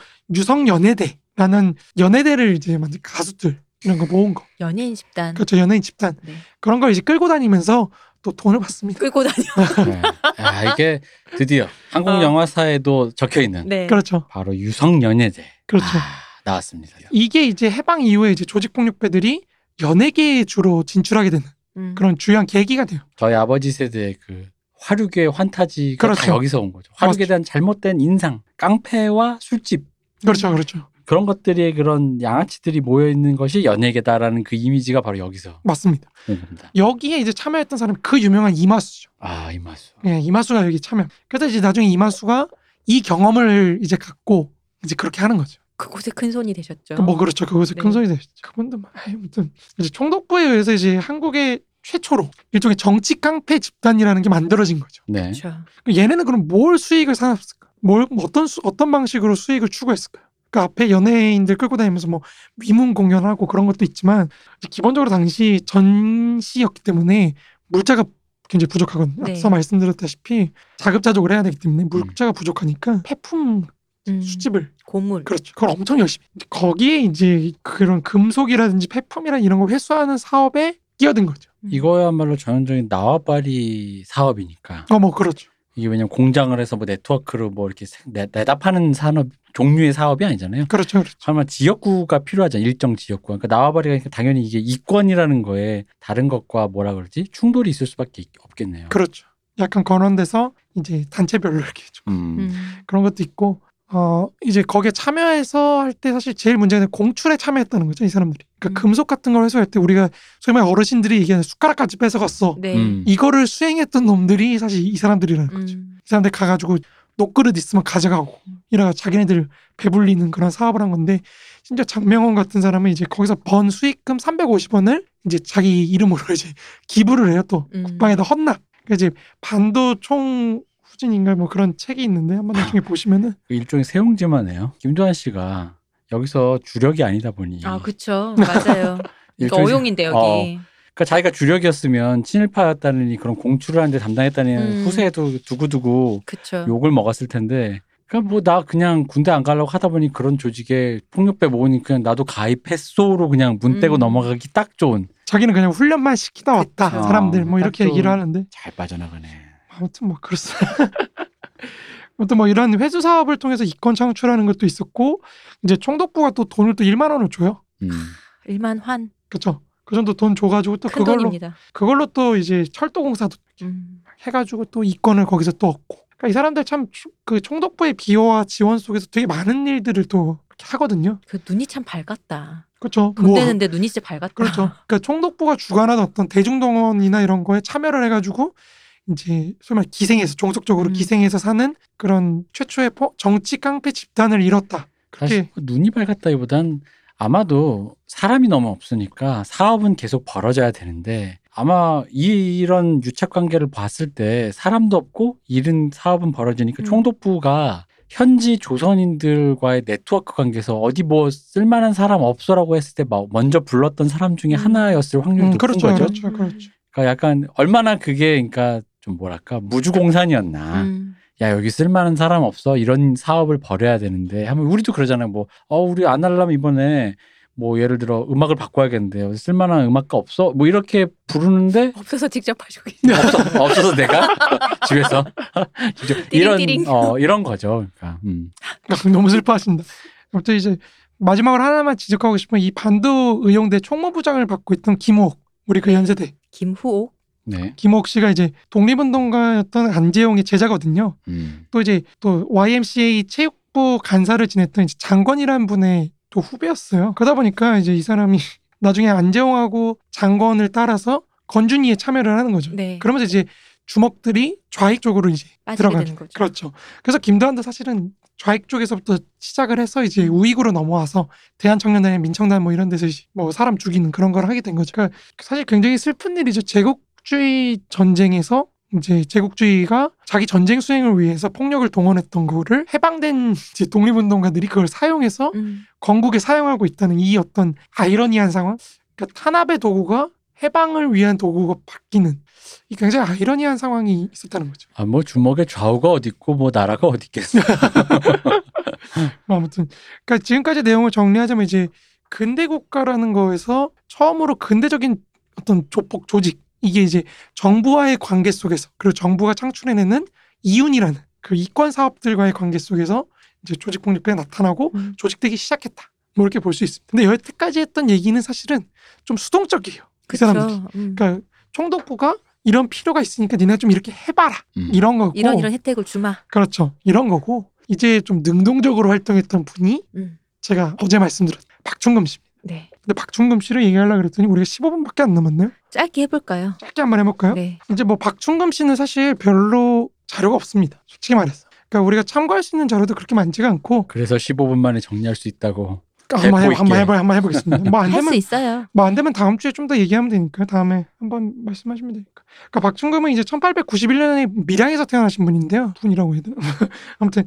[SPEAKER 3] 유성연예대라는 연예대를 이제 만든 가수들 이런 거 모은 거
[SPEAKER 1] 연예인 집단
[SPEAKER 3] 그렇죠 연예인 집단
[SPEAKER 1] 네.
[SPEAKER 3] 그런 걸 이제 끌고 다니면서 또 돈을 받습니다.
[SPEAKER 1] 끌고 다녀.
[SPEAKER 2] 네. 아 이게 드디어 한국
[SPEAKER 1] 어.
[SPEAKER 2] 영화사에도 적혀 있는
[SPEAKER 1] 네.
[SPEAKER 3] 그렇죠
[SPEAKER 2] 바로 유성연예대
[SPEAKER 3] 그렇죠
[SPEAKER 2] 아, 나왔습니다.
[SPEAKER 3] 이게 이제 해방 이후에 이제 조직폭력배들이 연예계에 주로 진출하게 되는
[SPEAKER 1] 음.
[SPEAKER 3] 그런 중요한 계기가 돼요.
[SPEAKER 2] 저희 아버지 세대의 그 화류계 환타지가 다
[SPEAKER 3] 그렇죠.
[SPEAKER 2] 여기서 온 거죠. 화류계에
[SPEAKER 3] 그렇죠.
[SPEAKER 2] 대한 잘못된 인상, 깡패와 술집
[SPEAKER 1] 음.
[SPEAKER 3] 그렇죠 그렇죠
[SPEAKER 2] 그런 것들의 그런 양아치들이 모여 있는 것이 연예계다라는 그 이미지가 바로 여기서
[SPEAKER 3] 맞습니다.
[SPEAKER 2] 온 겁니다.
[SPEAKER 3] 여기에 이제 참여했던 사람이 그 유명한 이마수죠.
[SPEAKER 2] 아 이마수.
[SPEAKER 3] 예, 이마수가 여기 참여. 그래서 이제 나중에 이마수가 이 경험을 이제 갖고 이제 그렇게 하는 거죠.
[SPEAKER 1] 그곳에 큰 손이 되셨죠.
[SPEAKER 3] 그뭐 그렇죠. 그것에
[SPEAKER 1] 네.
[SPEAKER 3] 큰 손이 되죠. 그분도 막 아이, 아무튼 이제 총독부에 의해서 이제 한국의 최초로 일종의 정치 깡패 집단이라는 게 만들어진 거죠.
[SPEAKER 2] 네.
[SPEAKER 1] 그렇죠.
[SPEAKER 3] 그 얘네는 그럼 뭘 수익을 삼았을까? 뭘뭐 어떤 수- 어떤 방식으로 수익을 추구했을까요? 그 앞에 연예인들 끌고 다니면서 뭐 위문 공연하고 그런 것도 있지만 이제 기본적으로 당시 전시였기 때문에 물자가 굉장히 부족하거든요.
[SPEAKER 1] 네.
[SPEAKER 3] 앞서 말씀드렸다시피 자급자족을 해야 되기 때문에 물자가 부족하니까 폐품
[SPEAKER 1] 음.
[SPEAKER 3] 네. 수집을
[SPEAKER 1] 고물.
[SPEAKER 3] 그렇죠. 그걸 엄청 열심히. 거기에 이제 그런 금속이라든지 폐품이라 이런 걸 회수하는 사업에 끼어든 거죠.
[SPEAKER 2] 이거야말로 전형적인 나와바리 사업이니까
[SPEAKER 3] 어, 뭐 그렇죠.
[SPEAKER 2] 이게 왜냐면 공장을 해서 뭐 네트워크로 뭐 이렇게 세- 내, 다파는 산업 종류의 사업이 아니잖아요.
[SPEAKER 3] 그렇죠. 그렇죠.
[SPEAKER 2] 설마 지역구가 필요하잖아 요 일정 지역구. 그러니까 나와바리가 그러니까 당연히 이게 이권이라는 거에 다른 것과 뭐라 그러지 충돌이 있을 수밖에 있- 없겠네요.
[SPEAKER 3] 그렇죠. 약간 건원돼서 이제 단체별로 이렇게 좀
[SPEAKER 2] 음.
[SPEAKER 1] 음.
[SPEAKER 3] 그런 것도 있고 어 이제 거기에 참여해서 할 때 사실 제일 문제는 공출에 참여했다는 거죠 이 사람들이.
[SPEAKER 1] 음.
[SPEAKER 3] 그러니까 금속 같은 걸 회수할 때 우리가 소위 말해 어르신들이 얘기하는 숟가락까지 뺏어갔어.
[SPEAKER 1] 네.
[SPEAKER 2] 음.
[SPEAKER 3] 이거를 수행했던 놈들이 사실 이 사람들이라는 거죠.
[SPEAKER 1] 음.
[SPEAKER 3] 이 사람들 가가지고 녹그릇 있으면 가져가고 이래가 자기네들 배불리는 그런 사업을 한 건데 진짜 장명원 같은 사람은 이제 거기서 번 수익금 350원을 이제 자기 이름으로 이제 기부를 해요 또
[SPEAKER 1] 음.
[SPEAKER 3] 국방에다 헌납 그러니까 이제 반도 총 후진인가 뭐 그런 책이 있는데 한번 나중에 보시면은
[SPEAKER 2] 그 일종의 세웅지만해요. 김도환 씨가 여기서 주력이 아니다 보니
[SPEAKER 1] 아,
[SPEAKER 3] 음.
[SPEAKER 1] 그렇죠. 맞아요. 이거
[SPEAKER 2] 일종의-
[SPEAKER 1] 어용인데 여기.
[SPEAKER 2] 어. 그러니까 자기가 주력이었으면 친일파였다느니 그런 공출을 하는데 담당했다는
[SPEAKER 1] 음.
[SPEAKER 2] 후세에도 두고두고
[SPEAKER 1] 그렇죠.
[SPEAKER 2] 욕을 먹었을 텐데 그러니까 뭐 나 그냥 군대 안 가려고 하다 보니 그런 조직에 폭력배 모으니 그냥 나도 가입했소로 그냥 문 떼고
[SPEAKER 1] 음.
[SPEAKER 2] 넘어가기 딱 좋은
[SPEAKER 3] 자기는 그냥 훈련만 시키다 왔다
[SPEAKER 1] 그쵸.
[SPEAKER 3] 사람들 뭐
[SPEAKER 2] 아,
[SPEAKER 3] 이렇게
[SPEAKER 2] 딱 좀-
[SPEAKER 3] 얘기를 하는데
[SPEAKER 2] 잘 빠져나가네.
[SPEAKER 3] 아무튼 뭐 그렇습니다. 아무튼 뭐 이런 회수 사업을 통해서 이권 창출하는 것도 있었고 이제 총독부가 또 돈을 또 1만 원을 줘요.
[SPEAKER 2] 음.
[SPEAKER 1] 일만 환.
[SPEAKER 3] 그렇죠. 그 정도 돈 줘가지고 또
[SPEAKER 1] 큰
[SPEAKER 3] 그걸로
[SPEAKER 1] 돈입니다.
[SPEAKER 3] 그걸로 또 이제 철도공사도
[SPEAKER 1] 음.
[SPEAKER 3] 해가지고 또 이권을 거기서 또 얻고. 그러니까 이 사람들 참 그 총독부의 비호와 지원 속에서 되게 많은 일들을 또 이렇게 하거든요.
[SPEAKER 1] 그 눈이 참 밝았다.
[SPEAKER 3] 그렇죠.
[SPEAKER 1] 돈
[SPEAKER 3] 뭐,
[SPEAKER 1] 되는데 아. 눈이 진짜 밝았다. 음.
[SPEAKER 3] 그렇죠. 그러니까 총독부가 주관하는 어떤 대중동원이나 이런 거에 참여를 해가지고 이제 소위 말해 기생해서 종속적으로
[SPEAKER 1] 음.
[SPEAKER 3] 기생해서 사는 그런 최초의 포- 정치 깡패 집단을 이뤘다.
[SPEAKER 2] 사실
[SPEAKER 3] 그렇게
[SPEAKER 2] 눈이 밝았다기보단 아마도 사람이 너무 없으니까 사업은 계속 벌어져야 되는데 아마 이, 이런 유착 관계를 봤을 때 사람도 없고 일은 사업은
[SPEAKER 1] 음.
[SPEAKER 2] 벌어지니까 총독부가 현지 조선인들과의 네트워크 관계에서 어디 뭐 쓸만한 사람 없어라고 했을 때 막 먼저 불렀던 사람 중에
[SPEAKER 1] 음.
[SPEAKER 2] 하나였을 확률이
[SPEAKER 3] 음,
[SPEAKER 2] 높은
[SPEAKER 3] 그렇죠,
[SPEAKER 2] 거죠.
[SPEAKER 3] 그렇죠, 그렇죠.
[SPEAKER 2] 그러니까 약간 얼마나 그게 그러니까 좀 뭐랄까 무주공산이었나.
[SPEAKER 1] 음.
[SPEAKER 2] 야 여기 쓸만한 사람 없어 이런 사업을 벌여야 되는데 하면 우리도 그러잖아요 뭐 어 우리 안 하려면 이번에 뭐 예를 들어 음악을 바꿔야겠는데 쓸만한 음악가 없어 뭐 이렇게 부르는데
[SPEAKER 1] 없어서 직접 하시고 계시
[SPEAKER 3] 네.
[SPEAKER 2] 없어 없어서 내가 집에서 직접 이런
[SPEAKER 1] 띠링띠링.
[SPEAKER 2] 어 이런 거죠 그러니까 음.
[SPEAKER 3] 너무 슬퍼하신다. 아무튼 이제 마지막으로 하나만 지적하고 싶은 이 반도 의용대 총무부장을 맡고 있던 김옥 우리 그 연세대
[SPEAKER 1] 김후옥.
[SPEAKER 2] 네
[SPEAKER 3] 김옥 씨가 이제 독립운동가였던 안재용의 제자거든요.
[SPEAKER 2] 음.
[SPEAKER 3] 또 이제 또 YMCA 체육부 간사를 지냈던 이제 장관이라는 분의 또 후배였어요. 그러다 보니까 이제 이 사람이 나중에 안재용하고 장관을 따라서 건준이에 참여를 하는 거죠.
[SPEAKER 1] 네.
[SPEAKER 3] 그러면서 이제 주먹들이 좌익 쪽으로 이제
[SPEAKER 1] 빠지게
[SPEAKER 3] 들어가죠.
[SPEAKER 1] 되는 거죠.
[SPEAKER 3] 그렇죠. 그래서 김도한도 사실은 좌익 쪽에서부터 시작을 해서 이제 우익으로 넘어와서 대한청년단이나 민청단 뭐 이런 데서 이제 뭐 사람 죽이는 그런 걸 하게 된 거죠. 그러니까 사실 굉장히 슬픈 일이죠. 제국주의 전쟁에서 이제 제국주의가 자기 전쟁 수행을 위해서 폭력을 동원했던 거를 해방된 이제 독립운동가들이 그걸 사용해서
[SPEAKER 1] 음.
[SPEAKER 3] 건국에 사용하고 있다는 이 어떤 아이러니한 상황. 그러니까 탄압의 도구가 해방을 위한 도구가 바뀌는 이 굉장히 아이러니한 상황이 있었다는 거죠.
[SPEAKER 2] 아, 뭐 주먹에 좌우가 어디 있고 뭐 나라가 어디 있겠어.
[SPEAKER 3] 뭐 아무튼 그러니까 지금까지 내용을 정리하자면 이제 근대 국가라는 거에서 처음으로 근대적인 어떤 조폭 조직 이게 이제 정부와의 관계 속에서 그리고 정부가 창출해내는 이윤이라는 그 이권 사업들과의 관계 속에서 이제 조직 폭력이 나타나고
[SPEAKER 1] 음.
[SPEAKER 3] 조직되기 시작했다. 뭐 이렇게 볼 수 있습니다. 근데 여태까지 했던 얘기는 사실은 좀 수동적이에요. 그
[SPEAKER 1] 그쵸.
[SPEAKER 3] 사람들이.
[SPEAKER 1] 음.
[SPEAKER 3] 그러니까 총독부가 이런 필요가 있으니까 니네 좀 이렇게 해봐라
[SPEAKER 2] 음.
[SPEAKER 3] 이런 거고
[SPEAKER 1] 이런 이런 혜택을 주마.
[SPEAKER 3] 그렇죠 이런 거고 이제 좀 능동적으로 활동했던 분이
[SPEAKER 1] 음.
[SPEAKER 3] 제가 어제 말씀드렸 박충금 씨.
[SPEAKER 1] 네.
[SPEAKER 3] 근데 박충금 씨를 얘기하려고 그랬더니 우리가 15분밖에 안 남았네요.
[SPEAKER 1] 짧게 해볼까요?
[SPEAKER 3] 짧게 한번 해볼까요?
[SPEAKER 1] 네.
[SPEAKER 3] 이제 뭐 박충금 씨는 사실 별로 자료가 없습니다. 솔직히 말해서. 그러니까 우리가 참고할 수 있는 자료도 그렇게 많지가 않고 그러니까
[SPEAKER 2] 그래서 15분 만에 정리할 수 있다고.
[SPEAKER 3] 한번
[SPEAKER 2] 배포
[SPEAKER 3] 해,
[SPEAKER 2] 있게.
[SPEAKER 3] 한번 해봐 한번 해보겠습니다. 뭐 안
[SPEAKER 1] 할 수
[SPEAKER 3] 되면
[SPEAKER 1] 있어요.
[SPEAKER 3] 뭐 안 되면 다음 주에 좀 더 얘기하면 되니까 다음에 한번 말씀하시면 되니까. 그러니까 박충금은 이제 1891년에 밀양에서 태어나신 분인데요. 분이라고 해야 되나? 아무튼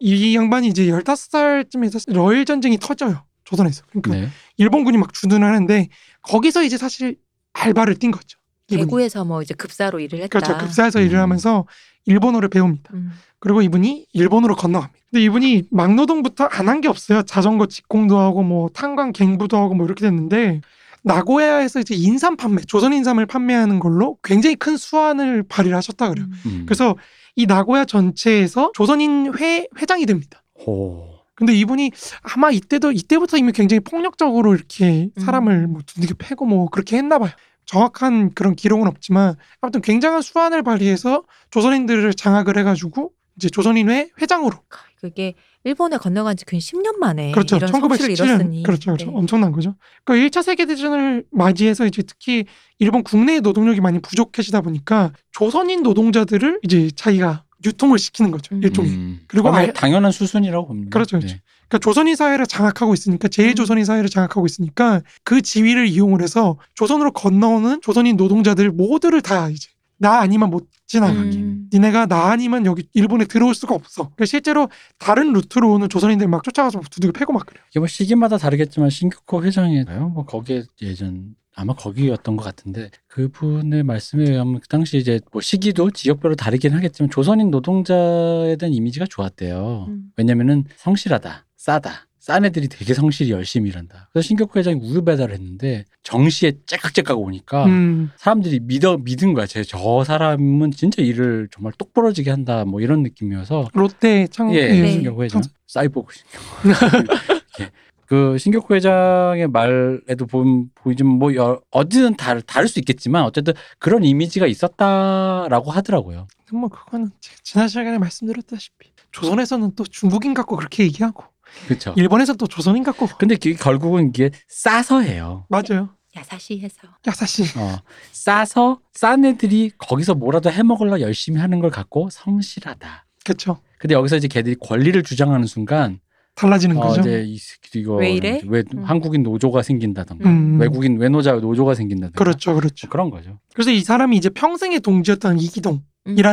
[SPEAKER 3] 이 양반이 이제 15살쯤에서 러일 전쟁이 터져요. 조선에서. 그러니까
[SPEAKER 2] 네.
[SPEAKER 3] 일본군이 막 주둔하는데 거기서 이제 사실 알바를 뛴 거죠. 이분이.
[SPEAKER 1] 대구에서 뭐 이제 급사로 일을 했다.
[SPEAKER 3] 네, 그렇죠. 급사에서
[SPEAKER 2] 음.
[SPEAKER 3] 일을 하면서 일본어를 배웁니다.
[SPEAKER 1] 음.
[SPEAKER 3] 그리고 이분이 일본으로 건너갑니다. 근데 이분이 막노동부터 안 한 게 없어요. 자전거 직공도 하고 뭐 탄광 갱부도 하고 뭐 이렇게 됐는데 나고야에서 이제 인삼 판매, 조선 인삼을 판매하는 걸로 굉장히 큰 수완을 발휘를 하셨다 그래요.
[SPEAKER 1] 음.
[SPEAKER 2] 음.
[SPEAKER 3] 그래서 이 나고야 전체에서 조선인 회 회장이 됩니다.
[SPEAKER 2] 오.
[SPEAKER 3] 근데 이분이 아마 이때도 이때부터 이미 굉장히 폭력적으로 이렇게
[SPEAKER 1] 음.
[SPEAKER 3] 사람을 뭐 두들겨 패고 뭐 그렇게 했나 봐요. 정확한 그런 기록은 없지만 아무튼 굉장한 수완을 발휘해서 조선인들을 장악을 해가지고 이제 조선인회 회장으로
[SPEAKER 1] 그게 일본에 건너간 지 근 10년 만에
[SPEAKER 3] 그렇죠.
[SPEAKER 1] 네, 이런 성취를
[SPEAKER 3] 1917년
[SPEAKER 1] 이뤘으니
[SPEAKER 3] 그렇죠, 그렇죠.
[SPEAKER 1] 네.
[SPEAKER 3] 엄청난 거죠. 그러니까 1차 세계 대전을 맞이해서 이제 특히 일본 국내의 노동력이 많이 부족해지다 보니까 조선인 노동자들을 이제 자기가 유통을 시키는 거죠.
[SPEAKER 1] 음.
[SPEAKER 3] 일종의.
[SPEAKER 2] 음.
[SPEAKER 3] 그리고
[SPEAKER 2] 아마
[SPEAKER 3] 아예-
[SPEAKER 2] 당연한 수순이라고 봅니다.
[SPEAKER 3] 그렇죠,
[SPEAKER 2] 네.
[SPEAKER 3] 그렇죠. 그러니까 조선인 사회를 장악하고 있으니까
[SPEAKER 1] 음.
[SPEAKER 3] 제일 조선인 사회를 장악하고 있으니까 그 지위를 이용을 해서 조선으로 건너오는 조선인 노동자들 모두를 다 이제 나 아니면 못 지나가.
[SPEAKER 2] 음.
[SPEAKER 3] 니네가 나 아니면 여기 일본에 들어올 수가 없어. 그러니까 실제로 다른 루트로 오는 조선인들 막 쫓아가서 두들겨 패고 막 그래요.
[SPEAKER 2] 이게 뭐 시기마다 다르겠지만 신규코 회장인가요? 뭐 거기에 예전 아마 거기였던 것 같은데 그분의 말씀에 의하면 그 당시 이제 뭐 시기도 지역별로 다르긴 하겠지만 조선인 노동자에 대한 이미지가 좋았대요.
[SPEAKER 1] 음.
[SPEAKER 2] 왜냐면은 성실하다, 싸다. 싼 애들이 되게 성실히 열심히 일한다. 그래서 신격호 회장이 우유 배달을 했는데 정시에 째깍째깍 오니까
[SPEAKER 3] 음.
[SPEAKER 2] 사람들이 믿어 믿은 거야. 제 저 사람은 진짜 일을 정말 똑부러지게 한다. 뭐 이런 느낌이어서
[SPEAKER 3] 롯데 창
[SPEAKER 2] 예,
[SPEAKER 1] 네.
[SPEAKER 2] 신경호 회장. 사이보그 신경호. 예. 그 신경호 회장의 말에도 보면 보이지만 뭐 여- 어디든 다 다를 수 있겠지만 어쨌든 그런 이미지가 있었다라고 하더라고요.
[SPEAKER 3] 뭐 그거는 제가 지난 시간에 말씀드렸다시피 조선에서는 또 중국인 같고 그렇게 얘기하고
[SPEAKER 2] 그렇죠.
[SPEAKER 3] 일본에서는 또 조선인 같고
[SPEAKER 2] 근데 그- 결국은 이게 싸서 해요.
[SPEAKER 3] 맞아요.
[SPEAKER 1] 야사시해서
[SPEAKER 3] 야사시
[SPEAKER 2] 어, 싸서 싼 애들이 거기서 뭐라도 해 먹으려 열심히 하는 걸 갖고 성실하다.
[SPEAKER 3] 그렇죠. 근데
[SPEAKER 2] 근데 여기서 이제 걔들이 권리를 주장하는 순간
[SPEAKER 3] 달라지는
[SPEAKER 2] 어,
[SPEAKER 3] 거죠.
[SPEAKER 2] 이제 이 새끼 이거
[SPEAKER 1] 왜 이래?
[SPEAKER 2] 왜
[SPEAKER 1] 음.
[SPEAKER 2] 한국인 노조가 생긴다던가
[SPEAKER 3] 음.
[SPEAKER 2] 외국인 외노자 노조가 생긴다던가
[SPEAKER 3] 그렇죠, 그렇죠.
[SPEAKER 2] 그런 거죠.
[SPEAKER 3] 그래서 이 사람이 이제 평생의 동지였던 이기동이라는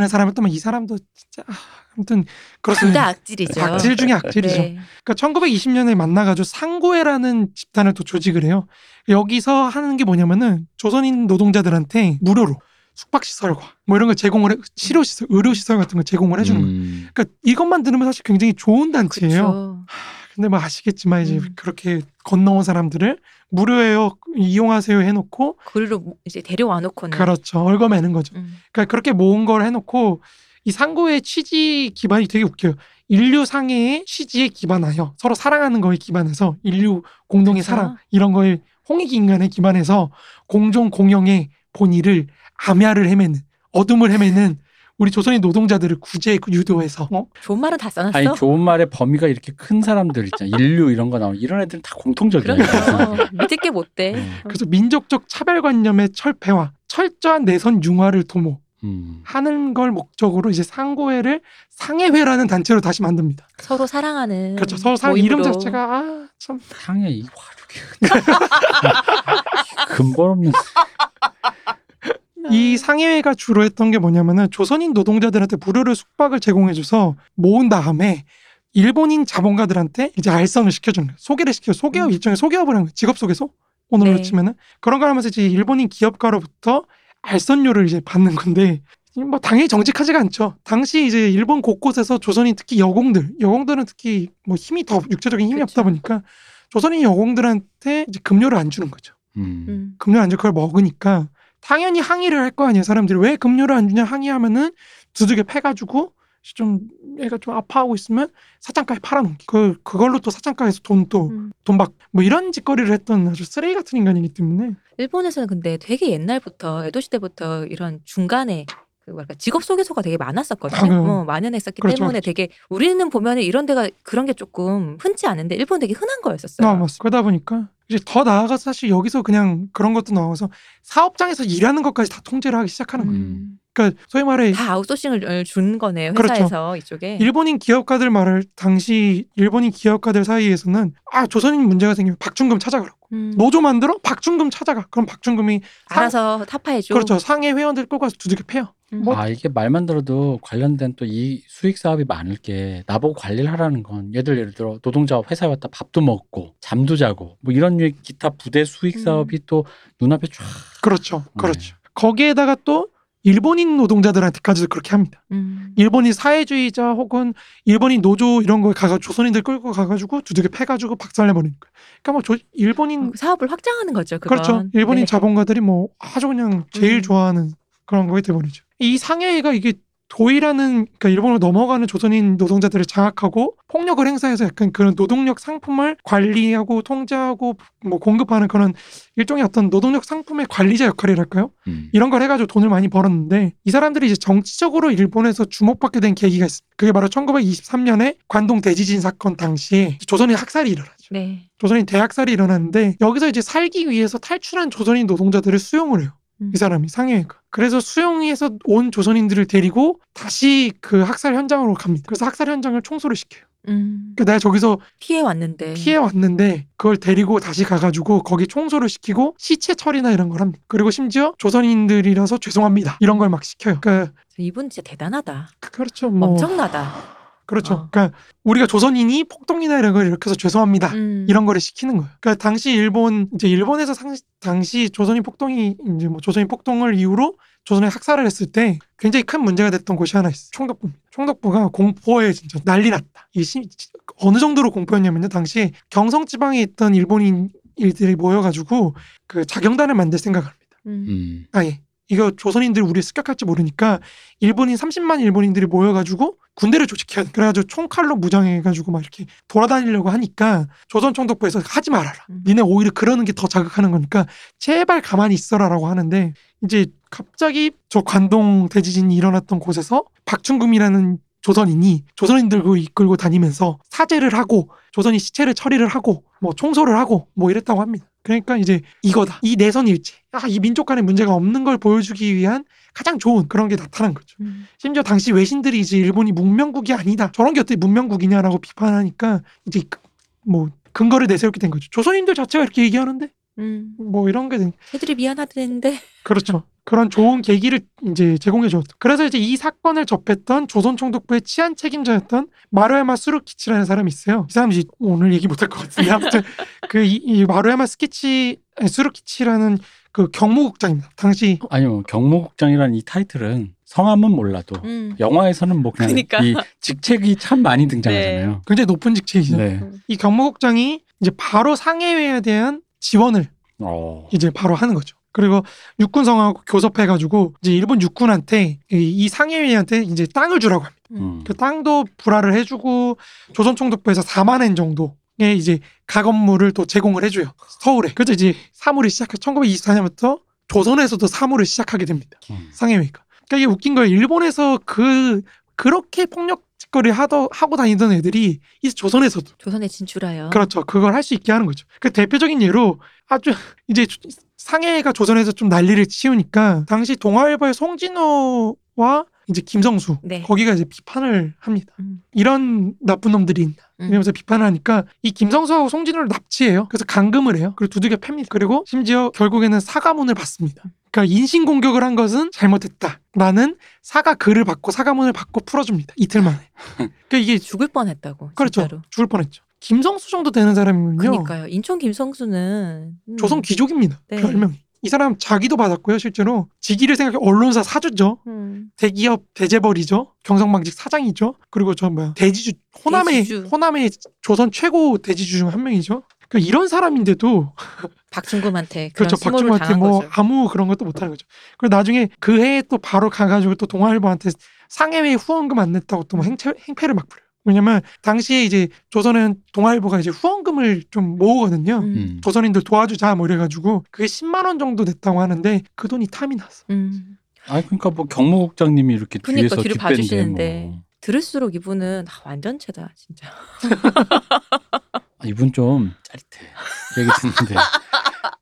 [SPEAKER 1] 음.
[SPEAKER 3] 사람이었다면 이 사람도 진짜 아, 아무튼
[SPEAKER 1] 진짜
[SPEAKER 3] 그렇습니다.
[SPEAKER 1] 악질이죠.
[SPEAKER 3] 악질 중에 악질이죠.
[SPEAKER 1] 네.
[SPEAKER 3] 그러니까 1920년에 만나가지고 상고회라는 집단을 또 조직을 해요. 여기서 하는 게 뭐냐면은 조선인 노동자들한테 무료로 숙박시설과 뭐 이런 걸 제공을 해, 치료시설, 의료시설 같은 걸 제공을 해주는 거예요.
[SPEAKER 2] 음.
[SPEAKER 3] 그러니까 이것만 들으면 사실 굉장히 좋은 단체예요.
[SPEAKER 1] 그렇죠.
[SPEAKER 3] 근데 뭐 아시겠지만 이제
[SPEAKER 1] 음.
[SPEAKER 3] 그렇게 건너온 사람들을 무료예요, 이용하세요 해놓고
[SPEAKER 1] 그리로 뭐 이제 데려와 놓고는
[SPEAKER 3] 그렇죠 얼거매는 거죠.
[SPEAKER 1] 음.
[SPEAKER 3] 그러니까 그렇게 모은 걸 해놓고 이 상고의 취지 기반이 되게 웃겨요. 인류 상해의 취지에 기반하여 서로 사랑하는 거에 기반해서 인류 공동의
[SPEAKER 1] 그쵸.
[SPEAKER 3] 사랑 이런 거에 홍익 인간에 기반해서 공존 공영의 본의를 암야를 헤매는 어둠을 헤매는 우리 조선인 노동자들을 구제에 유도해서 어?
[SPEAKER 1] 좋은 말은 다 써놨어.
[SPEAKER 2] 아니 좋은 말의 범위가 이렇게 큰 사람들 있잖아. 인류 이런 거 나오. 이런 애들은 다 공통적이야.
[SPEAKER 1] 그럼요. 믿을 어, 게뭐 못 돼.
[SPEAKER 2] 음.
[SPEAKER 3] 그래서 민족적 차별관념의 철폐와 철저한 내선 융화를 도모
[SPEAKER 2] 음.
[SPEAKER 3] 하는 걸 목적으로 이제 상고회를 상해회라는 단체로 다시 만듭니다.
[SPEAKER 1] 서로 사랑하는
[SPEAKER 3] 그렇죠. 서로 상
[SPEAKER 1] 음, 모임으로.
[SPEAKER 3] 이름 자체가 아, 참
[SPEAKER 2] 상해 이 화두개 근본 없는
[SPEAKER 1] 네.
[SPEAKER 3] 이 상해회가 주로 했던 게 뭐냐면은 조선인 노동자들한테 무료로 숙박을 제공해줘서 모은 다음에 일본인 자본가들한테 이제 알선을 시켜주는 거예요. 소개를 시켜 소개업
[SPEAKER 1] 음.
[SPEAKER 3] 일종의 소개업을 하는 거예요. 직업 소개소 오늘로
[SPEAKER 1] 네.
[SPEAKER 3] 치면은 그런 걸 하면서 이제 일본인 기업가로부터 알선료를 이제 받는 건데 뭐 당연히 정직하지가 않죠. 당시 이제 일본 곳곳에서 조선인 특히 여공들 여공들은 특히 뭐 힘이 더 육체적인 힘이
[SPEAKER 1] 그쵸.
[SPEAKER 3] 없다 보니까 조선인 여공들한테 이제 급료를 안 주는 거죠.
[SPEAKER 2] 음.
[SPEAKER 1] 음.
[SPEAKER 3] 급료를 안 주고 그걸 먹으니까 당연히 항의를 할 거 아니에요. 사람들이 왜 급료를 안 주냐 항의하면은 두둑에 패가지고 좀 애가 좀 아파하고 있으면 사창가에 팔아넘기. 그 그걸로 또 사창가에서 돈 또 돈
[SPEAKER 1] 음.
[SPEAKER 3] 막 뭐 이런 짓거리를 했던 아주 쓰레기 같은 인간이기 때문에
[SPEAKER 1] 일본에서는 근데 되게 옛날부터 에도 시대부터 이런 중간에 그 뭐랄까 직업 소개소가 되게 많았었거든요.
[SPEAKER 3] 아, 네.
[SPEAKER 1] 어, 만연했었기
[SPEAKER 3] 그렇죠,
[SPEAKER 1] 때문에 되게 우리는 보면은 이런 데가 그런 게 조금 흔치 않은데 일본 되게 흔한 거였었어요.
[SPEAKER 3] 아, 맞습니다. 그러다 보니까 이제 더 나아가서 사실 여기서 그냥 그런 것도 나와서 사업장에서 일하는 것까지 다 통제를 하기 시작하는 거예요.
[SPEAKER 1] 음.
[SPEAKER 3] 그러니까 소위 말해
[SPEAKER 1] 다 아웃소싱을 준 거네요.
[SPEAKER 3] 그렇죠.
[SPEAKER 1] 회사에서 이쪽에.
[SPEAKER 3] 일본인 기업가들 말을 당시 일본인 기업가들 사이에서는 아 조선인 문제가 생기면 박준금 찾아가라고.
[SPEAKER 1] 음.
[SPEAKER 3] 노조 만들어 박준금 찾아가. 그럼 박준금이 상-
[SPEAKER 1] 알아서 타파해줘.
[SPEAKER 3] 그렇죠 상해 회원들 끌고 가서 두들겨 패요.
[SPEAKER 1] 음.
[SPEAKER 3] 뭐-
[SPEAKER 2] 아 이게 말만 들어도 관련된 또 이 수익 사업이 많을 게 나보고 관리를 하라는 건 얘들 예를 들어 노동자 회사에 왔다 밥도 먹고 잠도 자고 뭐 이런 류의 기타 부대 수익
[SPEAKER 1] 음.
[SPEAKER 2] 사업이 또 눈앞에 쫙
[SPEAKER 3] 그렇죠, 그렇죠. 거기에다가 또 일본인 노동자들한테까지도 그렇게 합니다.
[SPEAKER 1] 음.
[SPEAKER 3] 일본인 사회주의자 혹은 일본인 노조 이런 거에 가가 조선인들 끌고 가가지고 두들겨 패가지고 박살내버리는 거예요. 그러니까 뭐 조, 일본인
[SPEAKER 1] 음, 사업을 확장하는 거죠. 그건.
[SPEAKER 3] 그렇죠. 일본인
[SPEAKER 1] 네.
[SPEAKER 3] 자본가들이 뭐 아주 그냥 제일
[SPEAKER 1] 음.
[SPEAKER 3] 좋아하는 그런 거에 돼버리죠. 이 상해가 이게 도이라는 그러니까 일본으로 넘어가는 조선인 노동자들을 장악하고 폭력을 행사해서 약간 그런 노동력 상품을 관리하고 통제하고 뭐 공급하는 그런 일종의 어떤 노동력 상품의 관리자 역할이랄까요?
[SPEAKER 2] 음.
[SPEAKER 3] 이런 걸 해가지고 돈을 많이 벌었는데 이 사람들이 이제 정치적으로 일본에서 주목받게 된 계기가 있습니다. 그게 바로 1923년에 관동 대지진 사건 당시에 조선인 학살이 일어나죠.
[SPEAKER 1] 네.
[SPEAKER 3] 조선인 대학살이 일어났는데 여기서 이제 살기 위해서 탈출한 조선인 노동자들을 수용을 해요.
[SPEAKER 1] 음.
[SPEAKER 3] 이 사람이 상해가. 그래서 수용해서 온 조선인들을 데리고 다시 그 학살 현장으로 갑니다. 그래서 학살 현장을 총소를 시켜요.
[SPEAKER 1] 음.
[SPEAKER 3] 그러니까 내가 저기서
[SPEAKER 1] 피해 왔는데.
[SPEAKER 3] 피해 왔는데 그걸 데리고 다시 가가지고 거기 총소를 시키고 시체 처리나 이런 걸 합니다. 그리고 심지어 조선인들이라서 죄송합니다 이런 걸 막 시켜요. 그러니까
[SPEAKER 1] 이분 진짜 대단하다.
[SPEAKER 3] 그렇죠. 뭐
[SPEAKER 1] 엄청나다.
[SPEAKER 3] 그렇죠.
[SPEAKER 1] 어.
[SPEAKER 3] 그러니까 우리가 조선인이 폭동이나 이런 걸 일으켜서 죄송합니다
[SPEAKER 1] 음.
[SPEAKER 3] 이런 거를 시키는 거예요. 그러니까 당시 일본 이제 일본에서 상- 당시 조선인 폭동이 이제 뭐 조선인 폭동을 이유로 조선에 학살을 했을 때 굉장히 큰 문제가 됐던 곳이 하나 있어요. 총독부. 총독부가 공포에 진짜 난리 났다. 이 시- 어느 정도로 공포였냐면요. 당시 경성 지방에 있던 일본인 일들이 모여가지고 그 자경단을 만들 생각을 합니다.
[SPEAKER 1] 음.
[SPEAKER 2] 음.
[SPEAKER 3] 아예 이거 조선인들이 우리 습격할지 모르니까 일본인 30만 일본인들이 모여가지고 군대를 조직해야 돼. 그래가지고 총칼로 무장해가지고 막 이렇게 돌아다니려고 하니까 조선 총독부에서 하지 말아라.
[SPEAKER 1] 음.
[SPEAKER 3] 니네 오히려 그러는 게 더 자극하는 거니까 제발 가만히 있어라라고 하는데 이제 갑자기 저 관동 대지진이 일어났던 곳에서 박충금이라는 조선인이 조선인들 그 이끌고 다니면서 사죄를 하고 조선인 시체를 처리를 하고 뭐 청소를 하고 뭐 이랬다고 합니다. 그러니까 이제 이거다. 이 내선일체. 아, 이 민족 간의 문제가 없는 걸 보여주기 위한 가장 좋은 그런 게 나타난 거죠.
[SPEAKER 1] 음.
[SPEAKER 3] 심지어 당시 외신들이 이제 일본이 문명국이 아니다. 저런 게 어떻게 문명국이냐라고 비판하니까 이제 뭐 근거를 내세우게 된 거죠. 조선인들 자체가 이렇게 얘기하는데
[SPEAKER 1] 음.
[SPEAKER 3] 뭐 이런 게 된-
[SPEAKER 1] 애들이 미안하다는데.
[SPEAKER 3] 그렇죠. 그런 좋은 계기를 이제 제공해 줬죠. 그래서 이제 이 사건을 접했던 조선 총독부의 치안 책임자였던 마루야마 스루키치라는 사람이 있어요. 이 사람이 오늘 얘기 못할 것 같은데 아무튼 그이 이 마루야마 스키치 아니, 스루키치라는 그 경무국장입니다. 당시
[SPEAKER 2] 아니요 경무국장이라는 이 타이틀은 성함은 몰라도
[SPEAKER 1] 음.
[SPEAKER 2] 영화에서는 뭐 그냥
[SPEAKER 1] 그러니까.
[SPEAKER 2] 이 직책이 참 많이 등장하잖아요.
[SPEAKER 3] 굉장히 높은 직책이죠.
[SPEAKER 2] 네.
[SPEAKER 3] 이 경무국장이 이제 바로 상해회에 대한 지원을
[SPEAKER 2] 어.
[SPEAKER 3] 이제 바로 하는 거죠. 그리고 육군성하고 교섭해가지고 이제 일본 육군한테 이- 이 상해회한테 이제 땅을 주라고 합니다.
[SPEAKER 1] 음.
[SPEAKER 3] 그 땅도 불화를 해주고 조선총독부에서 4만 엔 정도의 이제 가건물을 또 제공을 해줘요. 서울에. 그래서 이제 사물이 시작해 1924년부터 조선에서도 사물을 시작하게 됩니다.
[SPEAKER 2] 음.
[SPEAKER 3] 상해회가. 그러니까 이게 웃긴 거예요. 일본에서 그 그렇게 폭력 짓거리 하더 하고 다니던 애들이 이 조선에서도
[SPEAKER 1] 조선에 진출하여.
[SPEAKER 3] 그렇죠. 그걸 할 수 있게 하는 거죠. 그 대표적인 예로 아주 이제 조- 상해가 조선에서 좀 난리를 치우니까 당시 동아일보의 송진호와 이제 김성수
[SPEAKER 1] 네.
[SPEAKER 3] 거기가 이제 비판을 합니다.
[SPEAKER 1] 음.
[SPEAKER 3] 이런 나쁜 놈들이 있나
[SPEAKER 1] 음.
[SPEAKER 3] 이러면서 비판을 하니까 이 김성수하고 송진호를 납치해요. 그래서 감금을 해요. 그리고 두들겨 팹니다. 그리고 심지어 결국에는 사과문을 받습니다. 그러니까 인신 공격을 한 것은 잘못했다라는 사과 글을 받고 사과문을 받고 풀어줍니다. 이틀 만에. 그러니까 이게
[SPEAKER 1] 죽을 뻔했다고.
[SPEAKER 3] 그렇죠.
[SPEAKER 1] 진짜로.
[SPEAKER 3] 죽을 뻔했죠. 김성수 정도 되는 사람이면요.
[SPEAKER 1] 그러니까요. 인천 김성수는 음,
[SPEAKER 3] 조선 귀족입니다.
[SPEAKER 1] 네.
[SPEAKER 3] 별명이. 이 사람 자기도 받았고요, 실제로. 직위를 생각해 언론사 사주죠.
[SPEAKER 1] 음,
[SPEAKER 3] 대기업 대재벌이죠. 경성방직 사장이죠. 그리고 저 뭐야 대지주 호남의
[SPEAKER 1] 대지주.
[SPEAKER 3] 호남의 조선 최고 대지주 중 한 명이죠. 그러니까 이런 사람인데도
[SPEAKER 1] 박중금한테 아, 그런
[SPEAKER 3] 그렇죠
[SPEAKER 1] 수모를
[SPEAKER 3] 박정희한테
[SPEAKER 1] 당한
[SPEAKER 3] 뭐
[SPEAKER 1] 거죠.
[SPEAKER 3] 아무 그런 것도 못하는 거죠. 그리고 나중에 그 해에 또 바로 가가지고 또 동아일보한테 상해회 후원금 안 냈다고 또뭐 행패, 행패를 막 부려요. 왜냐면 당시에 이제 조선은 동아일보가 이제 후원금을 좀 모으거든요.
[SPEAKER 1] 음.
[SPEAKER 2] 음.
[SPEAKER 3] 조선인들 도와주자 뭐 이래가지고 그게 10만 원 정도 냈다고 하는데 그 돈이 탐이 났어.
[SPEAKER 1] 음.
[SPEAKER 2] 아 그러니까 뭐 경무국장님이 이렇게
[SPEAKER 1] 그러니까
[SPEAKER 2] 뒤에서
[SPEAKER 1] 뒤를
[SPEAKER 2] 뒷배인데
[SPEAKER 1] 봐주시는데.
[SPEAKER 2] 뭐.
[SPEAKER 1] 들을수록 이분은 아, 완전체다 진짜.
[SPEAKER 2] 아, 이분 좀 짜릿해. 얘기 듣는데.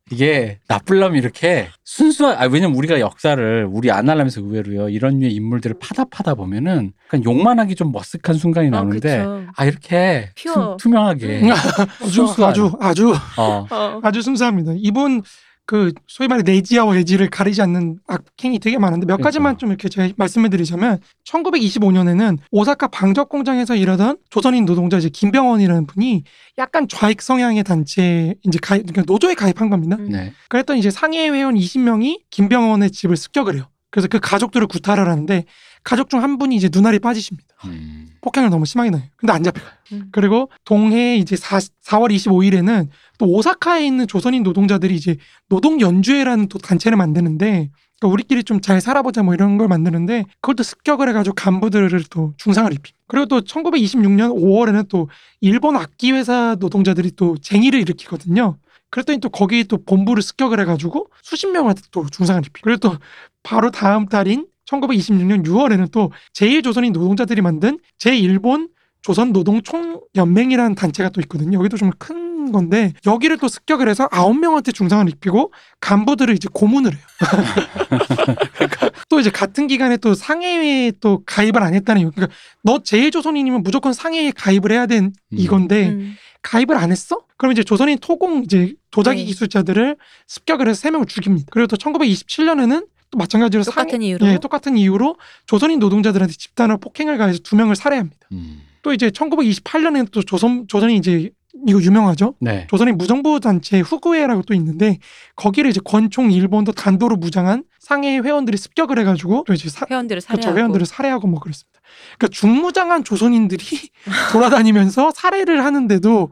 [SPEAKER 2] 이게 나쁠라면 이렇게 순수한, 아, 왜냐면 우리가 역사를 우리 안하려면서 의외로요. 이런 류의 인물들을 파다 파다 보면은 약간 욕만 하기 좀 머쓱한 순간이
[SPEAKER 1] 아,
[SPEAKER 2] 나오는데
[SPEAKER 1] 그쵸.
[SPEAKER 2] 아, 이렇게
[SPEAKER 1] 퓨어. 음.
[SPEAKER 2] 투, 명하게
[SPEAKER 3] 아주
[SPEAKER 2] 순수한.
[SPEAKER 3] 아주 아주
[SPEAKER 2] 어,
[SPEAKER 1] 어.
[SPEAKER 3] 아주 순수합니다. 이분 그 소위 말해 내지와 외지를 가리지 않는 악행이 되게 많은데 몇
[SPEAKER 2] 그러니까요.
[SPEAKER 3] 가지만 좀 이렇게 제가 말씀해드리자면 1925년에는 오사카 방적 공장에서 일하던 조선인 노동자 이제 김병원이라는 분이 약간 좌익 성향의 단체에 이제 가입 그러니까 노조에 가입한 겁니다.
[SPEAKER 1] 음.
[SPEAKER 2] 네.
[SPEAKER 3] 그랬더니 이제 상해 회원 20명이 김병원의 집을 습격을 해요. 그래서 그 가족들을 구타를 하는데 가족 중 한 분이 이제 눈알이 빠지십니다.
[SPEAKER 2] 음.
[SPEAKER 3] 폭행을 너무 심하게 당해요. 근데 안 잡혀요.
[SPEAKER 1] 음.
[SPEAKER 3] 그리고 동해 이제 4, 4월 25일에는 또 오사카에 있는 조선인 노동자들이 이제 노동연주회라는 또 단체를 만드는데 그러니까 우리끼리 좀 잘 살아보자 뭐 이런 걸 만드는데 그걸 또 습격을 해가지고 간부들을 또 중상을 입힙. 그리고 또 1926년 5월에는 또 일본 악기 회사 노동자들이 또 쟁의를 일으키거든요. 그랬더니 또 거기 또 본부를 습격을 해가지고 수십 명한테 또 중상을 입히. 그리고 또 바로 다음 달인 1926년 6월에는 또 제1조선인 노동자들이 만든 제1본 조선 노동 총연맹이라는 단체가 또 있거든요. 여기도 좀 큰 건데 여기를 또 습격을 해서 9명한테 중상을 입히고 간부들을 이제 고문을 해요. 그러니까 또 이제 같은 기간에 또 상해에 또 가입을 안 했다는 이유. 그러니까 너 제1조선인이면 무조건 상해에 가입을 해야 된
[SPEAKER 2] 음.
[SPEAKER 3] 이건데
[SPEAKER 1] 음.
[SPEAKER 3] 가입을 안 했어? 그럼 이제 조선인 토공 이제 도자기
[SPEAKER 1] 네.
[SPEAKER 3] 기술자들을 습격을 해서 3명을 죽입니다. 그리고 또 1927년에는 또 마찬가지로 상해-
[SPEAKER 1] 똑같은 이유로.
[SPEAKER 3] 예, 똑같은 이유로 조선인 노동자들한테 집단으로 폭행을 가해서 두 명을 살해합니다.
[SPEAKER 2] 음.
[SPEAKER 3] 또 이제 1928년에는 또 조선 조선이 이제 이거 유명하죠.
[SPEAKER 2] 네.
[SPEAKER 3] 조선인 무정부 단체 후구회라고 또 있는데 거기를 이제 권총 일본도 단도로 무장한 상해 회원들이 습격을 해가지고 또 이제 사,
[SPEAKER 1] 회원들을
[SPEAKER 3] 그렇죠.
[SPEAKER 1] 살해하고.
[SPEAKER 3] 회원들을 살해하고 뭐 그랬습니다. 그러니까 중무장한 조선인들이 돌아다니면서 살해를 하는데도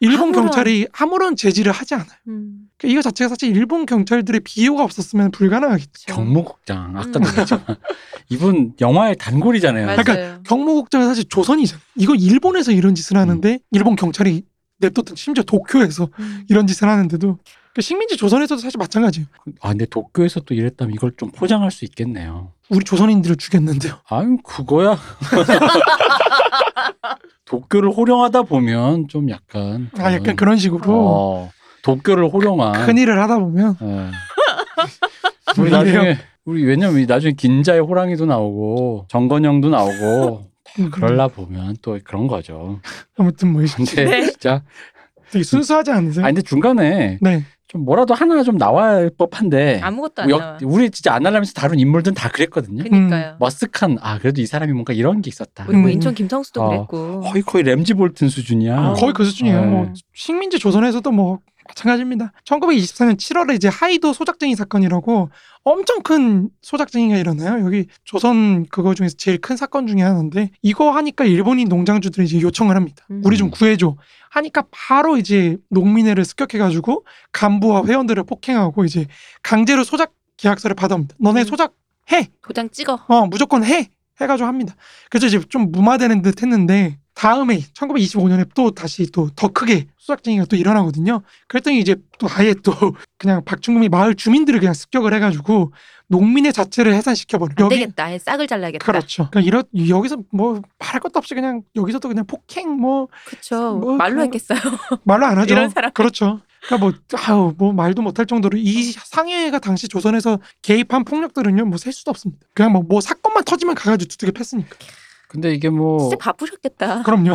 [SPEAKER 3] 일본
[SPEAKER 1] 아무런.
[SPEAKER 3] 경찰이 아무런 제지를 하지 않아요.
[SPEAKER 1] 음.
[SPEAKER 3] 그러니까 이거 자체가 사실 일본 경찰들의 비호가 없었으면 불가능하겠죠.
[SPEAKER 1] 그렇죠.
[SPEAKER 2] 경무국장. 아까도
[SPEAKER 1] 음.
[SPEAKER 2] 얘기했지만. 이분 영화의 단골이잖아요.
[SPEAKER 1] 맞아요.
[SPEAKER 3] 그러니까 경무국장은 사실 조선이잖아요. 이거 일본에서 이런 짓을 하는데 일본 경찰이 냅뒀던 심지어 도쿄에서
[SPEAKER 1] 음.
[SPEAKER 3] 이런 짓을 하는데도 그러니까 식민지 조선에서도 사실 마찬가지예요.
[SPEAKER 2] 아, 근데 도쿄에서 또 이랬다면 이걸 좀 포장할 수 있겠네요.
[SPEAKER 3] 우리 조선인들을 죽였는데요.
[SPEAKER 2] 아유 그거야 도쿄를 호령하다 보면 좀 약간
[SPEAKER 3] 아 약간 그런 식으로
[SPEAKER 2] 음. 어, 도쿄를 호령한
[SPEAKER 3] 큰 일을 하다 보면
[SPEAKER 2] 예. 우리
[SPEAKER 3] 이래요?
[SPEAKER 2] 나중에 우리 왜냐면 나중에 긴자의 호랑이도 나오고 정건영도 나오고
[SPEAKER 3] 음.
[SPEAKER 2] 그럴라 보면 또 그런 거죠
[SPEAKER 3] 아무튼 뭐
[SPEAKER 2] 근데
[SPEAKER 1] 네.
[SPEAKER 2] 진짜
[SPEAKER 3] 되게 순수하지 않으세요?
[SPEAKER 2] 아 근데 중간에
[SPEAKER 3] 네.
[SPEAKER 2] 좀 뭐라도 하나 좀 나와야 할 법한데
[SPEAKER 1] 아무것도 안
[SPEAKER 2] 역- 음.
[SPEAKER 1] 나와.
[SPEAKER 2] 네. 우리 진짜 안 하려면서 다룬 인물들은 다 그랬거든요
[SPEAKER 1] 그러니까요.
[SPEAKER 2] 머쓱한 아 그래도 이 사람이 뭔가 이런 게 있었다
[SPEAKER 1] 우리 뭐
[SPEAKER 3] 음.
[SPEAKER 1] 인천 김성수도
[SPEAKER 2] 어.
[SPEAKER 1] 그랬고.
[SPEAKER 2] 거의 거의 램지 볼튼 수준이야.
[SPEAKER 1] 아,
[SPEAKER 3] 거의 그 수준이에요.
[SPEAKER 2] 네.
[SPEAKER 3] 뭐 식민지 조선에서도 뭐 마찬가지입니다. 1924년 7월에 이제 하이도 소작쟁이 사건이라고 엄청 큰 소작쟁이가 일어나요. 여기 조선 그거 중에서 제일 큰 사건 중에 하나인데 이거 하니까 일본인 농장주들이 이제 요청을 합니다.
[SPEAKER 1] 음.
[SPEAKER 3] 우리 좀 구해줘. 하니까 바로 이제 농민회를 습격해가지고 간부와 회원들을 폭행하고 이제 강제로 소작 계약서를 받아옵니다. 너네
[SPEAKER 1] 음.
[SPEAKER 3] 소작 해.
[SPEAKER 1] 도장 찍어.
[SPEAKER 3] 어, 무조건 해! 해가지고 합니다. 그래서 이제 좀 무마되는 듯 했는데, 다음에 1925년에 또 다시 또 더 크게 수작쟁이가 또 일어나거든요. 그랬더니 이제 또 아예 또 그냥 박충금이 마을 주민들을 그냥 습격을 해가지고 농민의 자체를 해산시켜버려요.
[SPEAKER 1] 안 되겠다. 아예 싹을 잘라야겠다.
[SPEAKER 3] 그렇죠. 그러니까 이런 여기서 뭐 말할 것도 없이 그냥 여기서도 그냥 폭행 뭐
[SPEAKER 1] 그쵸.
[SPEAKER 3] 뭐
[SPEAKER 1] 말로
[SPEAKER 3] 그런-
[SPEAKER 1] 했겠어요.
[SPEAKER 3] 말로 안 하죠.
[SPEAKER 1] 이런 사람.
[SPEAKER 3] 그렇죠. 그러니까 뭐 아우 뭐 말도 못할 정도로 이 상해가 당시 조선에서 개입한 폭력들은요 뭐 셀 수도 없습니다. 그냥 뭐, 뭐 사건만 터지면 가가지고 두둑이 팼으니까.
[SPEAKER 2] 근데 이게 뭐
[SPEAKER 1] 진짜 바쁘셨겠다.
[SPEAKER 3] 그럼요.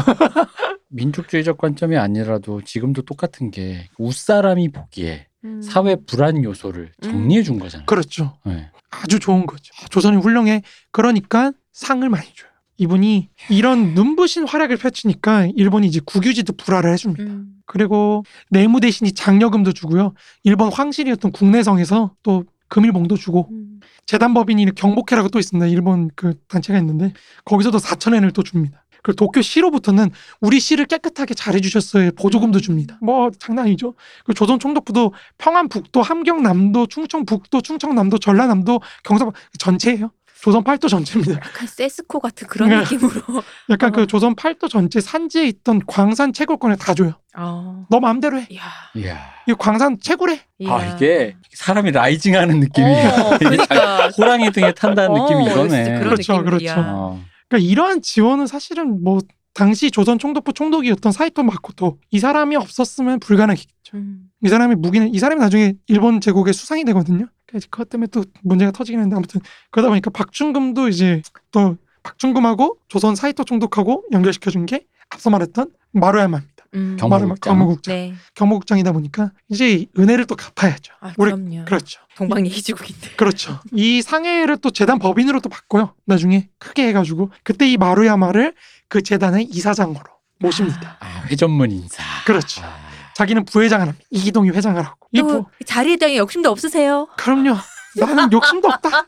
[SPEAKER 2] 민족주의적 관점이 아니라도 지금도 똑같은 게 웃사람이 보기에
[SPEAKER 1] 음.
[SPEAKER 2] 사회 불안 요소를 정리해 준 거잖아요.
[SPEAKER 3] 그렇죠.
[SPEAKER 2] 네.
[SPEAKER 3] 아주 좋은 거죠. 아, 조선이 훌륭해. 그러니까 상을 많이 줘요. 이분이 이런 눈부신 활약을 펼치니까 일본이 이제 국유지도 불화를 해줍니다.
[SPEAKER 1] 음.
[SPEAKER 3] 그리고 내무 대신이 장려금도 주고요. 일본 황실이었던 국내성에서 또 금일봉도 주고
[SPEAKER 1] 음.
[SPEAKER 3] 재단법인이 경복회라고 또 있습니다. 일본 그 단체가 있는데 거기서도 4천엔을 또 줍니다. 그리고 도쿄 시로부터는 우리 시를 깨끗하게 잘해주셨어요. 보조금도 줍니다. 뭐 장난 아니죠. 그 조선 총독부도 평안북도, 함경남도, 충청북도, 충청남도, 전라남도, 경상 전체예요. 조선 팔도 전체입니다.
[SPEAKER 1] 약간 세스코 같은 그런
[SPEAKER 3] 네.
[SPEAKER 1] 느낌으로.
[SPEAKER 3] 약간
[SPEAKER 1] 어.
[SPEAKER 3] 그 조선 팔도 전체 산지에 있던 광산 채굴권에 다 줘요.
[SPEAKER 1] 아,
[SPEAKER 3] 너 마음대로 해.
[SPEAKER 1] 이야.
[SPEAKER 2] 이야.
[SPEAKER 3] 이 광산 채굴해.
[SPEAKER 1] 이야.
[SPEAKER 2] 아 이게 사람이 라이징하는 느낌이야.
[SPEAKER 1] 어, 그러니까.
[SPEAKER 2] 호랑이 등에 탄다는 느낌이
[SPEAKER 1] 어, 진짜
[SPEAKER 2] 이거네.
[SPEAKER 1] 그런
[SPEAKER 3] 그렇죠,
[SPEAKER 1] 느낌이야.
[SPEAKER 3] 그렇죠.
[SPEAKER 2] 어.
[SPEAKER 3] 그러니까 이러한 지원은 사실은 뭐 당시 조선 총독부 총독이었던 사이토 마코토 이 사람이 없었으면 불가능했겠죠.
[SPEAKER 1] 음.
[SPEAKER 3] 이 사람이 무기는 이 사람이 나중에 일본 제국의 수상이 되거든요. 그러니까 이제 그것 때문에 또 문제가 터지긴 했는데 아무튼 그러다 보니까 박준금도 이제 또 박준금하고 조선 사이토 총독하고 연결시켜준 게 앞서 말했던 마루야마입니다.
[SPEAKER 1] 음.
[SPEAKER 2] 경- 경무국장.
[SPEAKER 3] 경무국장.
[SPEAKER 1] 네.
[SPEAKER 3] 경무국장이다 보니까 이제 은혜를 또 갚아야죠.
[SPEAKER 1] 아,
[SPEAKER 3] 우리
[SPEAKER 1] 그럼요.
[SPEAKER 3] 그렇죠.
[SPEAKER 1] 동방예의지국인데.
[SPEAKER 3] 그렇죠. 이 상해를 또 재단 법인으로 또 바꿔요. 나중에 크게 해가지고 그때 이 마루야마를 그 재단의 이사장으로 모십니다.
[SPEAKER 2] 아, 회전문 인사.
[SPEAKER 3] 그렇죠.
[SPEAKER 2] 아,
[SPEAKER 3] 자기는 부회장을 합니다. 이기동이 회장을 하고. 이 부,
[SPEAKER 1] 또 자리에 대한 욕심도 없으세요.
[SPEAKER 3] 그럼요. 나는 욕심도 없다.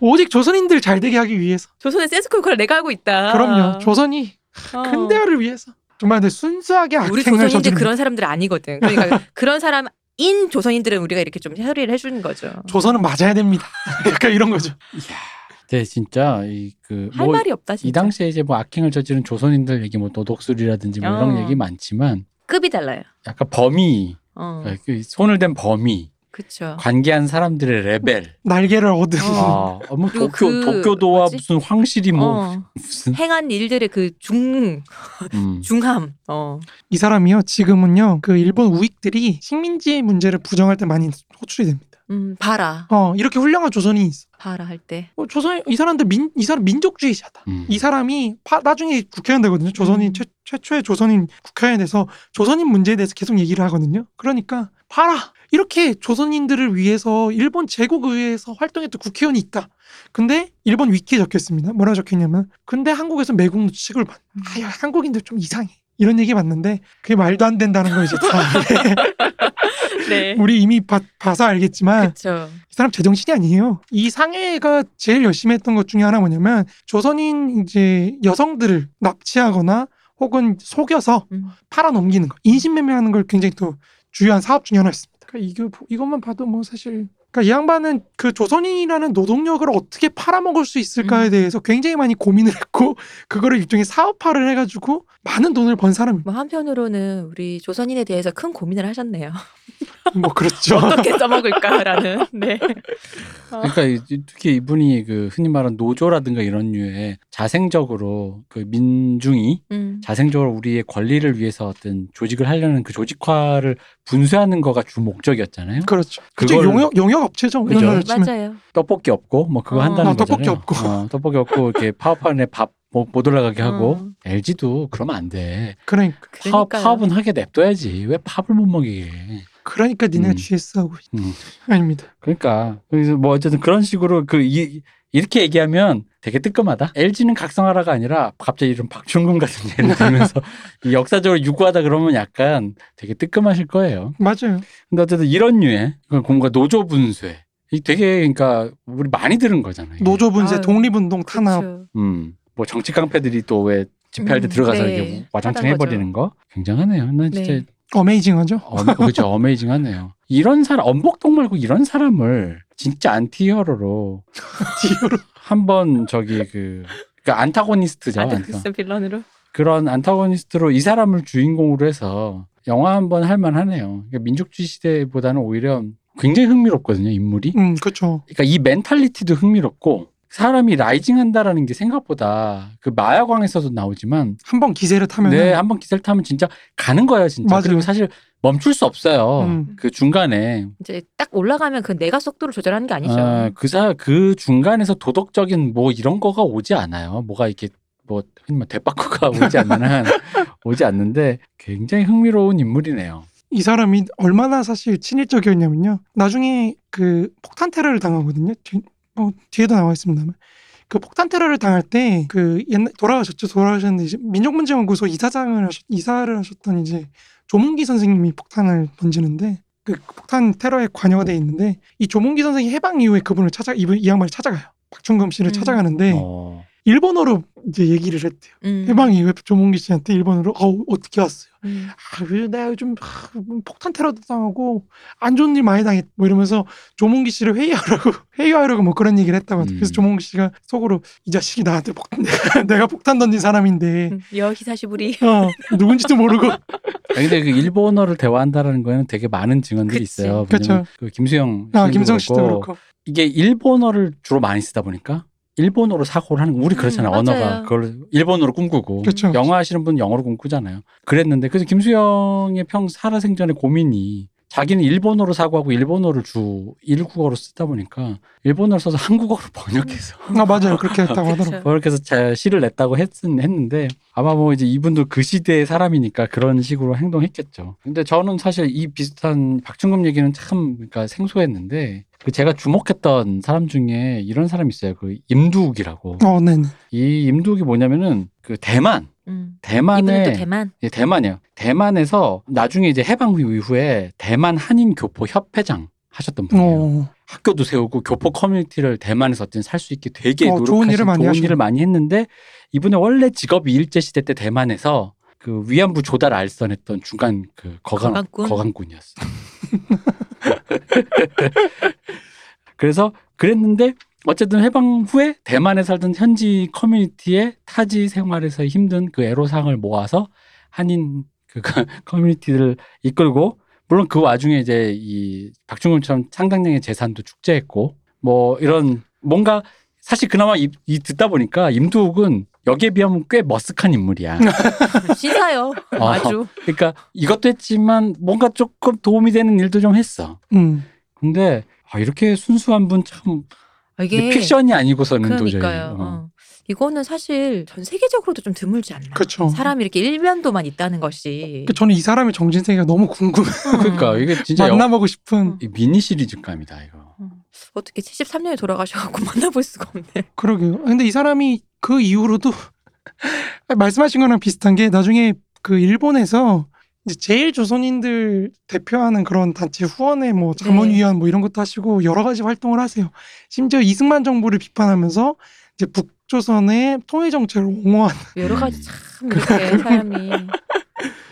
[SPEAKER 3] 오직 조선인들 잘 되게 하기 위해서.
[SPEAKER 1] 조선의 세스코 역할을 내가 하고 있다.
[SPEAKER 3] 그럼요. 조선이
[SPEAKER 1] 아. 어.
[SPEAKER 3] 근대화를 위해서. 정말 근데 순수하게
[SPEAKER 1] 우리
[SPEAKER 3] 악행을
[SPEAKER 1] 조선인들
[SPEAKER 3] 저지르는.
[SPEAKER 1] 그런 사람들 아니거든. 그러니까 그런 사람인 조선인들은 우리가 이렇게 좀 처리를 해주는 거죠.
[SPEAKER 3] 조선은 맞아야 됩니다. 약간 이런 거죠.
[SPEAKER 2] 네 진짜 이그이
[SPEAKER 1] 할 말이 없다 진짜.
[SPEAKER 2] 당시에 뭐 이제 뭐 악행을 저지른 조선인들 얘기 뭐 도덕술이라든지 뭐 이런
[SPEAKER 1] 어.
[SPEAKER 2] 얘기 많지만
[SPEAKER 1] 급이 달라요.
[SPEAKER 2] 약간 범위
[SPEAKER 1] 어,
[SPEAKER 2] 그 손을 댄 범위
[SPEAKER 1] 그렇죠.
[SPEAKER 2] 관계한 사람들의 레벨.
[SPEAKER 3] 날개를 얻은.
[SPEAKER 1] 어.
[SPEAKER 2] 아, 어, 뭐
[SPEAKER 1] 그리고
[SPEAKER 2] 도쿄
[SPEAKER 1] 그
[SPEAKER 2] 도쿄도와
[SPEAKER 1] 뭐지?
[SPEAKER 2] 무슨 황실이 뭐
[SPEAKER 1] 어,
[SPEAKER 2] 무슨
[SPEAKER 1] 행한 일들의 그 중
[SPEAKER 2] 음.
[SPEAKER 1] 중함. 어.
[SPEAKER 3] 이 사람이요. 지금은요. 그 일본 우익들이 식민지 문제를 부정할 때 많이 호출이 됩니다.
[SPEAKER 1] 음, 봐라.
[SPEAKER 3] 어, 이렇게 훌륭한 조선인이 있어.
[SPEAKER 1] 봐라 할 때.
[SPEAKER 3] 어, 조선 이 사람들 민, 이 사람 민족주의자다.
[SPEAKER 2] 음.
[SPEAKER 3] 이 사람이 파- 나중에 국회의원 되거든요. 조선인
[SPEAKER 1] 음.
[SPEAKER 3] 최, 최초의 조선인 국회의원에서 조선인 문제에 대해서 계속 얘기를 하거든요. 그러니까 봐라 이렇게 조선인들을 위해서 일본 제국의회에서 활동했던 국회의원이 있다. 근데 일본 위키에 적혔습니다. 뭐라 적혔냐면 근데 한국에서 매국 취급을 받. 아야 한국인들 좀 이상해. 이런 얘기 봤는데 그게 말도 안 된다는 거 이제 다
[SPEAKER 1] 네.
[SPEAKER 3] 우리 이미 봐, 봐서 알겠지만
[SPEAKER 1] 그렇죠.
[SPEAKER 3] 이 사람 제정신이 아니에요. 이 상해가 제일 열심히 했던 것 중에 하나 뭐냐면 조선인 이제 여성들을 납치하거나 혹은 속여서
[SPEAKER 1] 음.
[SPEAKER 3] 팔아넘기는 거, 인신매매하는 걸 굉장히 또 주요한 사업 중에 하나였습니다. 그러니까 이게 보- 이것만 봐도 뭐 사실 그러니까 이 양반은 그 조선인이라는 노동력을 어떻게 팔아먹을 수 있을까에
[SPEAKER 1] 음.
[SPEAKER 3] 대해서 굉장히 많이 고민을 했고 그거를 일종의 사업화를 해가지고 많은 돈을 번 사람입니다.
[SPEAKER 1] 뭐 한편으로는 우리 조선인에 대해서 큰 고민을 하셨네요.
[SPEAKER 3] 뭐 그렇죠.
[SPEAKER 1] 어떻게 써먹을까라는. 네. 어.
[SPEAKER 2] 그러니까 이- 이- 특히 이분이 그 흔히 말하는 노조라든가 이런 류에 자생적으로 그 민중이
[SPEAKER 1] 음.
[SPEAKER 2] 자생적으로 우리의 권리를 위해서 어떤 조직을 하려는 그 조직화를 분쇄하는 거가 주 목적이었잖아요.
[SPEAKER 3] 그렇죠. 그게
[SPEAKER 2] 그걸-
[SPEAKER 3] 용역 용역 업체죠.
[SPEAKER 2] 그죠.
[SPEAKER 3] 우리나라로 치면.
[SPEAKER 1] 음, 맞아요.
[SPEAKER 2] 떡볶이 없고 뭐 그거
[SPEAKER 1] 어.
[SPEAKER 2] 한다는
[SPEAKER 1] 아,
[SPEAKER 2] 거잖아요.
[SPEAKER 3] 떡볶이 없고.
[SPEAKER 2] 어, 떡볶이 없고 이렇게 파업하는 밥못 못 올라가게 하고
[SPEAKER 1] 어.
[SPEAKER 2] LG도 그러면 안 돼.
[SPEAKER 3] 그러니까
[SPEAKER 2] 파업,
[SPEAKER 1] 그러니까요.
[SPEAKER 2] 파업은 하게 냅둬야지. 왜 파업을 못 먹이게.
[SPEAKER 3] 그러니까 니네가
[SPEAKER 2] 음.
[SPEAKER 3] GS하고 있
[SPEAKER 2] 음.
[SPEAKER 3] 아닙니다.
[SPEAKER 2] 그러니까 그래서 뭐 어쨌든 그런 식으로 그 이, 이렇게 얘기하면 되게 뜨끔하다. LG는 각성하라가 아니라 갑자기 이런 박준근 같은 예를 들면서 이 역사적으로 유구하다 그러면 약간 되게 뜨끔하실 거예요.
[SPEAKER 3] 맞아요.
[SPEAKER 2] 근데 어쨌든 이런 류의 그러니까 뭔가 노조 분쇄 이 되게 그러니까 우리 많이 들은 거잖아요.
[SPEAKER 3] 노조 분쇄,
[SPEAKER 1] 아유,
[SPEAKER 3] 독립운동 탄압.
[SPEAKER 1] 그렇죠.
[SPEAKER 2] 음. 뭐 정치 깡패들이 또 왜 집회할
[SPEAKER 1] 음,
[SPEAKER 2] 때 들어가서
[SPEAKER 1] 네.
[SPEAKER 2] 이렇게 와장창
[SPEAKER 1] 하는
[SPEAKER 2] 해버리는 거 굉장하네요. 난 진짜
[SPEAKER 1] 네.
[SPEAKER 3] 어메이징하죠.
[SPEAKER 2] 어, 그렇죠. 어메이징하네요. 이런 사람 엄복동 말고 이런 사람을 진짜 안티히어로로
[SPEAKER 3] 뒤로
[SPEAKER 2] 한번 저기 그 그러니까 안타고니스트죠. 안타.
[SPEAKER 1] 아드크스 네, 빌런으로.
[SPEAKER 2] 그런 안타고니스트로 이 사람을 주인공으로 해서 영화 한번 할 만하네요. 그러니까 민족주의 시대보다는 오히려 굉장히 흥미롭거든요, 인물이.
[SPEAKER 3] 음, 그렇죠.
[SPEAKER 2] 그러니까 이 멘탈리티도 흥미롭고 사람이 라이징한다라는 게 생각보다 그 마야광에서도 나오지만
[SPEAKER 3] 한 번 기세를 타면
[SPEAKER 2] 네, 한번 기세를 타면 진짜 가는 거예요, 진짜.
[SPEAKER 3] 네. 맞아요.
[SPEAKER 2] 그리고 사실 멈출 수 없어요.
[SPEAKER 3] 음.
[SPEAKER 2] 그 중간에
[SPEAKER 1] 이제 딱 올라가면 그 내가 속도를 조절하는 게 아니죠.
[SPEAKER 2] 아, 그사 그 중간에서 도덕적인 뭐 이런 거가 오지 않아요. 뭐가 이렇게 뭐 흔히 말 대빠꾸가 오지 않는 한 오지 않는데 굉장히 흥미로운 인물이네요.
[SPEAKER 3] 이 사람이 얼마나 사실 친일적이었냐면요. 나중에 그 폭탄 테러를 당하거든요. 뒤, 어, 뒤에도 나와 있습니다만. 그 폭탄 테러를 당할 때 그 옛날 돌아가셨죠. 돌아가셨는데 이제 민족문제연구소 이사장을 하셨, 이사를 하셨던 이제 조문기 선생님이 폭탄을 던지는데 그 폭탄 테러에 관여가 돼 있는데 이 조문기 선생이 해방 이후에 그분을 찾아 이분 이 양반을 찾아가요. 박충금 씨를
[SPEAKER 1] 음.
[SPEAKER 3] 찾아가는데
[SPEAKER 2] 어,
[SPEAKER 3] 일본어로 이제 얘기를 했대요.
[SPEAKER 1] 음.
[SPEAKER 3] 해방 이후에 조문기 씨한테 일본어로 어 어떻게 왔어요?
[SPEAKER 1] 음.
[SPEAKER 3] 아, 왜 내가 요즘 아, 폭탄 테러도 당하고 안 좋은 일 많이 당했 뭐 이러면서 조문기 씨를 회유하려고 회유하려고 뭐 그런 얘기를 했다고 하더라고요. 그래서
[SPEAKER 2] 음.
[SPEAKER 3] 조문기 씨가 속으로 이 자식이 나한테 폭탄 내가 폭탄 던진 사람인데
[SPEAKER 1] 음. 여기사시부리.
[SPEAKER 3] 어, 누군지도 모르고
[SPEAKER 2] 아, 근데 그 일본어를 대화한다라는 거에는 되게 많은 증언들이
[SPEAKER 1] 그치.
[SPEAKER 2] 있어요.
[SPEAKER 3] 그쵸.
[SPEAKER 2] 왜냐면 그 김수영
[SPEAKER 3] 아
[SPEAKER 2] 씨도
[SPEAKER 3] 김성 씨도 그렇고
[SPEAKER 2] 이게 일본어를 주로 많이 쓰다 보니까 일본어로 사고를 하는 거 우리
[SPEAKER 1] 음,
[SPEAKER 2] 그렇잖아요.
[SPEAKER 1] 맞아요.
[SPEAKER 2] 언어가 그걸 일본어로 꿈꾸고
[SPEAKER 3] 그렇죠.
[SPEAKER 2] 영어 하시는 분 영어로 꿈꾸잖아요. 그랬는데 그래서 김수영의 평 살아생전의 고민이 자기는 일본어로 사고하고 일본어를 주 일국어로 쓰다 보니까 일본어를 써서 한국어로 번역해서
[SPEAKER 3] 아 맞아요 그렇게 했다고 하더라고. 요
[SPEAKER 1] 그쵸.
[SPEAKER 2] 그렇게 해서 자- 시를 냈다고 했, 했는데 아마 뭐 이제 이분도 그 시대의 사람이니까 그런 식으로 행동했겠죠. 근데 저는 사실 이 비슷한 박준금 얘기는 참 그러니까 생소했는데 그 제가 주목했던 사람 중에 이런 사람이 있어요. 그 임두욱이라고.
[SPEAKER 3] 어, 네네.
[SPEAKER 2] 이 임두욱이 뭐냐면은 그 대만
[SPEAKER 1] 음. 이분은 또
[SPEAKER 2] 대만에
[SPEAKER 1] 대만.
[SPEAKER 2] 예, 대만이요. 대만에서 나중에 이제 해방 이후에 대만 한인 교포 협회장 하셨던 분이에요.
[SPEAKER 3] 어,
[SPEAKER 2] 학교도 세우고 교포 커뮤니티를 대만에서 어쨌든 살 수 있게 되게
[SPEAKER 3] 어,
[SPEAKER 2] 노력하신
[SPEAKER 3] 좋은 일을 많이 하시네.
[SPEAKER 2] 했는데 이분의 원래 직업이 일제 시대 때 대만에서 그 위안부 조달 알선했던 중간 그 거간
[SPEAKER 1] 거간꾼?
[SPEAKER 2] 거간꾼이었어. 그래서 그랬는데 어쨌든 해방 후에 대만에 살던 현지 커뮤니티의 타지 생활에서 힘든 그 애로사항을 모아서 한인 그 커뮤니티를 이끌고 물론 그 와중에 이제 이 박중훈처럼 상당량의 재산도 축제했고 뭐 이런 뭔가 사실 그나마 이, 이 듣다 보니까 임두욱은 여기에 비하면 꽤 머쓱한 인물이야.
[SPEAKER 1] 시사요.
[SPEAKER 2] 어.
[SPEAKER 1] 아주.
[SPEAKER 2] 그러니까 이것도 했지만 뭔가 조금 도움이 되는 일도 좀 했어.
[SPEAKER 3] 음.
[SPEAKER 2] 근데 아, 이렇게 순수한 분 참
[SPEAKER 1] 아,
[SPEAKER 3] 예.
[SPEAKER 1] 이게
[SPEAKER 2] 이게 픽션이 아니고서는
[SPEAKER 1] 그러니까요.
[SPEAKER 2] 도저히. 어.
[SPEAKER 1] 어. 이거는 사실 전 세계적으로도 좀 드물지 않나.
[SPEAKER 3] 그렇죠.
[SPEAKER 1] 사람이 이렇게 일면도만 있다는 것이. 어.
[SPEAKER 3] 그 저는 이 사람의 정신 세계가 너무 궁금해.
[SPEAKER 2] 그러니까 이게 진짜 영-
[SPEAKER 3] 만나보고 싶은
[SPEAKER 2] 이 미니 시리즈감이다 이거.
[SPEAKER 1] 음. 어떻게 73년에 돌아가셔갖고 만나볼 수가 없네.
[SPEAKER 3] 그러게요. 근데 이 사람이 그 이후로도 말씀하신 거랑 비슷한 게 나중에 그 일본에서 이제 제일 조선인들 대표하는 그런 단체 후원회 뭐 자문위원 뭐 이런 것도 하시고 여러 가지 활동을 하세요. 심지어 이승만 정부를 비판하면서 이제 북조선의 통일 정책을 옹호한
[SPEAKER 1] 여러 가지 참 이렇게 사람이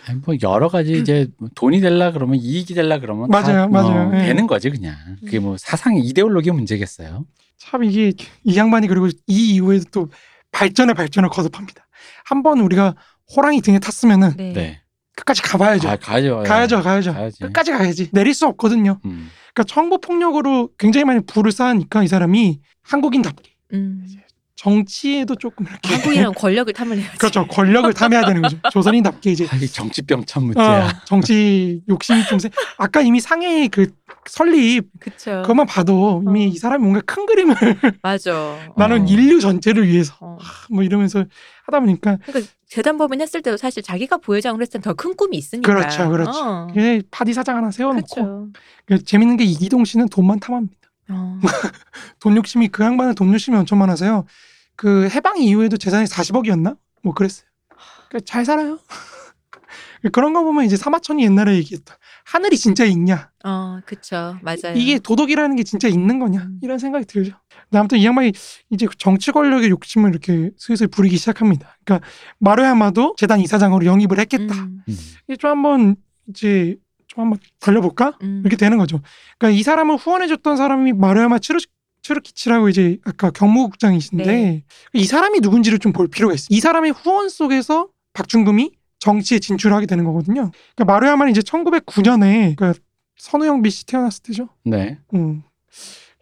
[SPEAKER 2] 아니, 뭐 여러 가지 이제 돈이 될라 그러면 이익이 될라 그러면 다,
[SPEAKER 3] 맞아요, 맞아요.
[SPEAKER 2] 어,
[SPEAKER 3] 예.
[SPEAKER 2] 되는 거지 그냥. 그게 뭐 사상의 이데올로기 문제겠어요.
[SPEAKER 3] 참 이게 이 양반이 그리고 이 이후에도 또 발전의 발전을 거듭합니다. 한 번 우리가 호랑이 등에 탔으면은
[SPEAKER 1] 네.
[SPEAKER 2] 네.
[SPEAKER 3] 끝까지 예. 가봐야죠.
[SPEAKER 2] 아, 네. 가야죠.
[SPEAKER 3] 가야죠, 가야죠.
[SPEAKER 2] 가야지.
[SPEAKER 3] 끝까지 가야지. 내릴 수 없거든요.
[SPEAKER 2] 음.
[SPEAKER 3] 그러니까 정보 폭력으로 굉장히 많이 부를 쌓으니까 이 사람이 한국인답게
[SPEAKER 1] 음.
[SPEAKER 3] 정치에도 조금 이렇게
[SPEAKER 1] 한국이랑 권력을 탐을해야지.
[SPEAKER 3] 그렇죠 권력을 탐해야 되는 거죠 조선인답게 이제
[SPEAKER 2] 아, 이 정치병 참 문제야.
[SPEAKER 3] 어, 정치 욕심이 좀 세. 아까 이미 상해 그 설립
[SPEAKER 1] 그쵸.
[SPEAKER 3] 그것만 봐도 이미
[SPEAKER 1] 어.
[SPEAKER 3] 이 사람이 뭔가 큰 그림을
[SPEAKER 1] 맞아.
[SPEAKER 3] 나는 인류 전체를 위해서
[SPEAKER 1] 어.
[SPEAKER 3] 뭐 이러면서 하다 보니까
[SPEAKER 1] 그러니까 재단법인 했을 때도 사실 자기가 부회장으로 했을 땐 더 큰 꿈이 있으니까.
[SPEAKER 3] 그렇죠, 그렇죠.
[SPEAKER 1] 어.
[SPEAKER 3] 그냥 파디 사장 하나 세워놓고
[SPEAKER 1] 그렇죠.
[SPEAKER 3] 그 재밌는 게 이기동 씨는 돈만 탐합니다.
[SPEAKER 1] 어.
[SPEAKER 3] 돈 욕심이 그 양반은 돈 욕심이 엄청 많아서요. 그 해방 이후에도 재산이 40억이었나? 뭐 그랬어요. 그러니까 잘 살아요. 그런 거 보면 이제 사마천이 옛날에 얘기했던 하늘이 진짜 있냐?
[SPEAKER 1] 어, 그쵸. 맞아요.
[SPEAKER 3] 이게 도덕이라는 게 진짜 있는 거냐?
[SPEAKER 1] 음.
[SPEAKER 3] 이런 생각이 들죠. 근데 아무튼 이 양반이 이제 정치 권력의 욕심을 이렇게 슬슬 부리기 시작합니다. 그러니까 마루야마도 재단 이사장으로 영입을 했겠다.
[SPEAKER 1] 음,
[SPEAKER 2] 음.
[SPEAKER 3] 이게 좀 한번 이제 좀 한번 달려볼까?
[SPEAKER 1] 음.
[SPEAKER 3] 이렇게 되는 거죠. 그러니까 이 사람을 후원해줬던 사람이 마르야마 츠르, 츠르키치라고 이제 아까 경무국장이신데
[SPEAKER 1] 네.
[SPEAKER 3] 이 사람이 누군지를 좀 볼 필요가 있어요. 이 사람의 후원 속에서 박준금이 정치에 진출하게 되는 거거든요. 그러니까 마르야마는 이제 1909년에 그러니까 선우영비 씨 태어났을 때죠.
[SPEAKER 2] 네.
[SPEAKER 3] 음.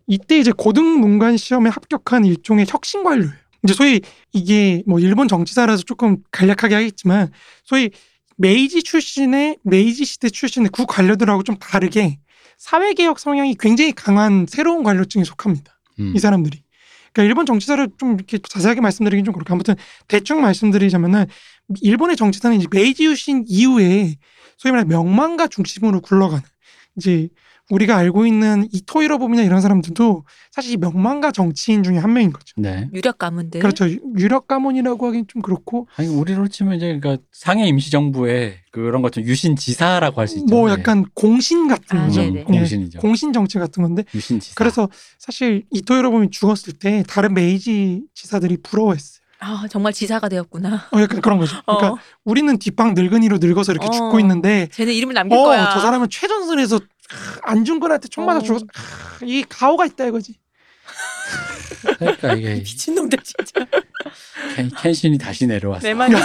[SPEAKER 3] 이때 이제 고등문관 시험에 합격한 일종의 혁신 관료예요. 이제 소위 이게 뭐 일본 정치사라서 조금 간략하게 하겠지만 소위 메이지 출신의 메이지 시대 출신의 구 관료들하고 좀 다르게 사회개혁 성향이 굉장히 강한 새로운 관료층에 속합니다.
[SPEAKER 2] 음.
[SPEAKER 3] 이 사람들이. 그러니까 일본 정치사를 좀 이렇게 자세하게 말씀드리긴 좀 그렇고 아무튼 대충 말씀드리자면은 일본의 정치사는 이제 메이지 유신 이후에 소위 말해 명망가 중심으로 굴러가는 이제 우리가 알고 있는 이토이로 봄이나 이런 사람들도 사실 이 명망가 정치인 중에 한 명인 거죠.
[SPEAKER 2] 네.
[SPEAKER 1] 유력 가문들.
[SPEAKER 3] 그렇죠. 유- 유력 가문이라고 하긴 좀 그렇고
[SPEAKER 2] 아니 우리로 치면 이제 그러니까 상해 임시정부의 그런 것처럼 유신 지사라고 할 수 있죠.
[SPEAKER 3] 뭐
[SPEAKER 2] 네.
[SPEAKER 3] 약간 공신 같은
[SPEAKER 1] 아,
[SPEAKER 3] 거죠.
[SPEAKER 1] 네네.
[SPEAKER 2] 음, 공신이죠.
[SPEAKER 3] 예, 공신 정치 같은 건데
[SPEAKER 2] 유신 지사.
[SPEAKER 3] 그래서 사실 이토이로 봄이 죽었을 때 다른 메이지 지사들이 부러워했어요.
[SPEAKER 1] 아 정말 지사가 되었구나.
[SPEAKER 3] 어, 약간 그런 거죠.
[SPEAKER 1] 어,
[SPEAKER 3] 그러니까 우리는 뒷방 늙은이로 늙어서 이렇게
[SPEAKER 1] 어.
[SPEAKER 3] 죽고 있는데
[SPEAKER 1] 쟤는 이름을 남길
[SPEAKER 3] 어
[SPEAKER 1] 거야.
[SPEAKER 3] 저 사람은 최전선에서 아, 안중근한테 총 맞아
[SPEAKER 1] 어.
[SPEAKER 3] 죽었어. 크, 이 가오가 있다 이거지.
[SPEAKER 2] 그러니까 이게
[SPEAKER 1] 미친 놈들 진짜.
[SPEAKER 2] 켄- 켄신이 다시
[SPEAKER 3] 그러니까
[SPEAKER 2] 내려왔어.
[SPEAKER 1] 내 말이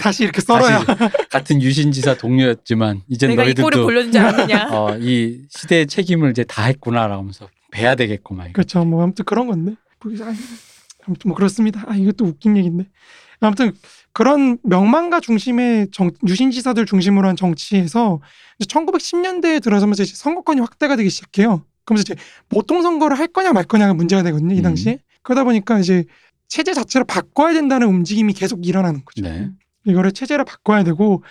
[SPEAKER 3] 다시 이렇게 썰어야.
[SPEAKER 2] 다시 같은 유신 지사 동료였지만 이제
[SPEAKER 1] 내가 이 꼴을
[SPEAKER 2] 너희들도
[SPEAKER 1] 돌려준 줄 아느냐.
[SPEAKER 2] 어, 이 시대의 책임을 이제 다 했구나라면서 배야 되겠구만. 이거.
[SPEAKER 3] 그렇죠. 뭐 아무튼 그런 건데. 뭐, 아이, 아무튼 뭐 그렇습니다. 아 이것도 웃긴 얘기인데. 아무튼 그런 명망가 중심의 정- 유신지사들 중심으로 한 정치에서 1910년대에 들어서면서 이제 선거권이 확대가 되기 시작해요. 그러면서 이제 보통 선거를 할 거냐 말 거냐가 문제가 되거든요. 이
[SPEAKER 2] 음.
[SPEAKER 3] 당시에. 그러다 보니까 이제 체제 자체를 바꿔야 된다는 움직임이 계속 일어나는 거죠.
[SPEAKER 2] 네.
[SPEAKER 3] 이거를 체제를 바꿔야 되고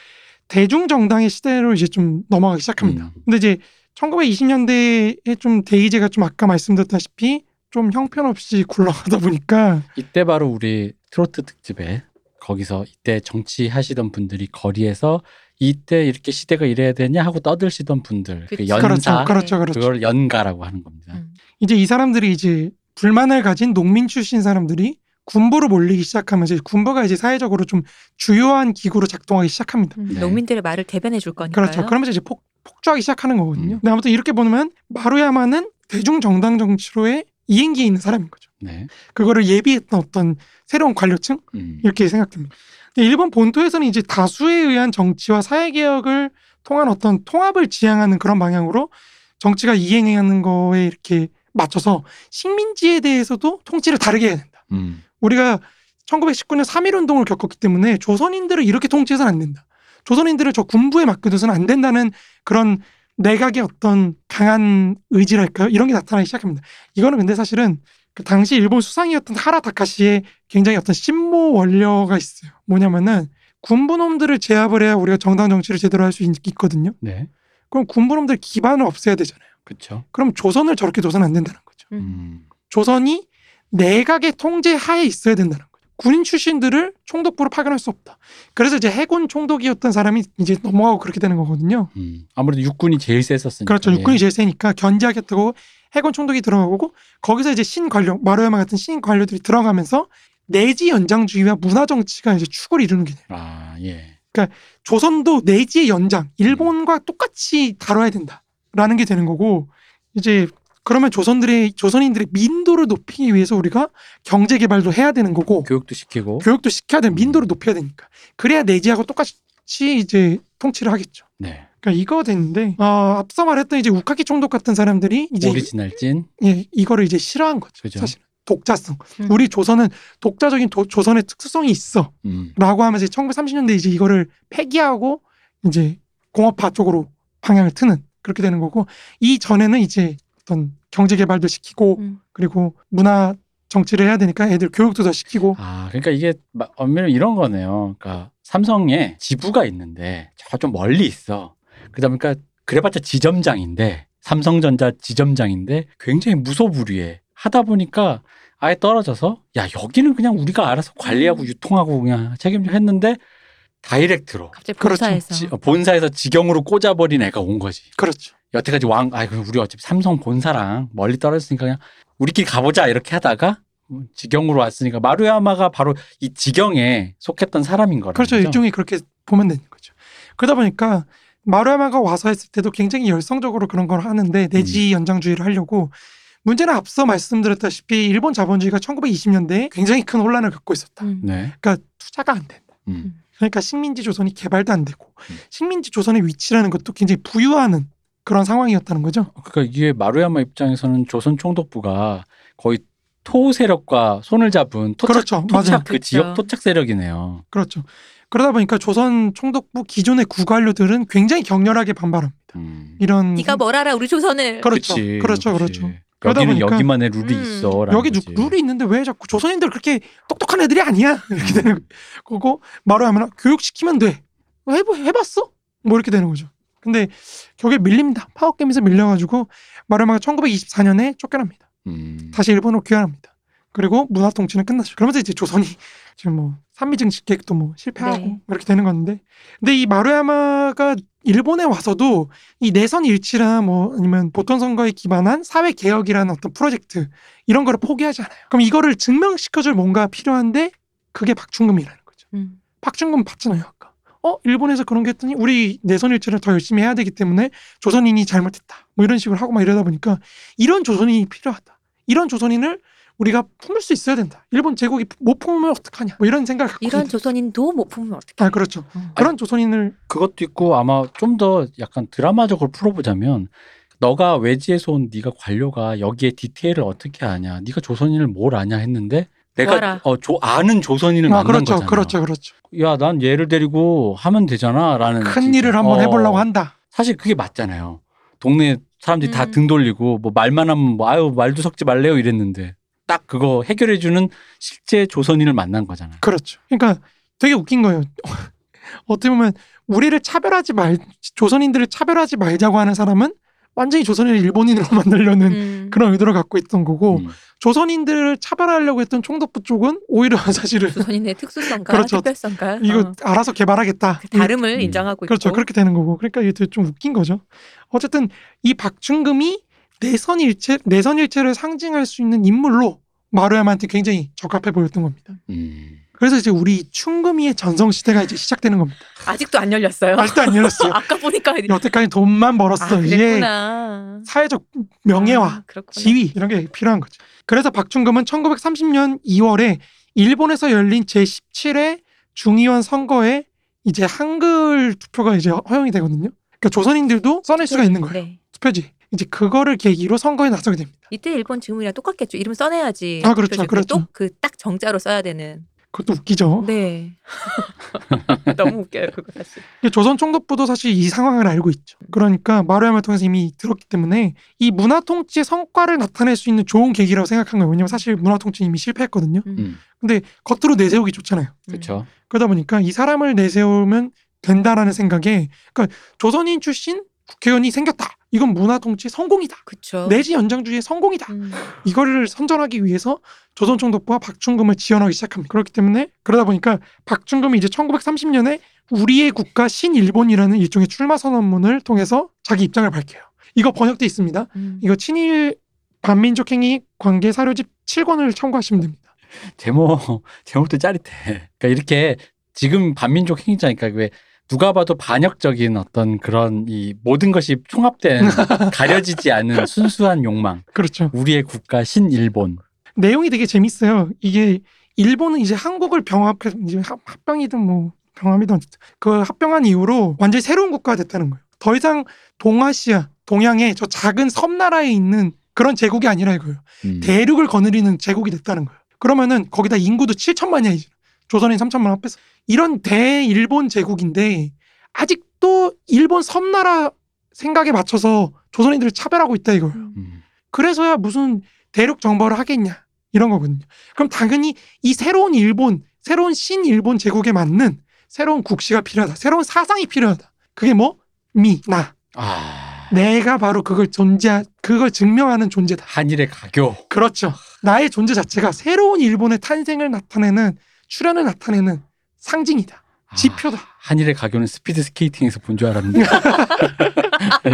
[SPEAKER 3] 대중정당의 시대로 이제 좀 넘어가기 시작합니다.
[SPEAKER 2] 음.
[SPEAKER 3] 근데 이제 1920년대에 좀 대의제가 좀 아까 말씀드렸다시피 좀 형편없이 굴러가다 보니까
[SPEAKER 2] 이때 바로 우리 트로트 특집에 거기서 이때 정치하시던 분들이 거리에서 이때 이렇게 시대가 이래야 되냐 하고 떠들시던 분들 그
[SPEAKER 1] 그치.
[SPEAKER 2] 연사
[SPEAKER 3] 그렇죠, 그렇죠, 그렇죠.
[SPEAKER 2] 그걸 연가라고 하는 겁니다.
[SPEAKER 1] 음.
[SPEAKER 3] 이제 이 사람들이 이제 불만을 가진 농민 출신 사람들이 군부로 몰리기 시작하면서 이제 군부가 이제 사회적으로 좀 주요한 기구로 작동하기 시작합니다.
[SPEAKER 1] 음,
[SPEAKER 2] 네.
[SPEAKER 1] 농민들의 말을 대변해 줄 거니까요.
[SPEAKER 3] 그렇죠. 그러면서 이제 폭, 폭주하기 시작하는 거거든요.
[SPEAKER 2] 음.
[SPEAKER 3] 근데 아무튼 이렇게 보면 마루야마는 대중정당 정치로의 이행기에 있는 사람인 거죠.
[SPEAKER 2] 네.
[SPEAKER 3] 그거를 예비했던 어떤 새로운 관료층
[SPEAKER 2] 음.
[SPEAKER 3] 이렇게 생각됩니다. 근데 일본 본토에서는 이제 다수에 의한 정치와 사회개혁을 통한 어떤 통합을 지향하는 그런 방향으로 정치가 이행하는 거에 이렇게 맞춰서 식민지에 대해서도 통치를 다르게 해야 된다.
[SPEAKER 2] 음.
[SPEAKER 3] 우리가 1919년 3.1운동을 겪었기 때문에 조선인들을 이렇게 통치해서는 안 된다. 조선인들을 저 군부에 맡겨둬서는 안 된다는 그런 내각의 어떤 강한 의지랄까요? 이런 게 나타나기 시작합니다. 이거는 근데 사실은 그 당시 일본 수상이었던 하라 다카시의 굉장히 어떤 신모 원료가 있어요. 뭐냐면은 군부놈들을 제압을 해야 우리가 정당 정치를 제대로 할 수 있거든요.
[SPEAKER 2] 네.
[SPEAKER 3] 그럼 군부놈들 기반을 없애야 되잖아요.
[SPEAKER 2] 그렇죠.
[SPEAKER 3] 그럼 조선을 저렇게 둬서는 안 된다는 거죠.
[SPEAKER 2] 음.
[SPEAKER 3] 조선이 내각의 통제 하에 있어야 된다는 거죠. 군인 출신들을 총독부로 파견할 수 없다. 그래서 이제 해군 총독이었던 사람이 이제 넘어가고 그렇게 되는 거거든요.
[SPEAKER 2] 음. 아무래도 육군이 제일 세었으니까.
[SPEAKER 3] 그렇죠. 육군이
[SPEAKER 2] 예.
[SPEAKER 3] 제일 세니까 견제하겠다고 해군 총독이 들어가고 거기서 이제 신관료, 마루야마 같은 신관료들이 들어가면서 내지 연장주의와 문화 정치가 이제 축을 이루는 게 돼요.
[SPEAKER 2] 아 예.
[SPEAKER 3] 조선도 내지의 연장, 일본과 똑같이 다뤄야 된다라는 게 되는 거고 이제 그러면 조선들의 조선인들의 민도를 높이기 위해서 우리가 경제 개발도 해야 되는 거고
[SPEAKER 2] 교육도 시키고.
[SPEAKER 3] 어? 교육도 시켜야 되는 민도를 높여야 되니까 그래야 내지하고 똑같이 이제 통치를 하겠죠.
[SPEAKER 2] 네.
[SPEAKER 3] 그러니까 이거 됐는데 어, 앞서 말했던 이제 우카키 총독 같은 사람들이 이제
[SPEAKER 2] 오리지널 찐.
[SPEAKER 3] 예, 이거를 이제 싫어한 거죠.
[SPEAKER 2] 그죠.
[SPEAKER 3] 사실 독자성.
[SPEAKER 1] 음.
[SPEAKER 3] 우리 조선은 독자적인 도- 조선의 특수성이 있어.
[SPEAKER 2] 음.
[SPEAKER 3] 라고 하면서 1930년대 이제 이거를 폐기하고 이제 공업화 쪽으로 방향을 트는 그렇게 되는 거고 이 전에는 이제 어떤 경제 개발도 시키고
[SPEAKER 1] 음.
[SPEAKER 3] 그리고 문화 정치를 해야 되니까 애들 교육도 더 시키고
[SPEAKER 2] 아, 그러니까 이게 마- 엄밀히 이런 거네요. 그러니까 삼성에 지부가 있는데 저 좀 멀리 있어. 그러다 보니까 그래봤자 지점장인데 삼성전자 지점장인데 굉장히 무소불위해 하다 보니까 아예 떨어져서 야 여기는 그냥 우리가 알아서 관리하고
[SPEAKER 1] 음.
[SPEAKER 2] 유통하고 그냥 책임져 했는데 다이렉트로
[SPEAKER 1] 갑자기
[SPEAKER 3] 그렇죠.
[SPEAKER 1] 본사에서
[SPEAKER 2] 지- 어, 본사에서 직영으로 꽂아버린 애가 온 거지.
[SPEAKER 3] 그렇죠.
[SPEAKER 2] 여태까지 왕, 아, 그럼 우리 어차피 삼성 본사랑 멀리 떨어졌으니까 그냥 우리끼리 가보자 이렇게 하다가 음, 지경으로 왔으니까 마루야마가 바로 이 지경에 속했던 사람인 거라.
[SPEAKER 3] 그렇죠. 일종의 그렇게 보면 되는 거죠. 그러다 보니까 마루야마가 와서 했을 때도 굉장히 열성적으로 그런 걸 하는데 내지 연장주의를 하려고 문제는 앞서 말씀드렸다시피 일본 자본주의가 1920년대에 굉장히 큰 혼란을 겪고 있었다.
[SPEAKER 1] 음.
[SPEAKER 2] 네.
[SPEAKER 3] 그러니까 투자가 안 된다.
[SPEAKER 2] 음.
[SPEAKER 3] 그러니까 식민지 조선이 개발도 안 되고
[SPEAKER 2] 음.
[SPEAKER 3] 식민지 조선의 위치라는 것도 굉장히 부유하는 그런 상황이었다는 거죠.
[SPEAKER 2] 그러니까 이게 마루야마 입장에서는 조선 총독부가 거의 토 세력과 손을 잡은 토착,
[SPEAKER 3] 그렇죠. 맞아요.
[SPEAKER 2] 토착 그 지역 토착 세력이네요.
[SPEAKER 3] 그렇죠. 그러다 보니까 조선 총독부 기존의 구관료들은 굉장히 격렬하게 반발합니다.
[SPEAKER 2] 음.
[SPEAKER 3] 이런
[SPEAKER 1] 네가 뭘 알아 우리 조선을.
[SPEAKER 3] 그렇죠.
[SPEAKER 2] 그치,
[SPEAKER 3] 그렇죠.
[SPEAKER 2] 그치.
[SPEAKER 3] 그렇죠. 그러다
[SPEAKER 2] 여기는
[SPEAKER 3] 보니까-
[SPEAKER 2] 여기만의 룰이
[SPEAKER 1] 음.
[SPEAKER 2] 있어.
[SPEAKER 3] 여기 누- 그 룰이 있는데 왜 자꾸 조선인들 그렇게 똑똑한 애들이 아니야 이렇게 되는 거고 말로 하면 교육시키면 돼 해보, 해봤어? 뭐 이렇게 되는 거죠 근데 격에 밀립니다 파워게임에서 밀려가지고 마루야마가 1924년에 쫓겨납니다
[SPEAKER 2] 음.
[SPEAKER 3] 다시 일본으로 귀환합니다 그리고 문화통치는 끝났죠 그러면서 이제 조선이 지금 뭐 산미증 계획도 뭐 실패하고
[SPEAKER 1] 네.
[SPEAKER 3] 이렇게 되는 건데 근데 이 마루야마가 일본에 와서도 이 내선 일치나 뭐 아니면 보통 선거에 기반한 사회 개혁이라는 어떤 프로젝트 이런 거를 포기하지 않아요. 그럼 이거를 증명시켜줄 뭔가 필요한데 그게 박충금이라는 거죠.
[SPEAKER 1] 음.
[SPEAKER 3] 박충금 봤잖아요 아까. 어 일본에서 그런 게 했더니 우리 내선 일치를 더 열심히 해야 되기 때문에 조선인이 잘못했다. 뭐 이런 식으로 하고 막 이러다 보니까 이런 조선인이 필요하다. 이런 조선인을 우리가 품을 수 있어야 된다. 일본 제국이 못 품으면 어떡하냐. 뭐 이런 생각을 갖고
[SPEAKER 1] 이런
[SPEAKER 3] 있는-
[SPEAKER 1] 조선인도 못 품으면 어떡해.
[SPEAKER 3] 아 그렇죠.
[SPEAKER 1] 어.
[SPEAKER 3] 그런 조선인을
[SPEAKER 2] 그것도 있고 아마 좀 더 약간 드라마적으로 풀어보자면 너가 외지에서 온 네가 관료가 여기에 디테일을 어떻게 아냐 네가 조선인을 뭘 아냐 했는데 내가
[SPEAKER 1] 알아.
[SPEAKER 2] 어, 조, 아는 조선인을
[SPEAKER 3] 아
[SPEAKER 2] 만난
[SPEAKER 3] 그렇죠,
[SPEAKER 2] 거잖아
[SPEAKER 3] 그렇죠, 그렇죠.
[SPEAKER 2] 야 난 얘를 데리고 하면 되잖아 라는
[SPEAKER 3] 큰
[SPEAKER 2] 지금.
[SPEAKER 3] 일을 한번
[SPEAKER 2] 어,
[SPEAKER 3] 해보려고 한다.
[SPEAKER 2] 사실 그게 맞잖아요 동네 사람들이 다
[SPEAKER 1] 음.
[SPEAKER 2] 등 돌리고 뭐 말만 하면 뭐 아유 말도 섞지 말래요 이랬는데 딱 그거 해결해주는 실제 조선인을 만난 거잖아 요
[SPEAKER 3] 그렇죠. 그러니까 되게 웃긴 거예요. 어떻게 보면 우리를 차별하지 말 조선인들을 차별하지 말자고 하는 사람은 완전히 조선인을 일본인으로 만들려는
[SPEAKER 1] 음.
[SPEAKER 3] 그런 의도를 갖고 있던 거고
[SPEAKER 2] 음.
[SPEAKER 3] 조선인들을 차별하려고 했던 총독부 쪽은 오히려 사실은
[SPEAKER 1] 조선인의 특수성과
[SPEAKER 3] 그렇죠.
[SPEAKER 1] 특별성과
[SPEAKER 3] 이거
[SPEAKER 1] 어,
[SPEAKER 3] 알아서 개발하겠다.
[SPEAKER 1] 그 다름을
[SPEAKER 2] 음.
[SPEAKER 1] 인정하고
[SPEAKER 3] 그렇죠.
[SPEAKER 1] 있고.
[SPEAKER 3] 그렇게 되는 거고. 그러니까 이게 되게 좀 웃긴 거죠. 어쨌든 이 박충금이 내선일체 내선일체를 상징할 수 있는 인물로 마루야마한테 굉장히 적합해 보였던 겁니다.
[SPEAKER 2] 음.
[SPEAKER 3] 그래서 이제 우리 충금이의 전성 시대가 이제 시작되는 겁니다.
[SPEAKER 1] 아직도 안 열렸어요.
[SPEAKER 3] 아직도 안 열렸어요.
[SPEAKER 1] 아까 보니까
[SPEAKER 3] 여태까지 돈만 벌었어.
[SPEAKER 1] 아,
[SPEAKER 3] 이제
[SPEAKER 1] 그랬구나.
[SPEAKER 3] 사회적 명예와
[SPEAKER 1] 아, 그렇구나.
[SPEAKER 3] 지위 이런 게 필요한 거죠. 그래서 박충금은 1930년 2월에 일본에서 열린 제17회 중의원 선거에 이제 한글 투표가 이제 허용이 되거든요. 그러니까 조선인들도 써낼 수가 있는 거예요.
[SPEAKER 1] 네.
[SPEAKER 3] 투표지. 이제 그거를 계기로 선거에 나서게 됩니다.
[SPEAKER 1] 이때 일본 지금이랑 똑같겠죠. 이름 써내야지.
[SPEAKER 3] 아, 그렇죠, 그렇죠. 어?
[SPEAKER 1] 그딱 정자로 써야 되는.
[SPEAKER 3] 그것도 웃기죠.
[SPEAKER 1] 네. 너무 웃겨요 그거 사실.
[SPEAKER 3] 이게 조선 총독부도 사실 이 상황을 알고 있죠. 그러니까 마루야마 통해서 이미 들었기 때문에 이 문화 통치의 성과를 나타낼 수 있는 좋은 계기라고 생각한 거예요. 왜냐면 사실 문화 통치 이미 실패했거든요.
[SPEAKER 1] 음.
[SPEAKER 2] 음.
[SPEAKER 3] 근데 겉으로 내세우기 좋잖아요.
[SPEAKER 2] 그렇죠
[SPEAKER 3] 그러다 보니까 이 사람을 내세우면 된다라는 생각에 그러니까 조선인 출신 국회의원이 생겼다. 이건 문화 통치 성공이다.
[SPEAKER 1] 그렇죠.
[SPEAKER 3] 내지 연장주의 성공이다.
[SPEAKER 1] 음.
[SPEAKER 3] 이거를 선전하기 위해서 조선 총독부와 박충금을 지원하기 시작합니다. 그렇기 때문에 그러다 보니까 박충금이 이제 1930년에 우리의 국가 신일본이라는 일종의 출마 선언문을 통해서 자기 입장을 밝혀요. 이거 번역돼 있습니다.
[SPEAKER 1] 음.
[SPEAKER 3] 이거 친일 반민족 행위 관계 사료집 7권을 참고하시면 됩니다.
[SPEAKER 2] 제목 제목도 짜릿해. 그러니까 이렇게 지금 반민족 행위자니까 왜 누가 봐도 반역적인 어떤 그런 이 모든 것이 총합된 가려지지 않은 순수한 욕망.
[SPEAKER 3] 그렇죠.
[SPEAKER 2] 우리의 국가 신일본.
[SPEAKER 3] 내용이 되게 재밌어요. 이게 일본은 이제 한국을 병합해서 이제 합- 합병이든 뭐 병합이든 어쨌든 그 합병한 이후로 완전히 새로운 국가가 됐다는 거예요. 더 이상 동아시아, 동양의 저 작은 섬나라에 있는 그런 제국이 아니라 이거예요.
[SPEAKER 2] 음.
[SPEAKER 3] 대륙을 거느리는 제국이 됐다는 거예요. 그러면은 거기다 인구도 7천만이야 이제 조선인 3천만 합해서 이런 대일본 제국인데 아직도 일본 섬나라 생각에 맞춰서 조선인들을 차별하고 있다 이거예요.
[SPEAKER 2] 음.
[SPEAKER 3] 그래서야 무슨 대륙 정벌을 하겠냐 이런 거거든요. 그럼 당연히 이 새로운 일본, 새로운 신일본 제국에 맞는 새로운 국시가 필요하다. 새로운 사상이 필요하다. 그게 뭐? 미, 나.
[SPEAKER 2] 아
[SPEAKER 3] 내가 바로 그걸 존재, 그걸 증명하는 존재다.
[SPEAKER 2] 한일의 가교.
[SPEAKER 3] 그렇죠. 나의 존재 자체가 새로운 일본의 탄생을 나타내는, 출현을 나타내는 상징이다.
[SPEAKER 2] 아,
[SPEAKER 3] 지표다.
[SPEAKER 2] 한일의 가교는 스피드 스케이팅에서 본 줄 알았는데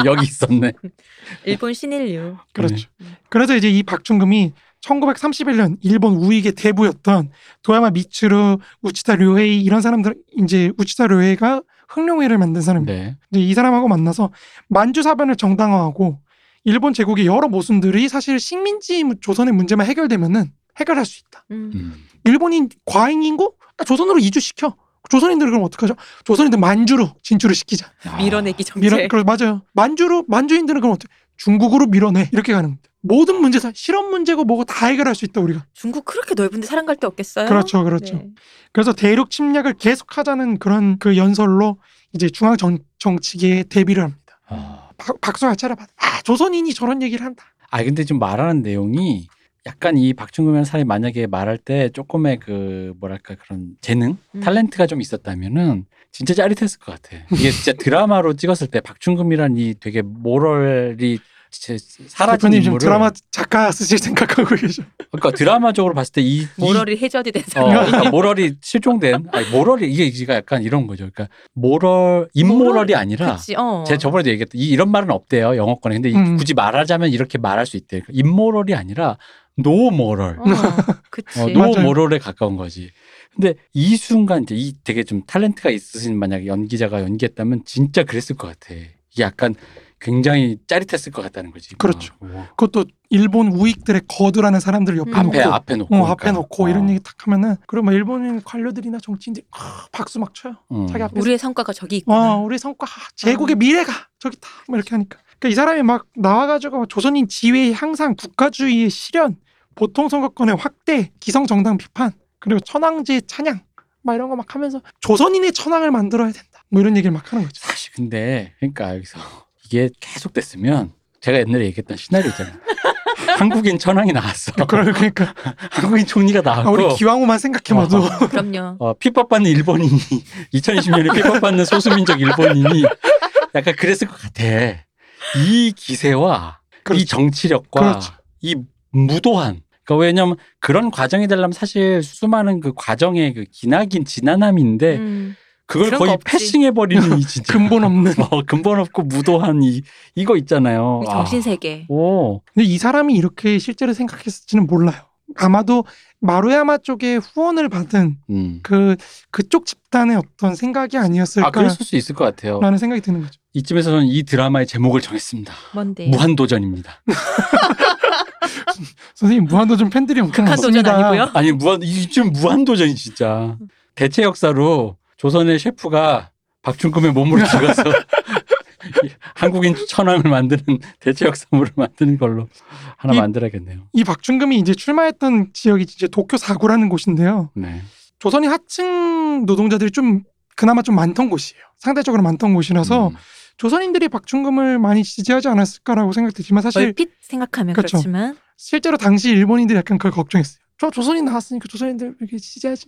[SPEAKER 2] 여기 있었네.
[SPEAKER 1] 일본 신일류.
[SPEAKER 3] 그렇죠.
[SPEAKER 1] 네.
[SPEAKER 3] 그래서 이제 이 박충금이 1931년 일본 우익의 대부였던 도야마 미츠루, 우치다 료헤이 이런 사람들 이제 우치다 료헤이가 흑룡회를 만든 사람입니다.
[SPEAKER 2] 네.
[SPEAKER 3] 이제 이 사람하고 만나서 만주 사변을 정당화하고 일본 제국의 여러 모순들이 사실 식민지 조선의 문제만 해결되면은 해결할 수 있다.
[SPEAKER 1] 음.
[SPEAKER 2] 음.
[SPEAKER 3] 일본인 과잉 인구 아, 조선으로 이주시켜. 조선인들 그럼 어떡하죠? 조선인들 만주로 진출을 시키자.
[SPEAKER 2] 아,
[SPEAKER 1] 밀어내기 정책.
[SPEAKER 3] 이런 그 맞아요. 만주로 만주인들은 그럼 어떻게? 중국으로 밀어내 이렇게 가는 겁니다. 모든 문제 다 실험 문제고 뭐고 다 해결할 수 있다 우리가.
[SPEAKER 1] 중국 그렇게 넓은데 사람 갈 데 없겠어요?
[SPEAKER 3] 그렇죠, 그렇죠.
[SPEAKER 1] 네.
[SPEAKER 3] 그래서 대륙 침략을 계속하자는 그런 그 연설로 이제 중앙 정, 정치계에 대비를 합니다.
[SPEAKER 2] 아,
[SPEAKER 3] 박- 박수가 차려받아. 아, 조선인이 저런 얘기를 한다.
[SPEAKER 2] 아 근데 지금 말하는 내용이 약간 이 박중금이라는 사람이 만약에 말할 때 조금의 그 뭐랄까 그런 재능,
[SPEAKER 1] 음.
[SPEAKER 2] 탤런트가 좀 있었다면은 진짜 짜릿했을 것 같아. 이게 진짜 드라마로 찍었을 때 박중금이란 이 되게 모럴이 진짜 사라진
[SPEAKER 3] 대표님 지금
[SPEAKER 2] 인물을
[SPEAKER 3] 드라마 작가 쓰실 생각하고 계셔.
[SPEAKER 2] 그러니까 드라마적으로 봤을 때이 이-
[SPEAKER 1] 모럴이 해저드 된
[SPEAKER 2] 어,
[SPEAKER 1] 사람.
[SPEAKER 2] 그러니까 모럴이 실종된 아니 모럴이 이게 이가 약간 이런 거죠. 그러니까 모럴
[SPEAKER 1] 모럴,
[SPEAKER 2] 인모럴이 아니라
[SPEAKER 1] 그치, 어.
[SPEAKER 2] 제가 저번에도 얘기했던 이, 이런 말은 없대요 영어권에 근데 이-
[SPEAKER 3] 음.
[SPEAKER 2] 굳이 말하자면 이렇게 말할 수 있대 그러니까 인모럴이 아니라 노모럴
[SPEAKER 1] 어, 그치.
[SPEAKER 2] 어,
[SPEAKER 3] 맞아요.
[SPEAKER 2] 노모럴에 가까운 거지 근데 이 순간 이제 이 되게 좀 탤런트가 있으신 만약에 연기자가 연기했다면 진짜 그랬을 것 같아 이게 약간 굉장히 짜릿했을 것 같다는 거지
[SPEAKER 3] 그렇죠.
[SPEAKER 2] 막, 뭐,
[SPEAKER 3] 그것도 일본 우익들의 거두라는 사람들 옆에
[SPEAKER 1] 음.
[SPEAKER 2] 앞에
[SPEAKER 3] 놓고,
[SPEAKER 2] 앞에 놓고
[SPEAKER 3] 어,
[SPEAKER 2] 그러니까.
[SPEAKER 3] 앞에 놓고
[SPEAKER 2] 어,
[SPEAKER 3] 이런 얘기 탁 하면은 그러면 일본인 관료들이나 정치인들 이 박수 막 쳐요.
[SPEAKER 2] 음.
[SPEAKER 3] 자기 앞에서
[SPEAKER 1] 우리의 성과가 저기 있구나.
[SPEAKER 2] 네.
[SPEAKER 3] 와 어, 우리 성과 아, 제국의 미래가 저기 다뭐 이렇게 하니까 그러니까 이 사람이 막 나와가지고 조선인 지위의 향상 국가주의의 실현 보통 선거권의 확대 기성정당 비판 그리고 천황제의 찬양 막 이런 거 막 하면서 조선인의 천황을 만들어야 된다 뭐 이런 얘기를 막 하는 거죠
[SPEAKER 2] 사실 근데 그러니까 여기서 이게 계속 됐으면 제가 옛날에 얘기했던 시나리오 있잖아요 한국인 천황이 나왔어
[SPEAKER 3] 그러- 그러니까
[SPEAKER 2] 한국인 총리가
[SPEAKER 3] 아, 우리
[SPEAKER 2] 나왔고
[SPEAKER 3] 기왕후만 생각해봐도
[SPEAKER 1] 그럼요.
[SPEAKER 2] 어, 핍박받는 일본인이 2020년에 핍박받는 소수민족 일본인이 약간 그랬을 것 같아. 이 기세와
[SPEAKER 3] 그렇죠.
[SPEAKER 2] 이 정치력과
[SPEAKER 3] 그렇죠.
[SPEAKER 2] 이 무도한 그러니까 왜냐면 그런 과정이 되려면 사실 수많은 그 과정의 그 기나긴 지난함인데
[SPEAKER 3] 네.
[SPEAKER 1] 음.
[SPEAKER 2] 그걸
[SPEAKER 1] 그런
[SPEAKER 2] 거의
[SPEAKER 1] 거 없지.
[SPEAKER 2] 패싱해 버리는 이 진짜
[SPEAKER 3] 근본 없는
[SPEAKER 2] 어, 근본 없고 무도한 이 이거 있잖아요.
[SPEAKER 3] 어.
[SPEAKER 1] 우리
[SPEAKER 2] 아.
[SPEAKER 1] 정신세계.
[SPEAKER 3] 뭐,
[SPEAKER 2] 오.
[SPEAKER 3] 근데 이 사람이 이렇게 실제로 생각했을지는 몰라요 아마도 마루야마 쪽에 후원을 받은
[SPEAKER 2] 음.
[SPEAKER 3] 그 그쪽 집단의 어떤 생각이
[SPEAKER 2] 아,
[SPEAKER 3] 아니었을까라는
[SPEAKER 2] 그랬을 수 있을 것 같아요.
[SPEAKER 3] 생각이 드는 거죠.
[SPEAKER 2] 이쯤에서 저는 이 드라마의 제목을 정했습니다.
[SPEAKER 1] 뭔데?
[SPEAKER 3] 뭐
[SPEAKER 2] 무한도전입니다.
[SPEAKER 3] 선생님 무한도전 팬들이 엄청
[SPEAKER 1] 북한 도전
[SPEAKER 3] 많습니다.
[SPEAKER 1] 아니고요?
[SPEAKER 2] 아니 무한 이쯤 무한도전이 진짜 대체 역사로 조선의 셰프가 박중금의 몸으로 죽어서 이 한국인 천황을 만드는 대체 역사물을 만드는 걸로 하나
[SPEAKER 3] 이-
[SPEAKER 2] 만들어야겠네요.
[SPEAKER 3] 이 박준금이 이제 출마했던 지역이 이제 도쿄 사고라는 곳인데요.
[SPEAKER 2] 네.
[SPEAKER 3] 조선의 하층 노동자들이 좀 그나마 좀 많던 곳이에요. 상대적으로 많던 곳이라서
[SPEAKER 2] 음.
[SPEAKER 3] 조선인들이 박준금을 많이 지지하지 않았을까라고 생각되지만 사실
[SPEAKER 1] 얼핏 생각하면 그
[SPEAKER 3] 그렇죠.
[SPEAKER 1] 렇지만
[SPEAKER 3] 실제로 당시 일본인들이 약간 그걸 걱정했어요. 저 조선인 나왔으니까 조선인들 이렇게 지지하지.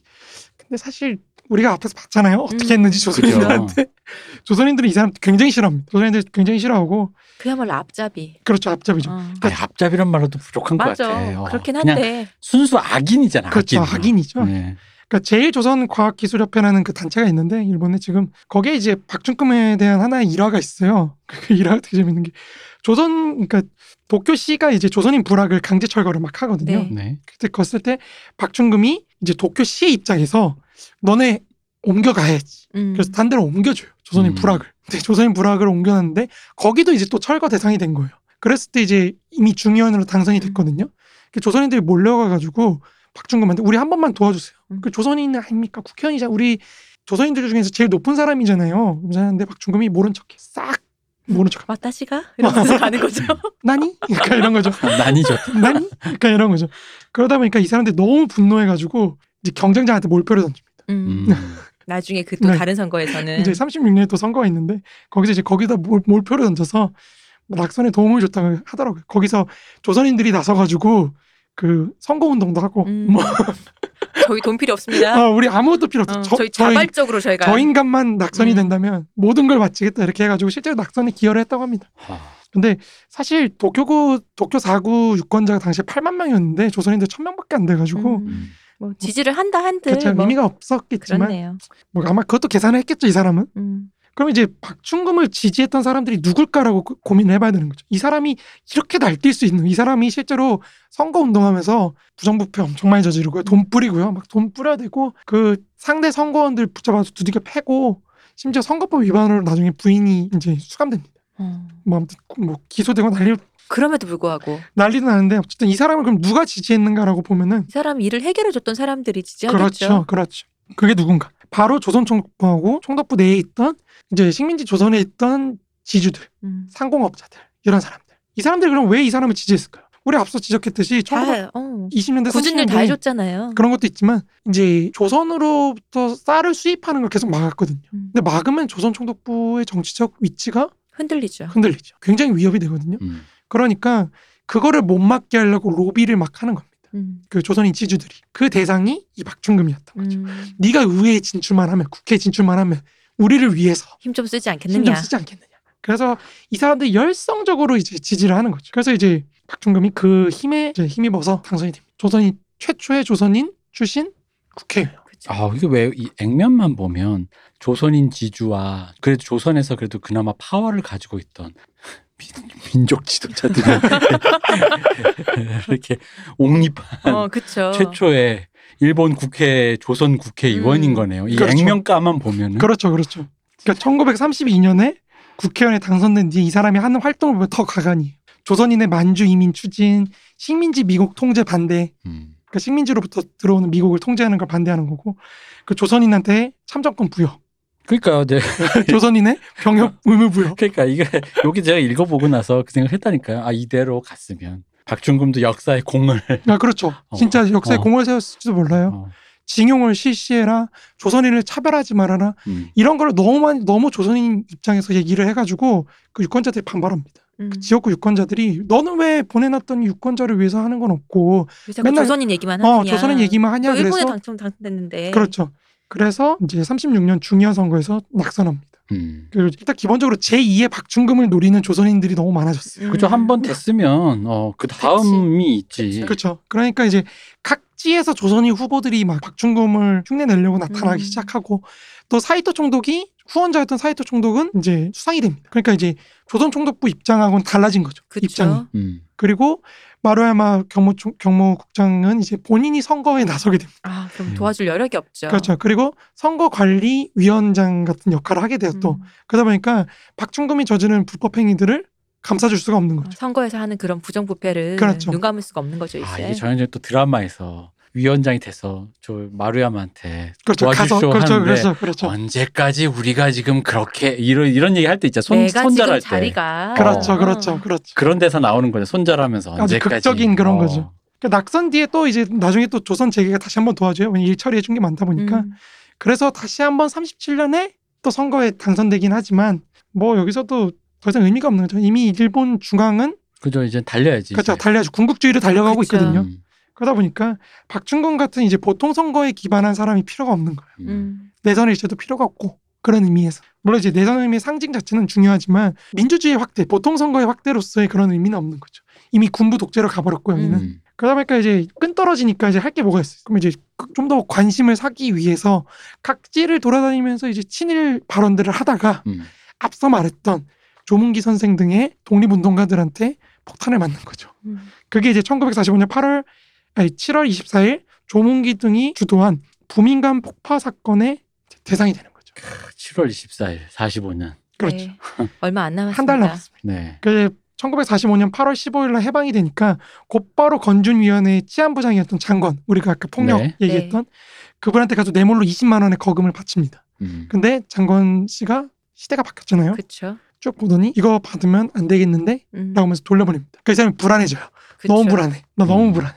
[SPEAKER 3] 근데 사실 우리가 앞에서 봤잖아요. 어떻게
[SPEAKER 1] 음.
[SPEAKER 3] 했는지 조선인들한테. 조선인들은 이 사람 굉장히 싫어합니다. 조선인들 굉장히 싫어하고
[SPEAKER 1] 그야말로 앞잡이.
[SPEAKER 3] 그렇죠 앞잡이죠.
[SPEAKER 1] 어.
[SPEAKER 2] 아니, 앞잡이란 말로도 부족한 것
[SPEAKER 1] 맞아.
[SPEAKER 3] 어.
[SPEAKER 2] 같아요.
[SPEAKER 1] 그렇긴
[SPEAKER 2] 그냥
[SPEAKER 1] 한데.
[SPEAKER 2] 순수 악인이잖아.
[SPEAKER 3] 그렇죠 악인이죠.
[SPEAKER 2] 네.
[SPEAKER 3] 그러니까 제일 조선 과학 기술 협회라는 그 단체가 있는데 일본에 지금 거기에 이제 박준금에 대한 하나의 일화가 있어요. 그 일화가 되게 재밌는 게 조선 그러니까 도쿄시가 이제 조선인 불학을 강제 철거를 막 하거든요.
[SPEAKER 1] 네.
[SPEAKER 2] 네.
[SPEAKER 3] 그때 그랬을 때 박준금이 이제 도쿄시의 입장에서 너네 옮겨가야지.
[SPEAKER 1] 음.
[SPEAKER 3] 그래서 딴 데로 옮겨줘요. 조선인
[SPEAKER 2] 음.
[SPEAKER 3] 불학을. 근데 조선인 불학을 옮겨놨는데 거기도 이제 또 철거 대상이 된 거예요. 그랬을 때 이제 이미 중의원으로 당선이 됐거든요. 그 조선인들이 몰려가가지고 박준금한테 우리 한 번만 도와주세요.
[SPEAKER 1] 음.
[SPEAKER 3] 그 조선인 아닙니까? 국회의원이자 우리 조선인들 중에서 제일 높은 사람이잖아요. 그러면서 하는데 박준금이 모른 척해. 싹 모른 척.
[SPEAKER 1] 왔다시가 이러면서 가는 거죠.
[SPEAKER 3] 나니? 그러니까 이런 거죠.
[SPEAKER 2] 난이 좋
[SPEAKER 3] 나니? 그러니까 이런 거죠. 그러다 보니까 이 사람들이 너무 분노해가지고 이제 경쟁자한테 몰표를 던집니다.
[SPEAKER 1] 음.
[SPEAKER 2] 음.
[SPEAKER 1] 나중에 그 또
[SPEAKER 3] 네.
[SPEAKER 1] 다른 선거에서는
[SPEAKER 3] 이제 36년에 또 선거가 있는데 거기서 이제 거기다 몰, 몰표를 던져서 낙선에 도움을 줬다고 하더라고요. 거기서 조선인들이 나서가지고 그 선거운동도 하고
[SPEAKER 1] 음.
[SPEAKER 3] 뭐
[SPEAKER 1] 저희 돈 필요 없습니다.
[SPEAKER 3] 아, 우리 아무것도 필요 없어.
[SPEAKER 1] 어,
[SPEAKER 3] 저,
[SPEAKER 1] 저희
[SPEAKER 3] 저희-
[SPEAKER 1] 자발적으로 저희가
[SPEAKER 3] 저 인간만 낙선이
[SPEAKER 1] 음.
[SPEAKER 3] 된다면 모든 걸 바치겠다 이렇게 해가지고 실제로 낙선에 기여를 했다고 합니다.
[SPEAKER 2] 아,
[SPEAKER 3] 근데 사실 도쿄구 도쿄 4구 유권자가 당시에 8만 명이었는데 조선인들 1,000명밖에 안 돼가지고
[SPEAKER 1] 음.
[SPEAKER 2] 음.
[SPEAKER 1] 뭐 지지를 한다 한들
[SPEAKER 3] 그쵸,
[SPEAKER 1] 뭐
[SPEAKER 3] 그렇죠. 의미가 없었겠지만
[SPEAKER 1] 그렇네요.
[SPEAKER 3] 뭐 아마 그것도 계산을 했겠죠 이 사람은.
[SPEAKER 1] 음.
[SPEAKER 3] 그럼 이제 박충금을 지지했던 사람들이 누굴까라고 고- 고민을 해봐야 되는 거죠. 이 사람이 이렇게 날뛸 수 있는, 이 사람이 실제로 선거 운동하면서 부정부패 엄청 많이 저지르고요. 돈 뿌리고요. 막 돈 뿌려야 되고, 그 상대 선거원들 붙잡아서 두들겨 패고, 심지어 선거법 위반으로 나중에 부인이 이제 수감됩니다.
[SPEAKER 1] 어.
[SPEAKER 3] 뭐 아무튼 뭐 기소되고 난리,
[SPEAKER 1] 그럼에도 불구하고
[SPEAKER 3] 난리도 나는데, 어쨌든 이 사람을 그럼 누가 지지했는가라고 보면은,
[SPEAKER 1] 이 사람 일을 해결해 줬던 사람들이
[SPEAKER 3] 그렇죠,
[SPEAKER 1] 지지하겠죠.
[SPEAKER 3] 그렇죠. 그게 누군가? 바로 조선총독부하고 총독부 내에 있던 이제 식민지 조선에 있던 지주들.
[SPEAKER 1] 음.
[SPEAKER 3] 상공업자들 이런 사람들 이 사람들이 그럼 왜 이 사람을 지지했을까요? 우리 앞서 지적했듯이
[SPEAKER 1] 다 어.
[SPEAKER 3] 1920년대
[SPEAKER 1] 굳은 일다
[SPEAKER 3] 30년대
[SPEAKER 1] 해줬잖아요.
[SPEAKER 3] 그런 것도 있지만 이제 조선으로부터 쌀을 수입하는 걸 계속 막았거든요.
[SPEAKER 1] 음.
[SPEAKER 3] 근데 막으면 조선 총독부의 정치적 위치가
[SPEAKER 1] 흔들리죠.
[SPEAKER 3] 흔들리죠. 굉장히 위협이 되거든요.
[SPEAKER 2] 음.
[SPEAKER 3] 그러니까 그거를 못 막게 하려고 로비를 막 하는 겁니다.
[SPEAKER 1] 음.
[SPEAKER 3] 그 조선인 지주들이 그 대상이 이 박충금이었던 거죠.
[SPEAKER 1] 음.
[SPEAKER 3] 네가 의회에 진출만 하면 국회에 진출만 하면 우리를 위해서
[SPEAKER 1] 힘좀 쓰지
[SPEAKER 3] 힘 좀
[SPEAKER 1] 않겠느냐.
[SPEAKER 3] 쓰지 않겠느냐. 그래서 이 사람들이 열성적으로 이제 지지를 하는 거죠. 그래서 이제 박중금이 그 힘에 이제 힘입어서 당선이 됩니다. 조선인 최초의 조선인 출신 국회의원.
[SPEAKER 1] 그죠.
[SPEAKER 2] 아, 이게 왜 이 액면만 보면 조선인 지주와 그래도 조선에서 그래도 그나마 파워를 가지고 있던 민- 민족 지도자들이 이렇게 옹립한
[SPEAKER 1] 어, 그쵸.
[SPEAKER 2] 최초의 일본 국회 조선 국회의원인
[SPEAKER 1] 음.
[SPEAKER 2] 거네요. 이
[SPEAKER 3] 그렇죠.
[SPEAKER 2] 액면가만 보면은
[SPEAKER 3] 그렇죠, 그렇죠. 그러니까 1932년에 국회의원에 당선된 뒤에 이 사람이 하는 활동을 보면 더 가관이. 조선인의 만주 이민 추진, 식민지 미국 통제 반대,
[SPEAKER 2] 음.
[SPEAKER 3] 그러니까 식민지로부터 들어오는 미국을 통제하는 걸 반대하는 거고, 그 조선인한테 참정권 부여,
[SPEAKER 2] 그러니까 이제
[SPEAKER 3] 조선인의 병역 의무 부여,
[SPEAKER 2] 그러니까 이게 여기 제가 읽어보고 나서 그 생각했다니까요. 아 이대로 갔으면 박준금도 역사의 공을
[SPEAKER 3] 아, 그렇죠. 진짜 역사에
[SPEAKER 2] 네. 어.
[SPEAKER 3] 공을 세웠을지도 몰라요.
[SPEAKER 2] 어,
[SPEAKER 3] 징용을 실시해라, 조선인을 차별하지 말아라
[SPEAKER 2] 음.
[SPEAKER 3] 이런 걸 너무 많이 너무 조선인 입장에서 얘기를 해가지고 그 유권자들이 반발합니다.
[SPEAKER 1] 음.
[SPEAKER 3] 지역구 유권자들이 너는 왜 보내놨던 유권자를 위해서 하는 건 없고
[SPEAKER 1] 왜 자꾸
[SPEAKER 3] 맨날-
[SPEAKER 1] 그 조선인 얘기만 하냐.
[SPEAKER 3] 어 조선인 얘기만 하냐
[SPEAKER 1] 또 일본에
[SPEAKER 3] 그래서
[SPEAKER 1] 당첨 당첨됐는데.
[SPEAKER 3] 그렇죠. 그래서 이제 36년 중의원 선거에서 낙선합니다.
[SPEAKER 2] 음.
[SPEAKER 3] 그리고 일단 기본적으로 제2의 박중금을 노리는 조선인들이 너무 많아졌어요.
[SPEAKER 1] 음.
[SPEAKER 2] 그죠 한 번 됐으면 어 그 다음이 있지.
[SPEAKER 3] 그렇죠. 그러니까 이제 각지에서 조선인 후보들이 막 박중금을 흉내내려고
[SPEAKER 1] 음.
[SPEAKER 3] 나타나기 시작하고 또 사이토 총독이 후원자였던 사이토 총독은 이제 수상이 됩니다. 그러니까 이제 조선 총독부 입장하고는 달라진 거죠.
[SPEAKER 1] 그쵸.
[SPEAKER 3] 입장이.
[SPEAKER 2] 음.
[SPEAKER 3] 그리고 마루야마 경무 총- 경무국장은 이제 본인이 선거에 나서게 됩니다.
[SPEAKER 1] 아, 그럼
[SPEAKER 2] 음.
[SPEAKER 1] 도와줄 여력이 없죠.
[SPEAKER 3] 그렇죠. 그리고 선거관리위원장 같은 역할을 하게 돼요.
[SPEAKER 1] 음.
[SPEAKER 3] 또 그러다 보니까 박중금이 저지른 불법행위들을 감싸줄 수가 없는
[SPEAKER 1] 아,
[SPEAKER 3] 거죠.
[SPEAKER 1] 선거에서 하는 그런 부정부패를
[SPEAKER 3] 그렇죠.
[SPEAKER 1] 눈 감을 수가 없는 거죠, 이제.
[SPEAKER 2] 아 이게 전현진 또 드라마에서 위원장이 돼서 저 마루야마한테
[SPEAKER 3] 그렇죠. 가서
[SPEAKER 2] 도와주쇼
[SPEAKER 3] 그렇죠.
[SPEAKER 2] 하는데
[SPEAKER 3] 그렇죠. 그렇죠.
[SPEAKER 2] 언제까지 우리가 지금 그렇게 이런 이런 얘기 할 때 있잖아. 손
[SPEAKER 1] 내가 지금
[SPEAKER 2] 손절할 때
[SPEAKER 1] 자리가
[SPEAKER 3] 그렇죠.
[SPEAKER 1] 어.
[SPEAKER 3] 그렇죠. 그렇죠.
[SPEAKER 2] 그런 데서 나오는 거죠. 손절하면서
[SPEAKER 3] 아주
[SPEAKER 2] 언제까지
[SPEAKER 3] 극적인 그런
[SPEAKER 2] 어.
[SPEAKER 3] 거죠. 그 낙선 뒤에 또 이제 나중에 또 조선 재계가 다시 한번 도와줘요. 왜냐면 일 처리해 준 게 많다 보니까.
[SPEAKER 1] 음.
[SPEAKER 3] 그래서 다시 한번 37년에 또 선거에 당선되긴 하지만 뭐 여기서도 더 이상 의미가 없는 거죠. 이미 일본 중앙은
[SPEAKER 2] 그죠 이제 달려야지.
[SPEAKER 3] 그렇죠.
[SPEAKER 2] 이제.
[SPEAKER 3] 달려야죠. 군국주의로 달려가고
[SPEAKER 1] 그쵸.
[SPEAKER 3] 있거든요.
[SPEAKER 2] 음,
[SPEAKER 3] 그러다 보니까 박준건 같은 이제 보통 선거에 기반한 사람이 필요가 없는 거예요.
[SPEAKER 2] 음.
[SPEAKER 1] 음.
[SPEAKER 3] 내선에 있어도 필요가 없고 그런 의미에서. 물론 이제 내선 의미의 상징 자체는 중요하지만 민주주의의 확대, 보통 선거의 확대로서의 그런 의미는 없는 거죠. 이미 군부 독재로 가버렸고 여기는.
[SPEAKER 2] 음.
[SPEAKER 3] 그러다 보니까 이제 끈 떨어지니까 이제 할 게 뭐가 있어요. 그럼 이제 좀 더 관심을 사기 위해서 각지를 돌아다니면서 이제 친일 발언들을 하다가
[SPEAKER 2] 음.
[SPEAKER 3] 앞서 말했던 조문기 선생 등의 독립운동가들한테 폭탄을 맞는 거죠.
[SPEAKER 1] 음.
[SPEAKER 3] 그게 이제 1945년 8월 아니 7월 24일 조문기 등이 주도한 부민간 폭파 사건의 대상이 되는 거죠.
[SPEAKER 2] 7월 24일 45년.
[SPEAKER 3] 그렇죠.
[SPEAKER 1] 네. 얼마 안 남았습니다.
[SPEAKER 3] 한 달 남았습니다.
[SPEAKER 2] 네.
[SPEAKER 3] 그 1945년 8월 15일 날 해방이 되니까 곧바로 건준위원회 치안부장이었던 장관 우리가 아까 폭력
[SPEAKER 2] 네.
[SPEAKER 3] 얘기했던 그분한테 가서 뇌물로 20만 원의 거금을 바칩니다.
[SPEAKER 2] 음.
[SPEAKER 3] 근데 장관 씨가 시대가 바뀌었잖아요.
[SPEAKER 1] 그렇죠.
[SPEAKER 3] 쭉 보더니 이거 받으면 안 되겠는데
[SPEAKER 1] 음.
[SPEAKER 3] 라고 하면서 돌려보냅니다. 그 사람이 불안해져요.
[SPEAKER 1] 그쵸.
[SPEAKER 3] 너무 불안해. 나 너무
[SPEAKER 2] 음.
[SPEAKER 3] 불안해.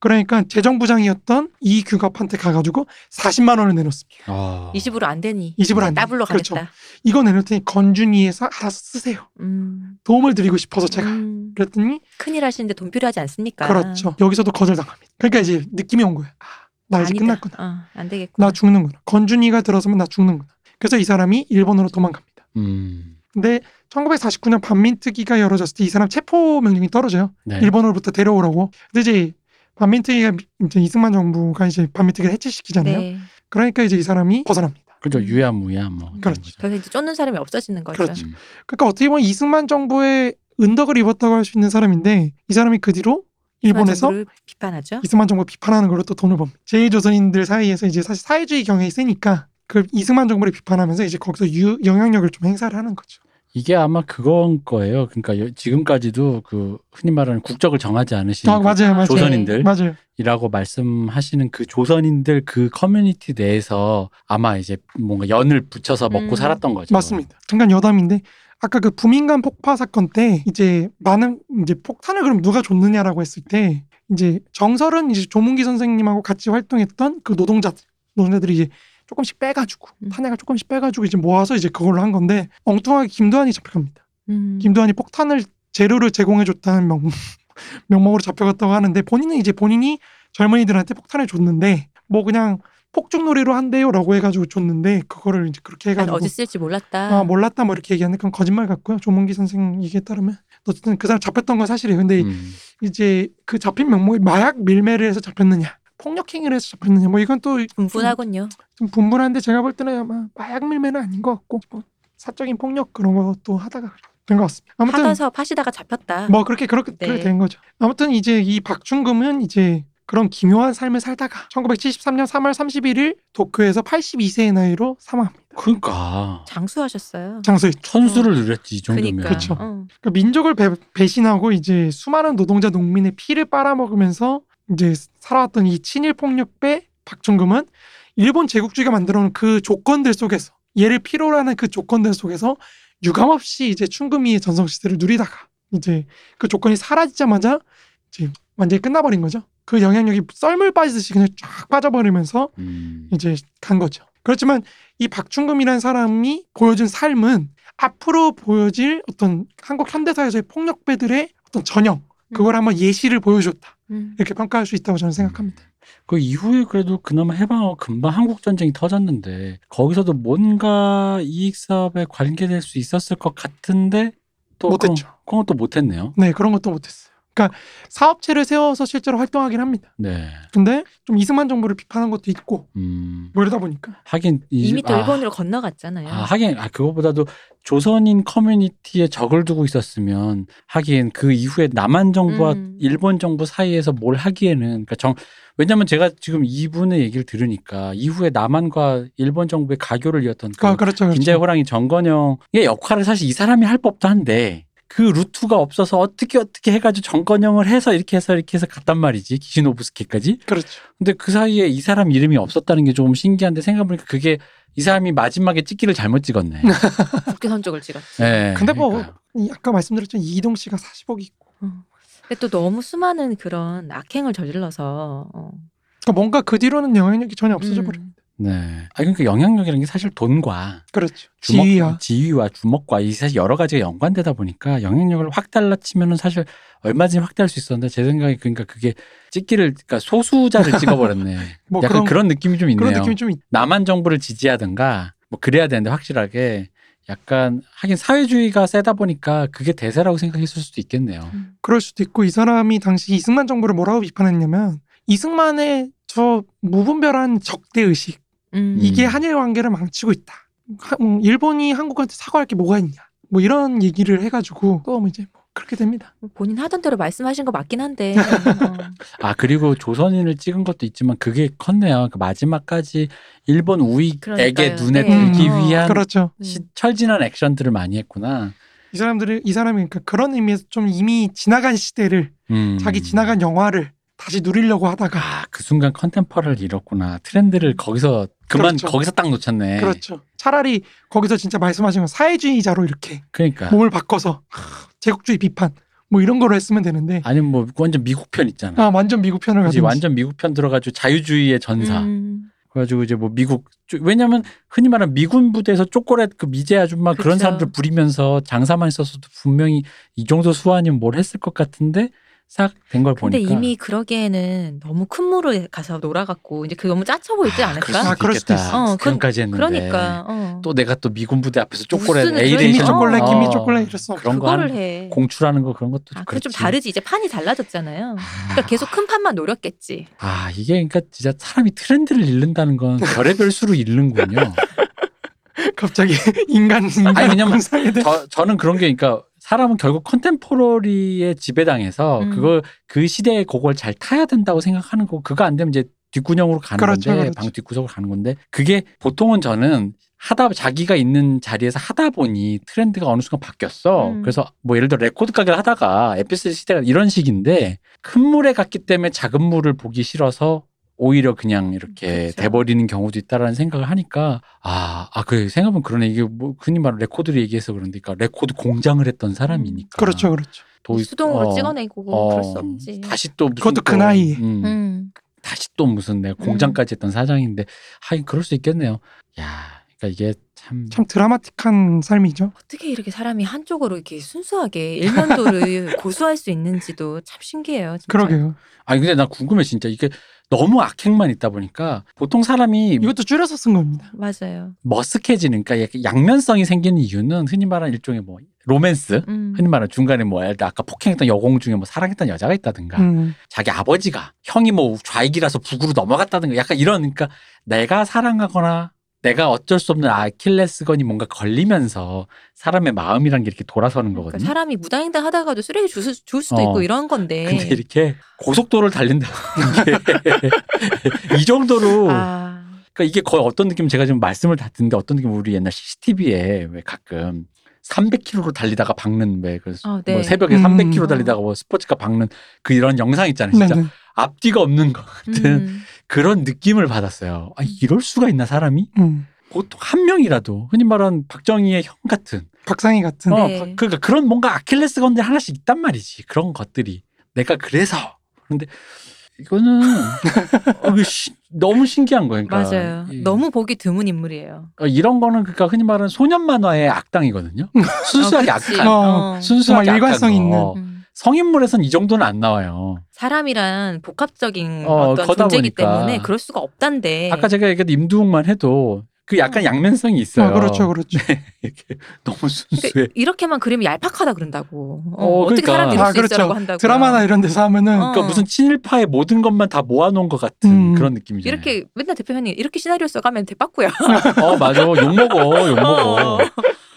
[SPEAKER 3] 그러니까 재정부장이었던 이규갑한테 가가지고 40만 원을 내놓습니다.
[SPEAKER 2] 아.
[SPEAKER 1] 이 집으로 안 되니.
[SPEAKER 3] 이 집을 안
[SPEAKER 1] 따블로
[SPEAKER 3] 그렇죠.
[SPEAKER 1] 가겠다.
[SPEAKER 3] 이거 내놓을 테니 건준이에서 알아서 쓰세요.
[SPEAKER 1] 음.
[SPEAKER 3] 도움을 드리고 싶어서 제가
[SPEAKER 1] 음.
[SPEAKER 3] 그랬더니
[SPEAKER 1] 큰일 하시는데 돈 필요하지 않습니까?
[SPEAKER 3] 그렇죠. 여기서 도 거절당합니다. 그러니까 이제 느낌이 온 거야. 아, 나 이제
[SPEAKER 1] 아니다.
[SPEAKER 3] 끝났구나.
[SPEAKER 1] 어, 안 되겠구나.
[SPEAKER 3] 나 죽는구나. 건준이가 들어서면 나 죽는구나. 그래서 이 사람이 일본으로 도망갑니다.
[SPEAKER 2] 음.
[SPEAKER 3] 근데 1949년 반민특위가 열어졌을 때 이 사람 체포 명령이 떨어져요.
[SPEAKER 2] 네.
[SPEAKER 3] 일본으로부터 데려오라고. 근데 이제 반민특위가 이제 이승만 정부가 이제 반민특위를 해체시키잖아요.
[SPEAKER 1] 네.
[SPEAKER 3] 그러니까 이제 이 사람이 벗어납니다.
[SPEAKER 2] 그죠 유야무야 뭐. 이런
[SPEAKER 3] 그렇죠.
[SPEAKER 2] 거죠.
[SPEAKER 1] 더 이상 이제 쫓는 사람이 없어지는 거죠.
[SPEAKER 3] 그렇죠.
[SPEAKER 2] 음.
[SPEAKER 3] 그러니까 어떻게 보면 이승만 정부의 은덕을 입었다고 할 수 있는 사람인데 이 사람이 그 뒤로 일본에서
[SPEAKER 1] 정부를 비판하죠.
[SPEAKER 3] 이승만 정부 비판하는 걸로 또 돈을 법니다. 제2조선인들 사이에서 이제 사실 사회주의 경향이 세니까 그 이승만 정부를 비판하면서 이제 거기서 유, 영향력을 좀 행사를 하는 거죠.
[SPEAKER 2] 이게 아마 그건 거예요. 그러니까 여- 지금까지도 그 흔히 말하는 국적을 정하지 않으신
[SPEAKER 3] 아, 맞아요, 맞아요.
[SPEAKER 2] 그러니까 조선인들
[SPEAKER 3] 맞아요.
[SPEAKER 2] 이라고 말씀하시는 그 조선인들 그 커뮤니티 내에서 아마 이제 뭔가 연을 붙여서 먹고
[SPEAKER 1] 음.
[SPEAKER 2] 살았던 거죠.
[SPEAKER 3] 맞습니다. 잠깐 여담인데 아까 그 부민간 폭파 사건 때 이제 많은 이제 폭탄을 그럼 누가 줬느냐라고 했을 때 이제 정설은 이제 조문기 선생님하고 같이 활동했던 그 노동자들 노동자들이 이제 조금씩 빼가지고
[SPEAKER 1] 음.
[SPEAKER 3] 탄약을 조금씩 빼가지고 이제 모아서 이제 그걸로 한 건데 엉뚱하게 김도환이 잡혀갑니다.
[SPEAKER 1] 음.
[SPEAKER 3] 김도환이 폭탄을 재료를 제공해줬다는 명 명목으로 잡혀갔다고 하는데 본인은 이제 본인이 젊은이들한테 폭탄을 줬는데 뭐 그냥 폭죽놀이로 한대요라고 해가지고 줬는데 그거를 이제 그렇게
[SPEAKER 1] 난
[SPEAKER 3] 해가지고
[SPEAKER 1] 어디 쓸지 몰랐다.
[SPEAKER 3] 아 몰랐다 뭐 이렇게 얘기하는데 그건 거짓말 같고요. 조문기 선생 얘기에 따르면 어쨌든 그 사람 잡혔던 건 사실이에요. 근데
[SPEAKER 2] 음.
[SPEAKER 3] 이제 그 잡힌 명목이 마약 밀매를 해서 잡혔느냐 폭력행위를 해서 잡혔느냐 뭐 이건 또 좀
[SPEAKER 1] 분분하군요.
[SPEAKER 3] 분분한데 제가 볼 때는 아마 마약 밀매는 아닌 것 같고 뭐 사적인 폭력 그런 것도 하다가 된 것 같습니다. 아무튼
[SPEAKER 1] 하면서 파시다가 잡혔다.
[SPEAKER 3] 뭐 그렇게 그렇게 그렇게
[SPEAKER 1] 네.
[SPEAKER 3] 된 거죠. 아무튼 이제 이 박중금은 이제 그런 기묘한 삶을 살다가 1973년 3월 31일 도쿄에서 82세의 나이로 사망합니다.
[SPEAKER 2] 그러니까
[SPEAKER 1] 장수하셨어요.
[SPEAKER 3] 장소에
[SPEAKER 2] 천수를 누렸지 이 정도면.
[SPEAKER 1] 그러니까.
[SPEAKER 3] 그쵸.
[SPEAKER 1] 어.
[SPEAKER 3] 그 민족을 배, 배신하고 이제 수많은 노동자 농민의 피를 빨아먹으면서 이제 살아왔던 이 친일 폭력배 박중금은 일본 제국주의가 만들어놓은 그 조건들 속에서 얘를 필요로 하는 그 조건들 속에서 유감없이 이제 충금이의 전성 시대를 누리다가 이제 그 조건이 사라지자마자 이제 완전히 끝나버린 거죠. 그 영향력이 썰물 빠지듯이 그냥 쫙 빠져버리면서
[SPEAKER 2] 음.
[SPEAKER 3] 이제 간 거죠. 그렇지만 이 박충금이라는 사람이 보여준 삶은 앞으로 보여질 어떤 한국 현대사에서의 폭력배들의 어떤 전형 그걸 한번 예시를 보여줬다
[SPEAKER 1] 음.
[SPEAKER 3] 이렇게 평가할 수 있다고 저는 생각합니다.
[SPEAKER 2] 그 이후에 그래도 그나마 해방하고 금방 한국 전쟁이 터졌는데 거기서도 뭔가 이익 사업에 관계될 수 있었을 것 같은데 또
[SPEAKER 3] 못했죠.
[SPEAKER 2] 그건- 그건 또 못했네요.
[SPEAKER 3] 네 그런 것도 못했어요. 그러니까 사업체를 세워서 실제로 활동하긴 합니다.
[SPEAKER 2] 네.
[SPEAKER 3] 근데 좀 이승만 정부를 비판한 것도 있고
[SPEAKER 2] 음.
[SPEAKER 3] 뭐 이러다 보니까
[SPEAKER 2] 하긴 이-
[SPEAKER 1] 이미 또
[SPEAKER 2] 아,
[SPEAKER 1] 일본으로 건너갔잖아요.
[SPEAKER 2] 아, 하긴 아 그거보다도 조선인 커뮤니티에 적을 두고 있었으면 하긴 그 이후에 남한 정부와
[SPEAKER 1] 음.
[SPEAKER 2] 일본 정부 사이에서 뭘 하기에는 그러니까 정 왜냐면 제가 지금 이분의 얘기를 들으니까 이후에 남한과 일본 정부의 가교를 이었던 그
[SPEAKER 3] 아, 그렇죠. 그렇죠.
[SPEAKER 2] 김자희 호랑이 정건영의 역할을 사실 이 사람이 할 법도 한데 그 루트가 없어서 어떻게 어떻게 해가지고 정건영을 해서 이렇게 해서 이렇게 해서 갔단 말이지 기시노부스키까지
[SPEAKER 3] 그렇죠.
[SPEAKER 2] 근데 그 사이에 이 사람 이름이 없었다는 게 조금 신기한데 생각해보니까 그게 이 사람이 마지막에 찍기를 잘못 찍었네.
[SPEAKER 1] 국회 선적을 찍었지.
[SPEAKER 2] 예,
[SPEAKER 3] 근데 뭐
[SPEAKER 2] 그러니까요.
[SPEAKER 3] 이 아까 말씀드렸죠 이동 씨가 40억이 있고
[SPEAKER 1] 근데 또 너무 수많은 그런 악행을 저질러서 어.
[SPEAKER 3] 그러니까 뭔가 그 뒤로는 영향력이 전혀 없어져 버려.
[SPEAKER 1] 음.
[SPEAKER 2] 네. 아 그러니까 영향력이라는 게 사실 돈과
[SPEAKER 3] 그렇죠.
[SPEAKER 2] 주먹,
[SPEAKER 3] 지위야.
[SPEAKER 2] 지위와 주먹과 이 사실 여러 가지가 연관되다 보니까 영향력을 확 달라치면은 사실 얼마든지 확대할 수 있었는데 제 생각에 그러니까 그게 찍기를 그러니까 소수자를 찍어버렸네.
[SPEAKER 3] 뭐
[SPEAKER 2] 약간
[SPEAKER 3] 그런-
[SPEAKER 2] 그런, 느낌이 좀 있네요.
[SPEAKER 3] 그런 느낌이 좀 있.
[SPEAKER 2] 남한 정부를 지지하든가 뭐 그래야 되는데 확실하게 약간 하긴 사회주의가 세다 보니까 그게 대세라고 생각했을 수도 있겠네요.
[SPEAKER 1] 음.
[SPEAKER 3] 그럴 수도 있고 이 사람이 당시 이승만 정부를 뭐라고 비판했냐면 이승만의 저 무분별한 적대 의식
[SPEAKER 1] 음.
[SPEAKER 3] 이게 한일 관계를 망치고 있다. 하- 음, 일본이 한국한테 사과할 게 뭐가 있냐. 뭐 이런 얘기를 해가지고 또뭐 이제 뭐 그렇게 됩니다.
[SPEAKER 1] 본인 하던 대로 말씀하신 거 맞긴 한데 어.
[SPEAKER 2] 아 그리고 조선인을 찍은 것도 있지만 그게 컸네요. 그 마지막까지 일본 우익에게
[SPEAKER 1] 그러니까요.
[SPEAKER 2] 눈에
[SPEAKER 1] 네.
[SPEAKER 2] 들기
[SPEAKER 1] 음.
[SPEAKER 2] 위한
[SPEAKER 3] 그렇죠.
[SPEAKER 2] 시-
[SPEAKER 1] 음.
[SPEAKER 2] 철진한 액션들을 많이 했구나.
[SPEAKER 3] 이 사람들이 이 사람이 그러니까 그런 의미에서 좀 이미 지나간 시대를
[SPEAKER 2] 음.
[SPEAKER 3] 자기 지나간 영화를 다시 누리려고 하다가
[SPEAKER 2] 아, 그 순간 컨템퍼를 잃었구나. 트렌드를 거기서 그만
[SPEAKER 3] 그렇죠.
[SPEAKER 2] 거기서 딱 놓쳤네.
[SPEAKER 3] 그렇죠. 차라리 거기서 진짜 말씀하신 건 사회주의자로 이렇게
[SPEAKER 2] 그러니까
[SPEAKER 3] 몸을 바꿔서 하, 제국주의 비판 뭐 이런 거로 했으면 되는데
[SPEAKER 2] 아니면 뭐 완전 미국 편 있잖아.
[SPEAKER 3] 아 완전 미국 편을
[SPEAKER 2] 그지
[SPEAKER 3] 가든지
[SPEAKER 2] 완전 미국 편 들어가지고 자유주의의 전사.
[SPEAKER 1] 음.
[SPEAKER 2] 그래가지고 이제 뭐 미국 쪼- 왜냐면 흔히 말하는 미군 부대에서 초콜릿 그 미제 아줌마 그런
[SPEAKER 1] 그쵸.
[SPEAKER 2] 사람들 부리면서 장사만 있었어도 분명히 이 정도 수완이면 뭘 했을 것 같은데 싹 된 걸 보니까.
[SPEAKER 1] 근데 이미 그러기에는 너무 큰 무로 가서 놀아갖고 이제 그 너무 짜쳐 보이지 않을까?
[SPEAKER 3] 아, 그럴 수도 있어.
[SPEAKER 1] 어, 그-
[SPEAKER 2] 그런까지 했는데.
[SPEAKER 1] 그러니까 어.
[SPEAKER 2] 또 내가 또 미군 부대 앞에서 초콜릿
[SPEAKER 1] 무슨
[SPEAKER 3] 김이
[SPEAKER 2] 에이레이션
[SPEAKER 1] 그런-
[SPEAKER 3] 초콜릿
[SPEAKER 1] 어.
[SPEAKER 3] 김이 초콜릿 이랬어
[SPEAKER 2] 그런 거
[SPEAKER 1] 그거를
[SPEAKER 2] 하는-
[SPEAKER 1] 해.
[SPEAKER 2] 공출하는 거 그런 것도
[SPEAKER 1] 아, 그게
[SPEAKER 2] 그렇지.
[SPEAKER 1] 좀 다르지. 이제 판이 달라졌잖아요. 그러니까
[SPEAKER 2] 아,
[SPEAKER 1] 계속 큰 판만 노렸겠지.
[SPEAKER 2] 아, 이게 그러니까 진짜 사람이 트렌드를 잃는다는 건 별의별 수로 잃는군요.
[SPEAKER 3] 갑자기 인간 인간
[SPEAKER 2] 아니, 왜냐면-
[SPEAKER 3] 군상에 대한
[SPEAKER 2] 저, 저는 그런 게 그러니까 사람은 결국 컨템포러리에 지배당해서
[SPEAKER 1] 음.
[SPEAKER 2] 그걸 그 시대에 그걸 잘 타야 된다고 생각하는 거고 그거 안 되면 이제 뒷구녕으로 가는
[SPEAKER 3] 그렇죠,
[SPEAKER 2] 건데
[SPEAKER 3] 그렇죠.
[SPEAKER 2] 방 뒷구석으로 가는 건데 그게 보통은 저는 하다 자기가 있는 자리에서 하다 보니 트렌드가 어느 순간 바뀌었어.
[SPEAKER 1] 음.
[SPEAKER 2] 그래서 뭐 예를 들어 레코드 가게를 하다가 에피스 시대가 이런 식인데 큰 물에 갔기 때문에 작은 물을 보기 싫어서 오히려 그냥 이렇게
[SPEAKER 1] 그렇죠.
[SPEAKER 2] 돼버리는 경우도 있다라는 생각을 하니까 아, 아, 그 생각은 그러네. 이게 뭐 흔히 말하는 레코드를 얘기해서 그런데니까 그러니까 레코드 공장을 했던 사람이니까.
[SPEAKER 3] 그렇죠, 그렇죠.
[SPEAKER 2] 또 이-
[SPEAKER 1] 수동으로
[SPEAKER 2] 어,
[SPEAKER 1] 찍어내고 뭐
[SPEAKER 2] 어,
[SPEAKER 1] 그럴 수 없지.
[SPEAKER 2] 다시 또 무슨
[SPEAKER 3] 그것도 그
[SPEAKER 2] 또,
[SPEAKER 3] 나이에.
[SPEAKER 2] 음,
[SPEAKER 1] 음.
[SPEAKER 2] 다시 또 무슨 내가 공장까지 했던 사장인데 하긴 그럴 수 있겠네요. 야, 그러니까 이게 참,
[SPEAKER 3] 참 드라마틱한 삶이죠.
[SPEAKER 1] 어떻게 이렇게 사람이 한쪽으로 이렇게 순수하게 일면도를 고수할 수 있는지도 참 신기해요. 진짜.
[SPEAKER 3] 그러게요.
[SPEAKER 2] 아니 근데 나 궁금해 진짜 이게 너무 악행만 있다 보니까 보통 사람이
[SPEAKER 3] 이것도 줄여서 쓴 겁니다.
[SPEAKER 1] 맞아요.
[SPEAKER 2] 머쓱해지는 그러니까 약간 양면성이 생기는 이유는 흔히 말하는 일종의 뭐 로맨스
[SPEAKER 1] 음.
[SPEAKER 2] 흔히 말하는 중간에 뭐 예를 들어 아까 폭행했던 여공 중에 뭐 사랑했던 여자가 있다든가
[SPEAKER 3] 음.
[SPEAKER 2] 자기 아버지가 형이 뭐 좌익이라서 북으로 넘어갔다든가 약간 이런 그러니까 내가 사랑하거나 내가 어쩔 수 없는 아킬레스건이 뭔가 걸리면서 사람의 마음이란 게 이렇게 돌아서는
[SPEAKER 1] 그러니까
[SPEAKER 2] 거거든요.
[SPEAKER 1] 사람이 무당횡단 하다가도 쓰레기 줄, 수- 줄 수도
[SPEAKER 2] 어.
[SPEAKER 1] 있고 이런 건데.
[SPEAKER 2] 근데 이렇게 고속도로를 달린다는 게이 정도로
[SPEAKER 1] 아,
[SPEAKER 2] 그러니까 이게 거의 어떤 느낌 제가 지금 말씀을 다 듣는데 어떤 느낌 우리 옛날 CCTV에 왜 가끔 300km로 달리다가 박는 왜그
[SPEAKER 1] 아, 네.
[SPEAKER 2] 뭐 새벽에
[SPEAKER 3] 음.
[SPEAKER 2] 300km 달리다가 뭐 스포츠카 박는 그 이런 영상 있잖아요. 진짜
[SPEAKER 3] 네네.
[SPEAKER 2] 앞뒤가 없는 것 같은
[SPEAKER 1] 음.
[SPEAKER 2] 그런 느낌을 받았어요. 아, 이럴 수가 있나 사람이?
[SPEAKER 3] 음.
[SPEAKER 2] 보통 한 명이라도 흔히 말하는 박정희의 형 같은
[SPEAKER 3] 박상희 같은.
[SPEAKER 2] 어,
[SPEAKER 1] 네.
[SPEAKER 2] 바- 그러니까 그런 뭔가 아킬레스 건데 하나씩 있단 말이지. 그런 것들이 내가 그래서 그런데 이거는 어, 이거 시- 너무 신기한 거예요. 그러니까
[SPEAKER 1] 맞아요.
[SPEAKER 2] 이-
[SPEAKER 1] 너무 보기 드문 인물이에요.
[SPEAKER 2] 어, 이런 거는 그러니까 흔히 말하는 소년 만화의 악당이거든요. 순수하게
[SPEAKER 1] 어, 그치.
[SPEAKER 2] 악한.
[SPEAKER 3] 어,
[SPEAKER 2] 순수하게
[SPEAKER 3] 정말
[SPEAKER 2] 악한
[SPEAKER 3] 일관성
[SPEAKER 2] 거.
[SPEAKER 3] 있는.
[SPEAKER 1] 음.
[SPEAKER 2] 성인물에선 이 정도는 안 나와요.
[SPEAKER 1] 사람이란 복합적인
[SPEAKER 2] 어,
[SPEAKER 1] 어, 떤
[SPEAKER 2] 거다
[SPEAKER 1] 존재이기
[SPEAKER 2] 보니까.
[SPEAKER 1] 때문에 그럴 수가 없단데.
[SPEAKER 2] 아까 제가 얘기했던 임두웅만 해도 그 약간
[SPEAKER 1] 음.
[SPEAKER 2] 양면성이 있어요. 네,
[SPEAKER 3] 아, 그렇죠, 그렇죠.
[SPEAKER 2] 이렇게 너무 순수해.
[SPEAKER 1] 그러니까 이렇게만 그리면 얄팍하다 그런다고. 어,
[SPEAKER 2] 어,
[SPEAKER 1] 떻게
[SPEAKER 2] 그러니까.
[SPEAKER 1] 사람들이
[SPEAKER 3] 아,
[SPEAKER 1] 수
[SPEAKER 3] 그렇죠.
[SPEAKER 1] 있어라고 한다고.
[SPEAKER 3] 드라마나 이런 데서 하면은
[SPEAKER 1] 어.
[SPEAKER 2] 그러니까 무슨 친일파의 모든 것만 다 모아놓은 것 같은
[SPEAKER 3] 음.
[SPEAKER 2] 그런 느낌이죠.
[SPEAKER 1] 이렇게 맨날 대표님 이렇게 시나리오 써가면 대빠꾸야.
[SPEAKER 2] 어 맞아 욕 먹어 욕 먹어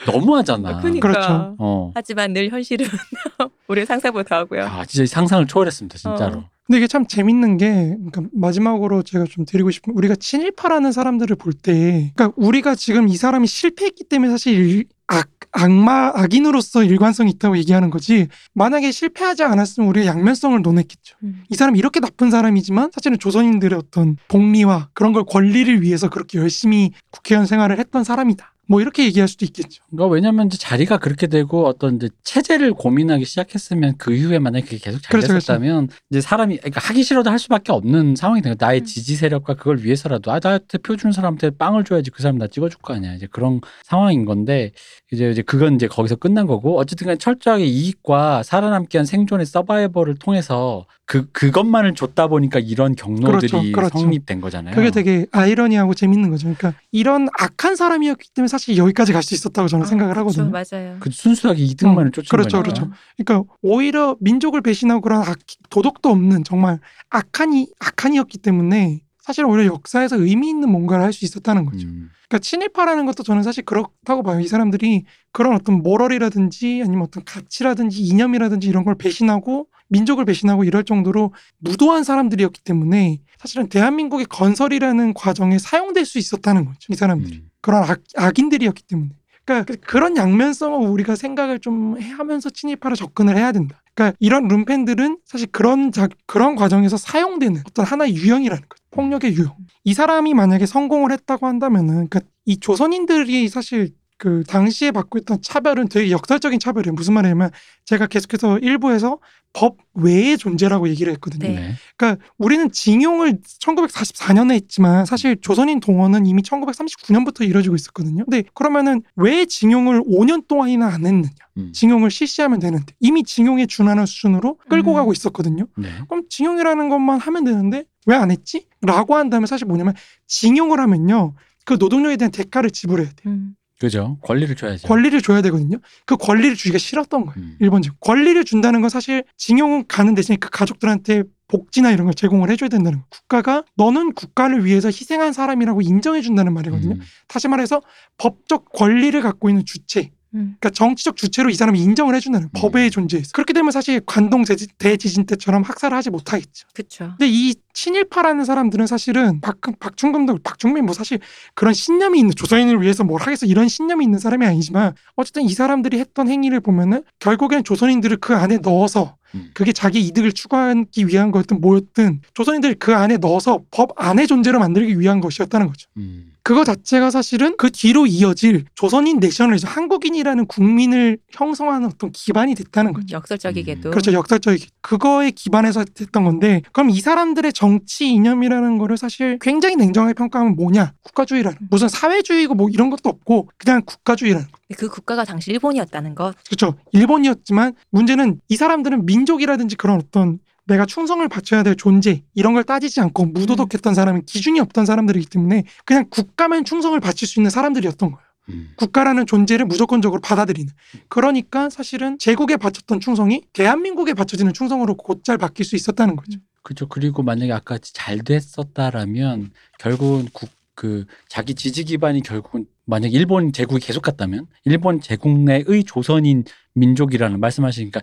[SPEAKER 2] 너무하잖아.
[SPEAKER 1] 그러니까.
[SPEAKER 3] 그렇죠.
[SPEAKER 2] 어.
[SPEAKER 1] 하지만 늘 현실은 우리 상사보다 하고요.
[SPEAKER 2] 아 진짜 이 상상을 초월했습니다 진짜로.
[SPEAKER 1] 어.
[SPEAKER 3] 근데 이게 참 재밌는 게 그러니까 마지막으로 제가 좀 드리고 싶은 우리가 친일파라는 사람들을 볼 때 그러니까 우리가 지금 이 사람이 실패했기 때문에 사실 일- 악, 악마 악인으로서 일관성이 있다고 얘기하는 거지 만약에 실패하지 않았으면 우리가 양면성을 논했겠죠
[SPEAKER 1] 음.
[SPEAKER 3] 이 사람이 이렇게 나쁜 사람이지만 사실은 조선인들의 어떤 복리와 그런 걸 권리를 위해서 그렇게 열심히 국회의원 생활을 했던 사람이다 뭐 이렇게 얘기할 수도 있겠죠
[SPEAKER 2] 그러니까 왜냐하면 이제 자리가 그렇게 되고 어떤 이제 체제를 고민하기 시작했으면 그 이후에 만약 그게 계속 잘
[SPEAKER 3] 그렇죠, 그렇죠.
[SPEAKER 2] 됐었다면 이제 사람이 그러니까 하기 싫어도 할 수밖에 없는 상황이 되는 거예요. 나의
[SPEAKER 1] 음.
[SPEAKER 2] 지지 세력과 그걸 위해서라도 아 나한테 표 주는 사람한테 빵을 줘야지 그 사람 나 찍어줄 거 아니야 이제 그런 상황인 건데 이제 이제 그건 이제 거기서 끝난 거고 어쨌든간 철저하게 이익과 살아남기 위한 생존의 서바이벌을 통해서 그 그것만을 줬다 보니까 이런 경로들이
[SPEAKER 3] 그렇죠, 그렇죠.
[SPEAKER 2] 성립된 거잖아요.
[SPEAKER 3] 그게 되게 아이러니하고 재밌는 거죠 그러니까 이런 악한 사람이었기 때문에 사실 여기까지 갈 수 있었다고 저는
[SPEAKER 1] 아,
[SPEAKER 3] 생각을
[SPEAKER 1] 그렇죠.
[SPEAKER 3] 하거든요
[SPEAKER 1] 맞아요.
[SPEAKER 2] 그 순수하게 이득만을
[SPEAKER 3] 음,
[SPEAKER 2] 쫓는
[SPEAKER 3] 그렇죠,
[SPEAKER 2] 거니까.
[SPEAKER 1] 아,
[SPEAKER 3] 그렇죠. 그러니까 오히려 민족을 배신하고 그런 악- 도덕도 없는 정말 악한이 악한이었기 때문에 사실 오히려 역사에서 의미 있는 뭔가를 할 수 있었다는 거죠.
[SPEAKER 2] 음.
[SPEAKER 3] 그러니까 친일파라는 것도 저는 사실 그렇다고 봐요. 이 사람들이 그런 어떤 모럴이라든지 아니면 어떤 가치라든지 이념이라든지 이런 걸 배신하고 민족을 배신하고 이럴 정도로 무도한 사람들이었기 때문에 사실은 대한민국의 건설이라는 과정에 사용될 수 있었다는 거죠. 이 사람들. 이
[SPEAKER 2] 음.
[SPEAKER 3] 그런 악, 악인들이었기 때문에. 그러니까 그- 그런 양면성을 우리가 생각을 좀 해- 하면서 친일파로 접근을 해야 된다. 그러니까 이런 룸팬들은 사실 그런 자, 그런 과정에서 사용되는 어떤 하나의 유형이라는 거죠. 폭력의 유형. 이 사람이 만약에 성공을 했다고 한다면은 그러니까 이 조선인들이 사실 그 당시에 받고 있던 차별은 되게 역설적인 차별이에요. 무슨 말이냐면 제가 계속해서 일부에서 법 외의 존재라고 얘기를 했거든요.
[SPEAKER 1] 네.
[SPEAKER 3] 그러니까 우리는 징용을 1944년에 했지만 사실 조선인 동원은 이미 1939년부터 이루어지고 있었거든요. 근데 그러면은 왜 징용을 5년 동안이나 안 했느냐?
[SPEAKER 2] 음.
[SPEAKER 3] 징용을 실시하면 되는데 이미 징용에 준하는 수준으로 끌고
[SPEAKER 1] 음.
[SPEAKER 3] 가고 있었거든요.
[SPEAKER 2] 네.
[SPEAKER 3] 그럼 징용이라는 것만 하면 되는데 왜 안 했지? 라고 한다면 사실 뭐냐면 징용을 하면요. 그 노동력에 대한 대가를 지불해야 돼요.
[SPEAKER 1] 음.
[SPEAKER 2] 그죠. 권리를 줘야죠.
[SPEAKER 3] 권리를 줘야 되거든요. 그 권리를 주기가 싫었던 거예요.
[SPEAKER 2] 음.
[SPEAKER 3] 일본 즉 권리를 준다는 건 사실 징용은 가는 대신에 그 가족들한테 복지나 이런 걸 제공을 해줘야 된다는 거. 국가가 너는 국가를 위해서 희생한 사람이라고 인정해 준다는 말이거든요.
[SPEAKER 2] 음.
[SPEAKER 3] 다시 말해서 법적 권리를 갖고 있는 주체,
[SPEAKER 1] 음.
[SPEAKER 3] 그러니까 정치적 주체로 이 사람이 인정을 해준다는 거예요. 법의 존재에서. 그렇게 되면 사실 관동 제지- 대지진 때처럼 학살을 하지 못하겠죠.
[SPEAKER 1] 그렇죠.
[SPEAKER 3] 근데 이 친일파라는 사람들은 사실은 박, 박충금도 박충민 뭐 사실 그런 신념이 있는 조선인을 위해서 뭘 하겠어 이런 신념이 있는 사람이 아니지만 어쨌든 이 사람들이 했던 행위를 보면은 결국엔 조선인들을 그 안에 넣어서
[SPEAKER 2] 음.
[SPEAKER 3] 그게 자기 이득을 추구하기 위한 거였든 뭐였든 조선인들 그 안에 넣어서 법 안의 존재로 만들기 위한 것이었다는 거죠.
[SPEAKER 2] 음.
[SPEAKER 3] 그거 자체가 사실은 그 뒤로 이어질 조선인 내셔널리즘, 한국인이라는 국민을 형성하는 어떤 기반이 됐다는 거죠.
[SPEAKER 1] 역설적이게도
[SPEAKER 3] 음. 그렇죠. 역사적 그거에 기반해서 했던 건데 그럼 이 사람들의 정치 이념이라는 거를 사실 굉장히 냉정하게 평가하면 뭐냐? 국가주의라는 무슨 사회주의고 뭐 이런 것도 없고 그냥 국가주의라는 거.
[SPEAKER 1] 그 국가가 당시 일본이었다는 것
[SPEAKER 3] 그렇죠. 일본이었지만 문제는 이 사람들은 민족이라든지 그런 어떤 내가 충성을 바쳐야 될 존재 이런 걸 따지지 않고 무도덕했던 사람은 기준이 없던 사람들이기 때문에 그냥 국가만 충성을 바칠 수 있는 사람들이었던 거예요.
[SPEAKER 2] 음.
[SPEAKER 3] 국가라는 존재를 무조건적으로 받아들이는. 그러니까 사실은 제국에 바쳤던 충성이 대한민국에 바쳐지는 충성으로 곧잘 바뀔 수 있었다는 거죠.
[SPEAKER 2] 그죠. 그리고 만약에 아까 잘 됐었다라면 결국은 국, 그 자기 지지 기반이 결국은 만약 일본 제국이 계속 갔다면 일본 제국 내의 조선인 민족이라는 말씀하시니까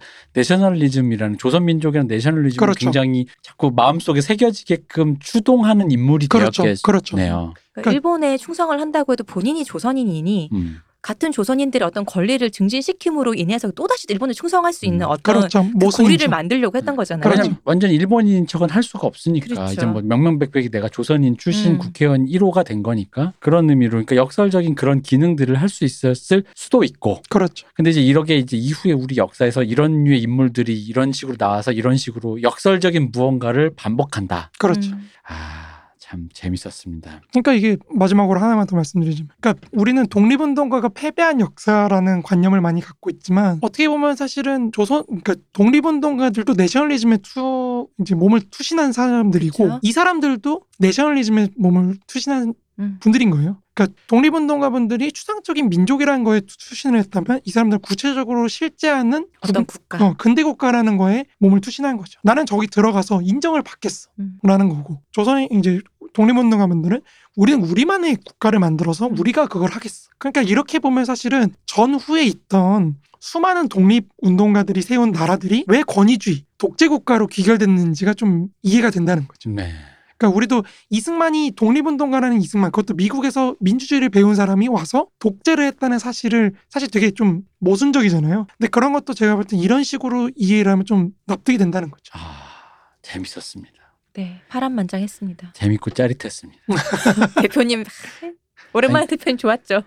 [SPEAKER 2] 내셔널리즘이라는 조선 민족이라는 내셔널리즘이
[SPEAKER 3] 그렇죠.
[SPEAKER 2] 굉장히 자꾸 마음속에 새겨지게끔 추동하는 인물이
[SPEAKER 3] 그렇죠.
[SPEAKER 2] 되었겠네요.
[SPEAKER 3] 그렇죠.
[SPEAKER 1] 그러니까 일본에 충성을 한다고 해도 본인이 조선인이니
[SPEAKER 2] 음.
[SPEAKER 1] 같은 조선인들의 어떤 권리를 증진시킴으로 인해서 또다시 일본에 충성할 수 있는
[SPEAKER 2] 음.
[SPEAKER 1] 어떤
[SPEAKER 3] 그렇죠.
[SPEAKER 1] 그
[SPEAKER 3] 모순이죠.
[SPEAKER 1] 고리를 만들려고 했던 거잖아요.
[SPEAKER 3] 그렇죠.
[SPEAKER 2] 왜냐면 완전 일본인 척은 할 수가 없으니까
[SPEAKER 1] 그렇죠.
[SPEAKER 2] 이제 뭐 명명백백이 내가 조선인 출신
[SPEAKER 1] 음.
[SPEAKER 2] 국회의원 1호가 된 거니까 그런 의미로 그러니까 역설적인 그런 기능들을 할 수 있었을 수도 있고
[SPEAKER 3] 그렇죠.
[SPEAKER 2] 근데 이제 이렇게 이제 이후에 우리 역사에서 이런 류의 인물들이 이런 식으로 나와서 이런 식으로 역설적인 무언가를 반복한다.
[SPEAKER 3] 그렇죠.
[SPEAKER 1] 음.
[SPEAKER 2] 아 참 재밌었습니다.
[SPEAKER 3] 그러니까 이게 마지막으로 하나만 더 말씀드리자면 그러니까 우리는 독립운동가가 패배한 역사라는 관념을 많이 갖고 있지만 어떻게 보면 사실은 조선 그러니까 독립운동가들도 내셔널리즘에 투 이제 몸을 투신한 사람들이고
[SPEAKER 1] 그렇죠.
[SPEAKER 3] 이 사람들도 내셔널리즘에 몸을 투신한
[SPEAKER 1] 음.
[SPEAKER 3] 분들인 거예요. 그러니까 독립운동가분들이 추상적인 민족이라는 거에 투신을 했다면 이 사람들 은 구체적으로 실제하는
[SPEAKER 1] 어떤 국가.
[SPEAKER 3] 어, 근대 국가라는 거에 몸을 투신한 거죠. 나는 저기 들어가서 인정을 받겠어.
[SPEAKER 1] 음.
[SPEAKER 3] 라는 거고. 조선이 이제 독립운동가분들은 우리는 우리만의 국가를 만들어서
[SPEAKER 1] 음.
[SPEAKER 3] 우리가 그걸 하겠어. 그러니까 이렇게 보면 사실은 전후에 있던 수많은 독립운동가들이 세운 나라들이 왜 권위주의, 독재국가로 귀결됐는지가 좀 이해가 된다는 거죠.
[SPEAKER 2] 네.
[SPEAKER 3] 그러니까 우리도 이승만이 독립운동가라는 이승만 그것도 미국에서 민주주의를 배운 사람이 와서 독재를 했다는 사실을 사실 되게 좀 모순적이잖아요. 근데 그런 것도 제가 볼 땐 이런 식으로 이해를 하면 좀 납득이 된다는 거죠.
[SPEAKER 2] 아 재밌었습니다.
[SPEAKER 1] 네, 파란만장했습니다.
[SPEAKER 2] 재밌고 짜릿했습니다.
[SPEAKER 1] 대표님 오랜만에 대표님 좋았죠.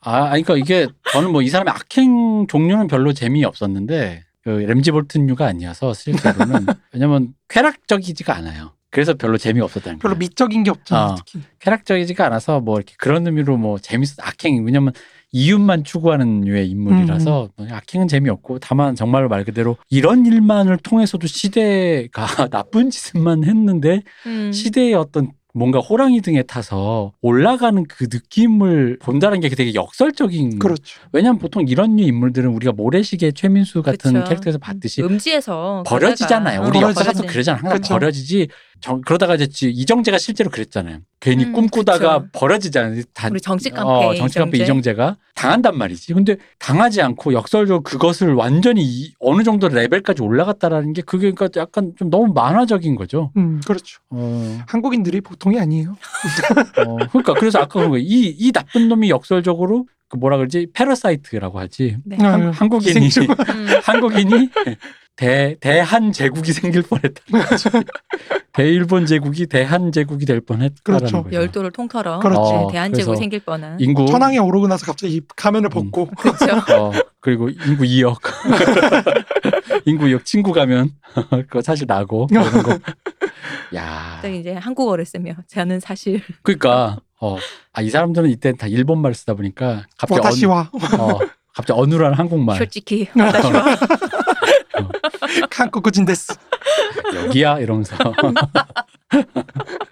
[SPEAKER 2] 아 아니, 그러니까 이게 저는 뭐 이 사람의 악행 종류는 별로 재미 없었는데 그 램지 볼튼류가 아니어서 실제로는 왜냐면 쾌락적이지가 않아요. 그래서 별로 재미 없었다는 거예요.
[SPEAKER 3] 별로 미적인 게 없잖아요.
[SPEAKER 2] 아.
[SPEAKER 3] 특히.
[SPEAKER 2] 쾌락적이지가 않아서 뭐 이렇게 그런 의미로 뭐 재밌어 악행 왜냐면 이윤만 추구하는 류의
[SPEAKER 3] 음.
[SPEAKER 2] 인물이라서 뭐 악행은 재미없고 다만 정말로 말 그대로 이런 일만을 통해서도 시대가 나쁜 짓만 했는데
[SPEAKER 1] 음.
[SPEAKER 2] 시대의 어떤 뭔가 호랑이 등에 타서 올라가는 그 느낌을 본다는 게 되게 역설적인
[SPEAKER 3] 그렇죠.
[SPEAKER 2] 왜냐면 보통 이런 류 인물들은 우리가 모래시계 최민수 같은
[SPEAKER 1] 그쵸.
[SPEAKER 2] 캐릭터에서 봤듯이
[SPEAKER 1] 음지에서
[SPEAKER 2] 버려지잖아요.
[SPEAKER 1] 거다가.
[SPEAKER 2] 우리
[SPEAKER 1] 어,
[SPEAKER 2] 역사가서
[SPEAKER 1] 버려지는.
[SPEAKER 2] 그러잖아. 항상
[SPEAKER 3] 그쵸.
[SPEAKER 2] 버려지지. 정- 그러다가 이제 지- 이정재가 실제로 그랬잖아요. 괜히
[SPEAKER 1] 음,
[SPEAKER 2] 꿈꾸다가
[SPEAKER 1] 그쵸.
[SPEAKER 2] 버려지잖아요. 다-
[SPEAKER 1] 우리 정치 깡패
[SPEAKER 2] 어, 정치 깡패 이정재가 당한단 말이지. 근데 당하지 않고 역설적으로 그것을 완전히 이- 어느 정도 레벨까지 올라갔다라는 게 그게 그러니까 약간 좀 너무 만화적인 거죠.
[SPEAKER 3] 음, 그렇죠.
[SPEAKER 2] 어,
[SPEAKER 3] 한국인들이 보통이 아니에요.
[SPEAKER 2] 어, 그러니까 그래서 아까 그거 이, 이 나쁜 놈이 역설적으로 그 뭐라 그러지? 패러사이트라고 하지.
[SPEAKER 1] 네.
[SPEAKER 3] 아,
[SPEAKER 2] 한- 한국인이
[SPEAKER 3] 기생충.
[SPEAKER 1] 음.
[SPEAKER 2] 한국인이 대 대한 제국이 생길 뻔했다. 대일본 제국이 대한 제국이 될 뻔했다라는
[SPEAKER 3] 그렇죠.
[SPEAKER 2] 거죠.
[SPEAKER 1] 열도를 통틀어
[SPEAKER 3] 그렇죠.
[SPEAKER 1] 네,
[SPEAKER 2] 어,
[SPEAKER 1] 대한제국
[SPEAKER 2] 그래서
[SPEAKER 1] 생길 뻔한
[SPEAKER 2] 인구
[SPEAKER 3] 천황에 오르고 나서 갑자기 가면을 벗고
[SPEAKER 1] 그렇죠.
[SPEAKER 2] 어, 그리고 인구 2억 인구 2억 친구 가면 그거 사실 나고 그런 거. 야,
[SPEAKER 1] 갑자기 이제 한국어를 쓰며 저는 사실
[SPEAKER 2] 그러니까 어, 아, 이 사람들은 이때 다 일본 말 쓰다 보니까 갑자기
[SPEAKER 3] 와다시와
[SPEAKER 2] 어느- 어, 갑자기 어눌한 한국말
[SPEAKER 1] 솔직히
[SPEAKER 3] 한국인 데스.
[SPEAKER 2] 여기야 이러면서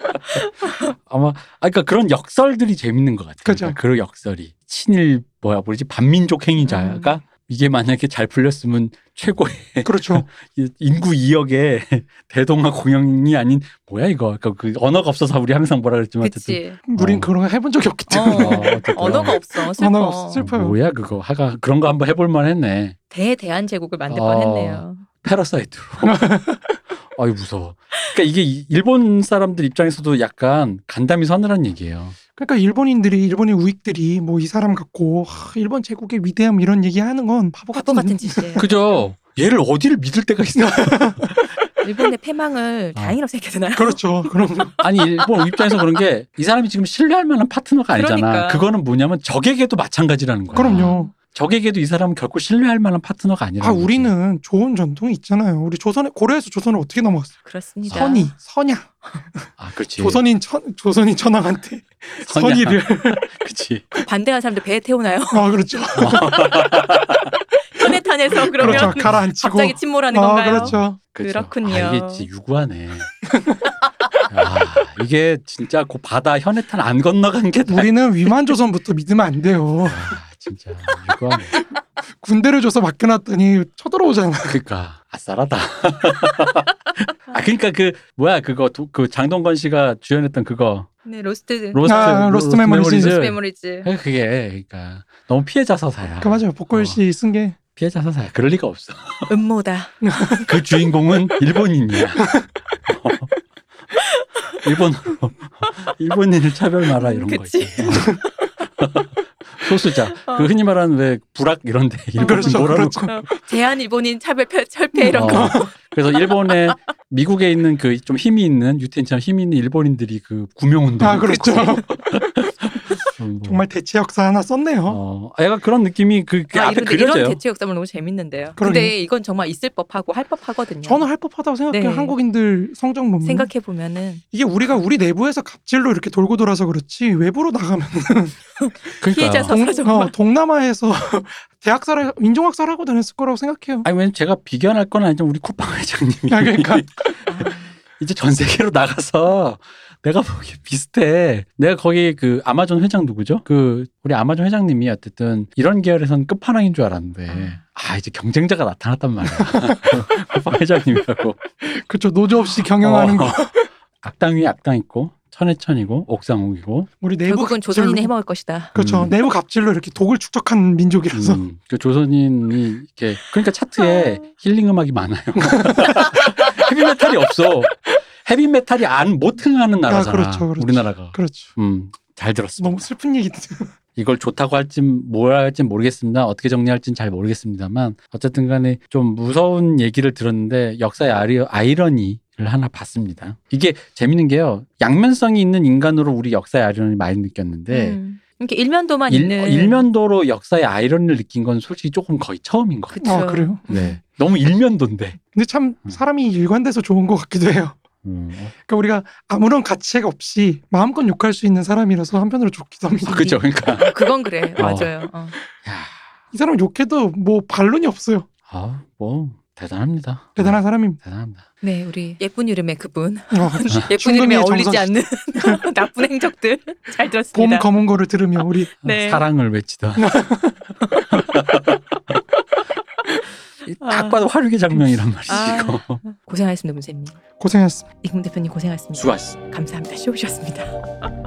[SPEAKER 2] 아마 아그까 그런 역설들이 재밌는 것 같아요.
[SPEAKER 3] 그죠.
[SPEAKER 2] 그러니까 그 역설이 친일 뭐야 뭐지 반민족 행위자가
[SPEAKER 1] 음.
[SPEAKER 2] 이게 만약에 잘 풀렸으면 최고의
[SPEAKER 3] 그렇죠.
[SPEAKER 2] 이- 인구 2억의 대동아 공영이 아닌 뭐야 이거 그러니까 그 언어가 없어서 우리 항상 뭐라 그랬지만
[SPEAKER 1] 그치
[SPEAKER 2] 어쨌든
[SPEAKER 3] 우린
[SPEAKER 2] 어.
[SPEAKER 3] 그런 거 해본 적이 없기 때문에.
[SPEAKER 2] 어, 어쨌든.
[SPEAKER 1] 언어가 없어 슬퍼
[SPEAKER 3] 언어가 없어, 슬퍼요.
[SPEAKER 2] 뭐야 그거 하가 그런 거 한번 해볼 만했네
[SPEAKER 1] 대대한제국을 만들
[SPEAKER 2] 어.
[SPEAKER 1] 뻔했네요.
[SPEAKER 2] 패러사이트로. 아이 무서워. 그러니까 이게 이- 일본 사람들 입장에서도 약간 간담이 서늘한 얘기예요.
[SPEAKER 3] 그러니까 일본인들이 일본의 우익들이 뭐 이 사람 갖고 하, 일본 제국의 위대함 이런 얘기하는 건 바보
[SPEAKER 1] 바보
[SPEAKER 3] 같은
[SPEAKER 2] 음.
[SPEAKER 1] 같은 짓이에요.
[SPEAKER 2] 그죠. 얘를 어디를 믿을 때가 있어?
[SPEAKER 1] 일본의 패망을
[SPEAKER 2] 그- 아.
[SPEAKER 1] 다행이라고 생각해야 되나요?
[SPEAKER 3] 그렇죠. 그런 거.
[SPEAKER 2] 아니 일본 뭐 입장에서 그런 게 이 사람이 지금 신뢰할 만한 파트너가 아니잖아.
[SPEAKER 1] 그러니까.
[SPEAKER 2] 그거는 뭐냐면 적에게도 마찬가지라는 거야.
[SPEAKER 3] 그럼요.
[SPEAKER 2] 적에게도 이 사람은 결코 신뢰할 만한 파트너가 아니라.
[SPEAKER 3] 아 우리는 좋은 전통이 있잖아요. 우리 조선에 고려에서 조선을 어떻게 넘어갔어요?
[SPEAKER 1] 그렇습니다.
[SPEAKER 3] 선이, 선야,
[SPEAKER 2] 아 그렇지.
[SPEAKER 3] 조선인 천 조선인 천황한테
[SPEAKER 2] 선야.
[SPEAKER 3] 선의를
[SPEAKER 2] 그렇지.
[SPEAKER 1] 반대하는 사람들 배에 태우나요?
[SPEAKER 3] 아 그렇죠.
[SPEAKER 1] 현해탄에서 그러면
[SPEAKER 3] 그렇죠. 가라앉히고
[SPEAKER 1] 갑자기 침몰하는
[SPEAKER 3] 아
[SPEAKER 1] 건가요?
[SPEAKER 3] 그렇죠.
[SPEAKER 2] 그렇죠.
[SPEAKER 1] 그렇군요.
[SPEAKER 2] 아, 이게 진짜 유구하네. 아, 이게 진짜 그 바다 현해탄 안 건너간 게 다.
[SPEAKER 3] 우리는 위만 조선부터 믿으면 안 돼요.
[SPEAKER 2] 아, 진짜 유구하네.
[SPEAKER 3] 군대를 줘서 맡겨놨더니 쳐들어오잖아.
[SPEAKER 2] 그러니까 아싸라다. 아 그러니까 그 뭐야 그거 도- 그 장동건 씨가 주연했던 그거
[SPEAKER 1] 네, 로스트
[SPEAKER 2] 로스트
[SPEAKER 3] 아, 로스트 메모리즈.
[SPEAKER 1] 로스트 메모리즈.
[SPEAKER 2] 아, 그게 그러니까 너무 피해자 서사야.
[SPEAKER 3] 그 맞아요. 복골 씨 쓴 게
[SPEAKER 2] 피해자 서사야. 그럴 리가 없어.
[SPEAKER 1] 음모다.
[SPEAKER 2] 그 주인공은 일본인이야. 어. 일본 일본인을 차별하라 이런 거
[SPEAKER 1] 그치.
[SPEAKER 2] 있잖아. 소수자. 그
[SPEAKER 1] 어.
[SPEAKER 2] 흔히 말하는 왜 불악 이런데 일본인
[SPEAKER 3] 그렇죠,
[SPEAKER 2] 몰아놓고.
[SPEAKER 3] 그렇죠.
[SPEAKER 1] 제한 일본인 차별 펴- 철폐 이런 거.
[SPEAKER 2] 어. 그래서 일본에 미국에 있는 그 좀 힘이 있는 유태인처럼 힘이 있는 일본인들이 그 구명운동.
[SPEAKER 3] 아 그렇죠.
[SPEAKER 2] 뭐.
[SPEAKER 3] 정말 대체 역사 하나 썼네요.
[SPEAKER 2] 어, 약간 그런 느낌이 그, 그
[SPEAKER 1] 아,
[SPEAKER 2] 앞에
[SPEAKER 1] 이런데 이런
[SPEAKER 2] 그려져요.
[SPEAKER 1] 대체 역사물 너무 재밌는데요.
[SPEAKER 3] 그러네요.
[SPEAKER 1] 근데 이건 정말 있을 법하고 할 법하거든요.
[SPEAKER 3] 저는 할 법하다고 생각해요.
[SPEAKER 1] 네.
[SPEAKER 3] 한국인들 성적 못 생각...
[SPEAKER 1] 생각해 보면은
[SPEAKER 3] 이게 우리가 우리 내부에서 갑질로 이렇게 돌고 돌아서 그렇지 외부로 나가면
[SPEAKER 2] 그러니까요.
[SPEAKER 1] 피해자 서-
[SPEAKER 3] 동,
[SPEAKER 1] 아, 정말.
[SPEAKER 3] 어, 동남아에서 대학살 인종학살 하고 다녔을 거라고 생각해요.
[SPEAKER 2] 아니 왜냐면 제가 비견할 건 아니지만 우리 쿠팡 회장님이
[SPEAKER 3] 아, 그러니까
[SPEAKER 2] 이제 전 세계로 나가서 내가 보기에 비슷해. 내가 거기 그 아마존 회장 누구죠? 그 우리 아마존 회장님이 어쨌든 이런 계열에선 끝판왕인 줄 알았는데
[SPEAKER 3] 음.
[SPEAKER 1] 아.
[SPEAKER 2] 아 이제 경쟁자가 나타났단 말이야. 쿠팡 회장님이라고.
[SPEAKER 3] 그렇죠. 노조 없이 경영하는
[SPEAKER 2] 어.
[SPEAKER 3] 거.
[SPEAKER 2] 악당 위에 악당 있고 천에 천이고 옥상옥이고.
[SPEAKER 3] 우리 내부
[SPEAKER 1] 결국은
[SPEAKER 3] 갑질로-
[SPEAKER 1] 조선인이 해먹을 것이다.
[SPEAKER 3] 그렇죠.
[SPEAKER 2] 음.
[SPEAKER 3] 내부 갑질로 이렇게 독을 축적한 민족이라서
[SPEAKER 2] 음, 그 조선인이 이렇게 그러니까 차트에 힐링 음악이 많아요. 헤비메탈이 없어. 헤비메탈이 안 못 흥하는 나라잖아.
[SPEAKER 3] 그렇죠, 그렇죠.
[SPEAKER 2] 우리나라가.
[SPEAKER 3] 그렇죠.
[SPEAKER 2] 음, 잘 들었습니다.
[SPEAKER 3] 너무 슬픈 얘기.
[SPEAKER 2] 이걸 좋다고 할지 뭘 할지 모르겠습니다. 어떻게 정리할지는 잘 모르겠습니다만 어쨌든 간에 좀 무서운 얘기를 들었는데 역사의 아리, 아이러니를 하나 봤습니다. 이게 재밌는 게요. 양면성이 있는 인간으로 우리 역사의 아이러니를 많이 느꼈는데
[SPEAKER 1] 음. 이렇게 일면도만
[SPEAKER 2] 네. 일,
[SPEAKER 1] 있는
[SPEAKER 2] 일면도로 역사의 아이러니를 느낀 건 솔직히 조금 거의 처음인 것 같아요.
[SPEAKER 1] 그쵸.
[SPEAKER 3] 아 그래요.
[SPEAKER 2] 네. 너무 일면도인데.
[SPEAKER 3] 근데 참
[SPEAKER 2] 음.
[SPEAKER 3] 사람이 일관돼서 좋은 것 같기도 해요.
[SPEAKER 2] 음.
[SPEAKER 3] 그러니까 우리가 아무런 가치가 없이 마음껏 욕할 수 있는 사람이라서 한편으로 좋기도 합니다.
[SPEAKER 2] 그죠. 그러니까.
[SPEAKER 1] 아, 그건 그래
[SPEAKER 2] 어.
[SPEAKER 1] 맞아요. 어.
[SPEAKER 2] 야,
[SPEAKER 3] 이 사람은 욕해도 뭐 반론이 없어요.
[SPEAKER 2] 아, 뭐 대단합니다.
[SPEAKER 3] 대단한 사람입니다.
[SPEAKER 2] 대단합니다.
[SPEAKER 1] 네 우리 예쁜 이름의 그분
[SPEAKER 3] 어,
[SPEAKER 1] 예쁜 이름에
[SPEAKER 3] 충동이의
[SPEAKER 1] 어울리지
[SPEAKER 3] 정성.
[SPEAKER 1] 않는 나쁜 행적들 잘
[SPEAKER 3] 봄
[SPEAKER 1] 들었습니다.
[SPEAKER 3] 검은 거를 들으며 우리
[SPEAKER 1] 네.
[SPEAKER 2] 사랑을 외치던. 이딱 봐도 화류의 장면이란 말이지
[SPEAKER 1] 아.
[SPEAKER 2] 이거.
[SPEAKER 1] 고생하셨습니다 문쌤님.
[SPEAKER 3] 고생했습니다.
[SPEAKER 1] 이금 대표님 고생하셨습니다.
[SPEAKER 2] 수고하셨습니다.
[SPEAKER 1] 감사합니다. 쇼우셨습니다.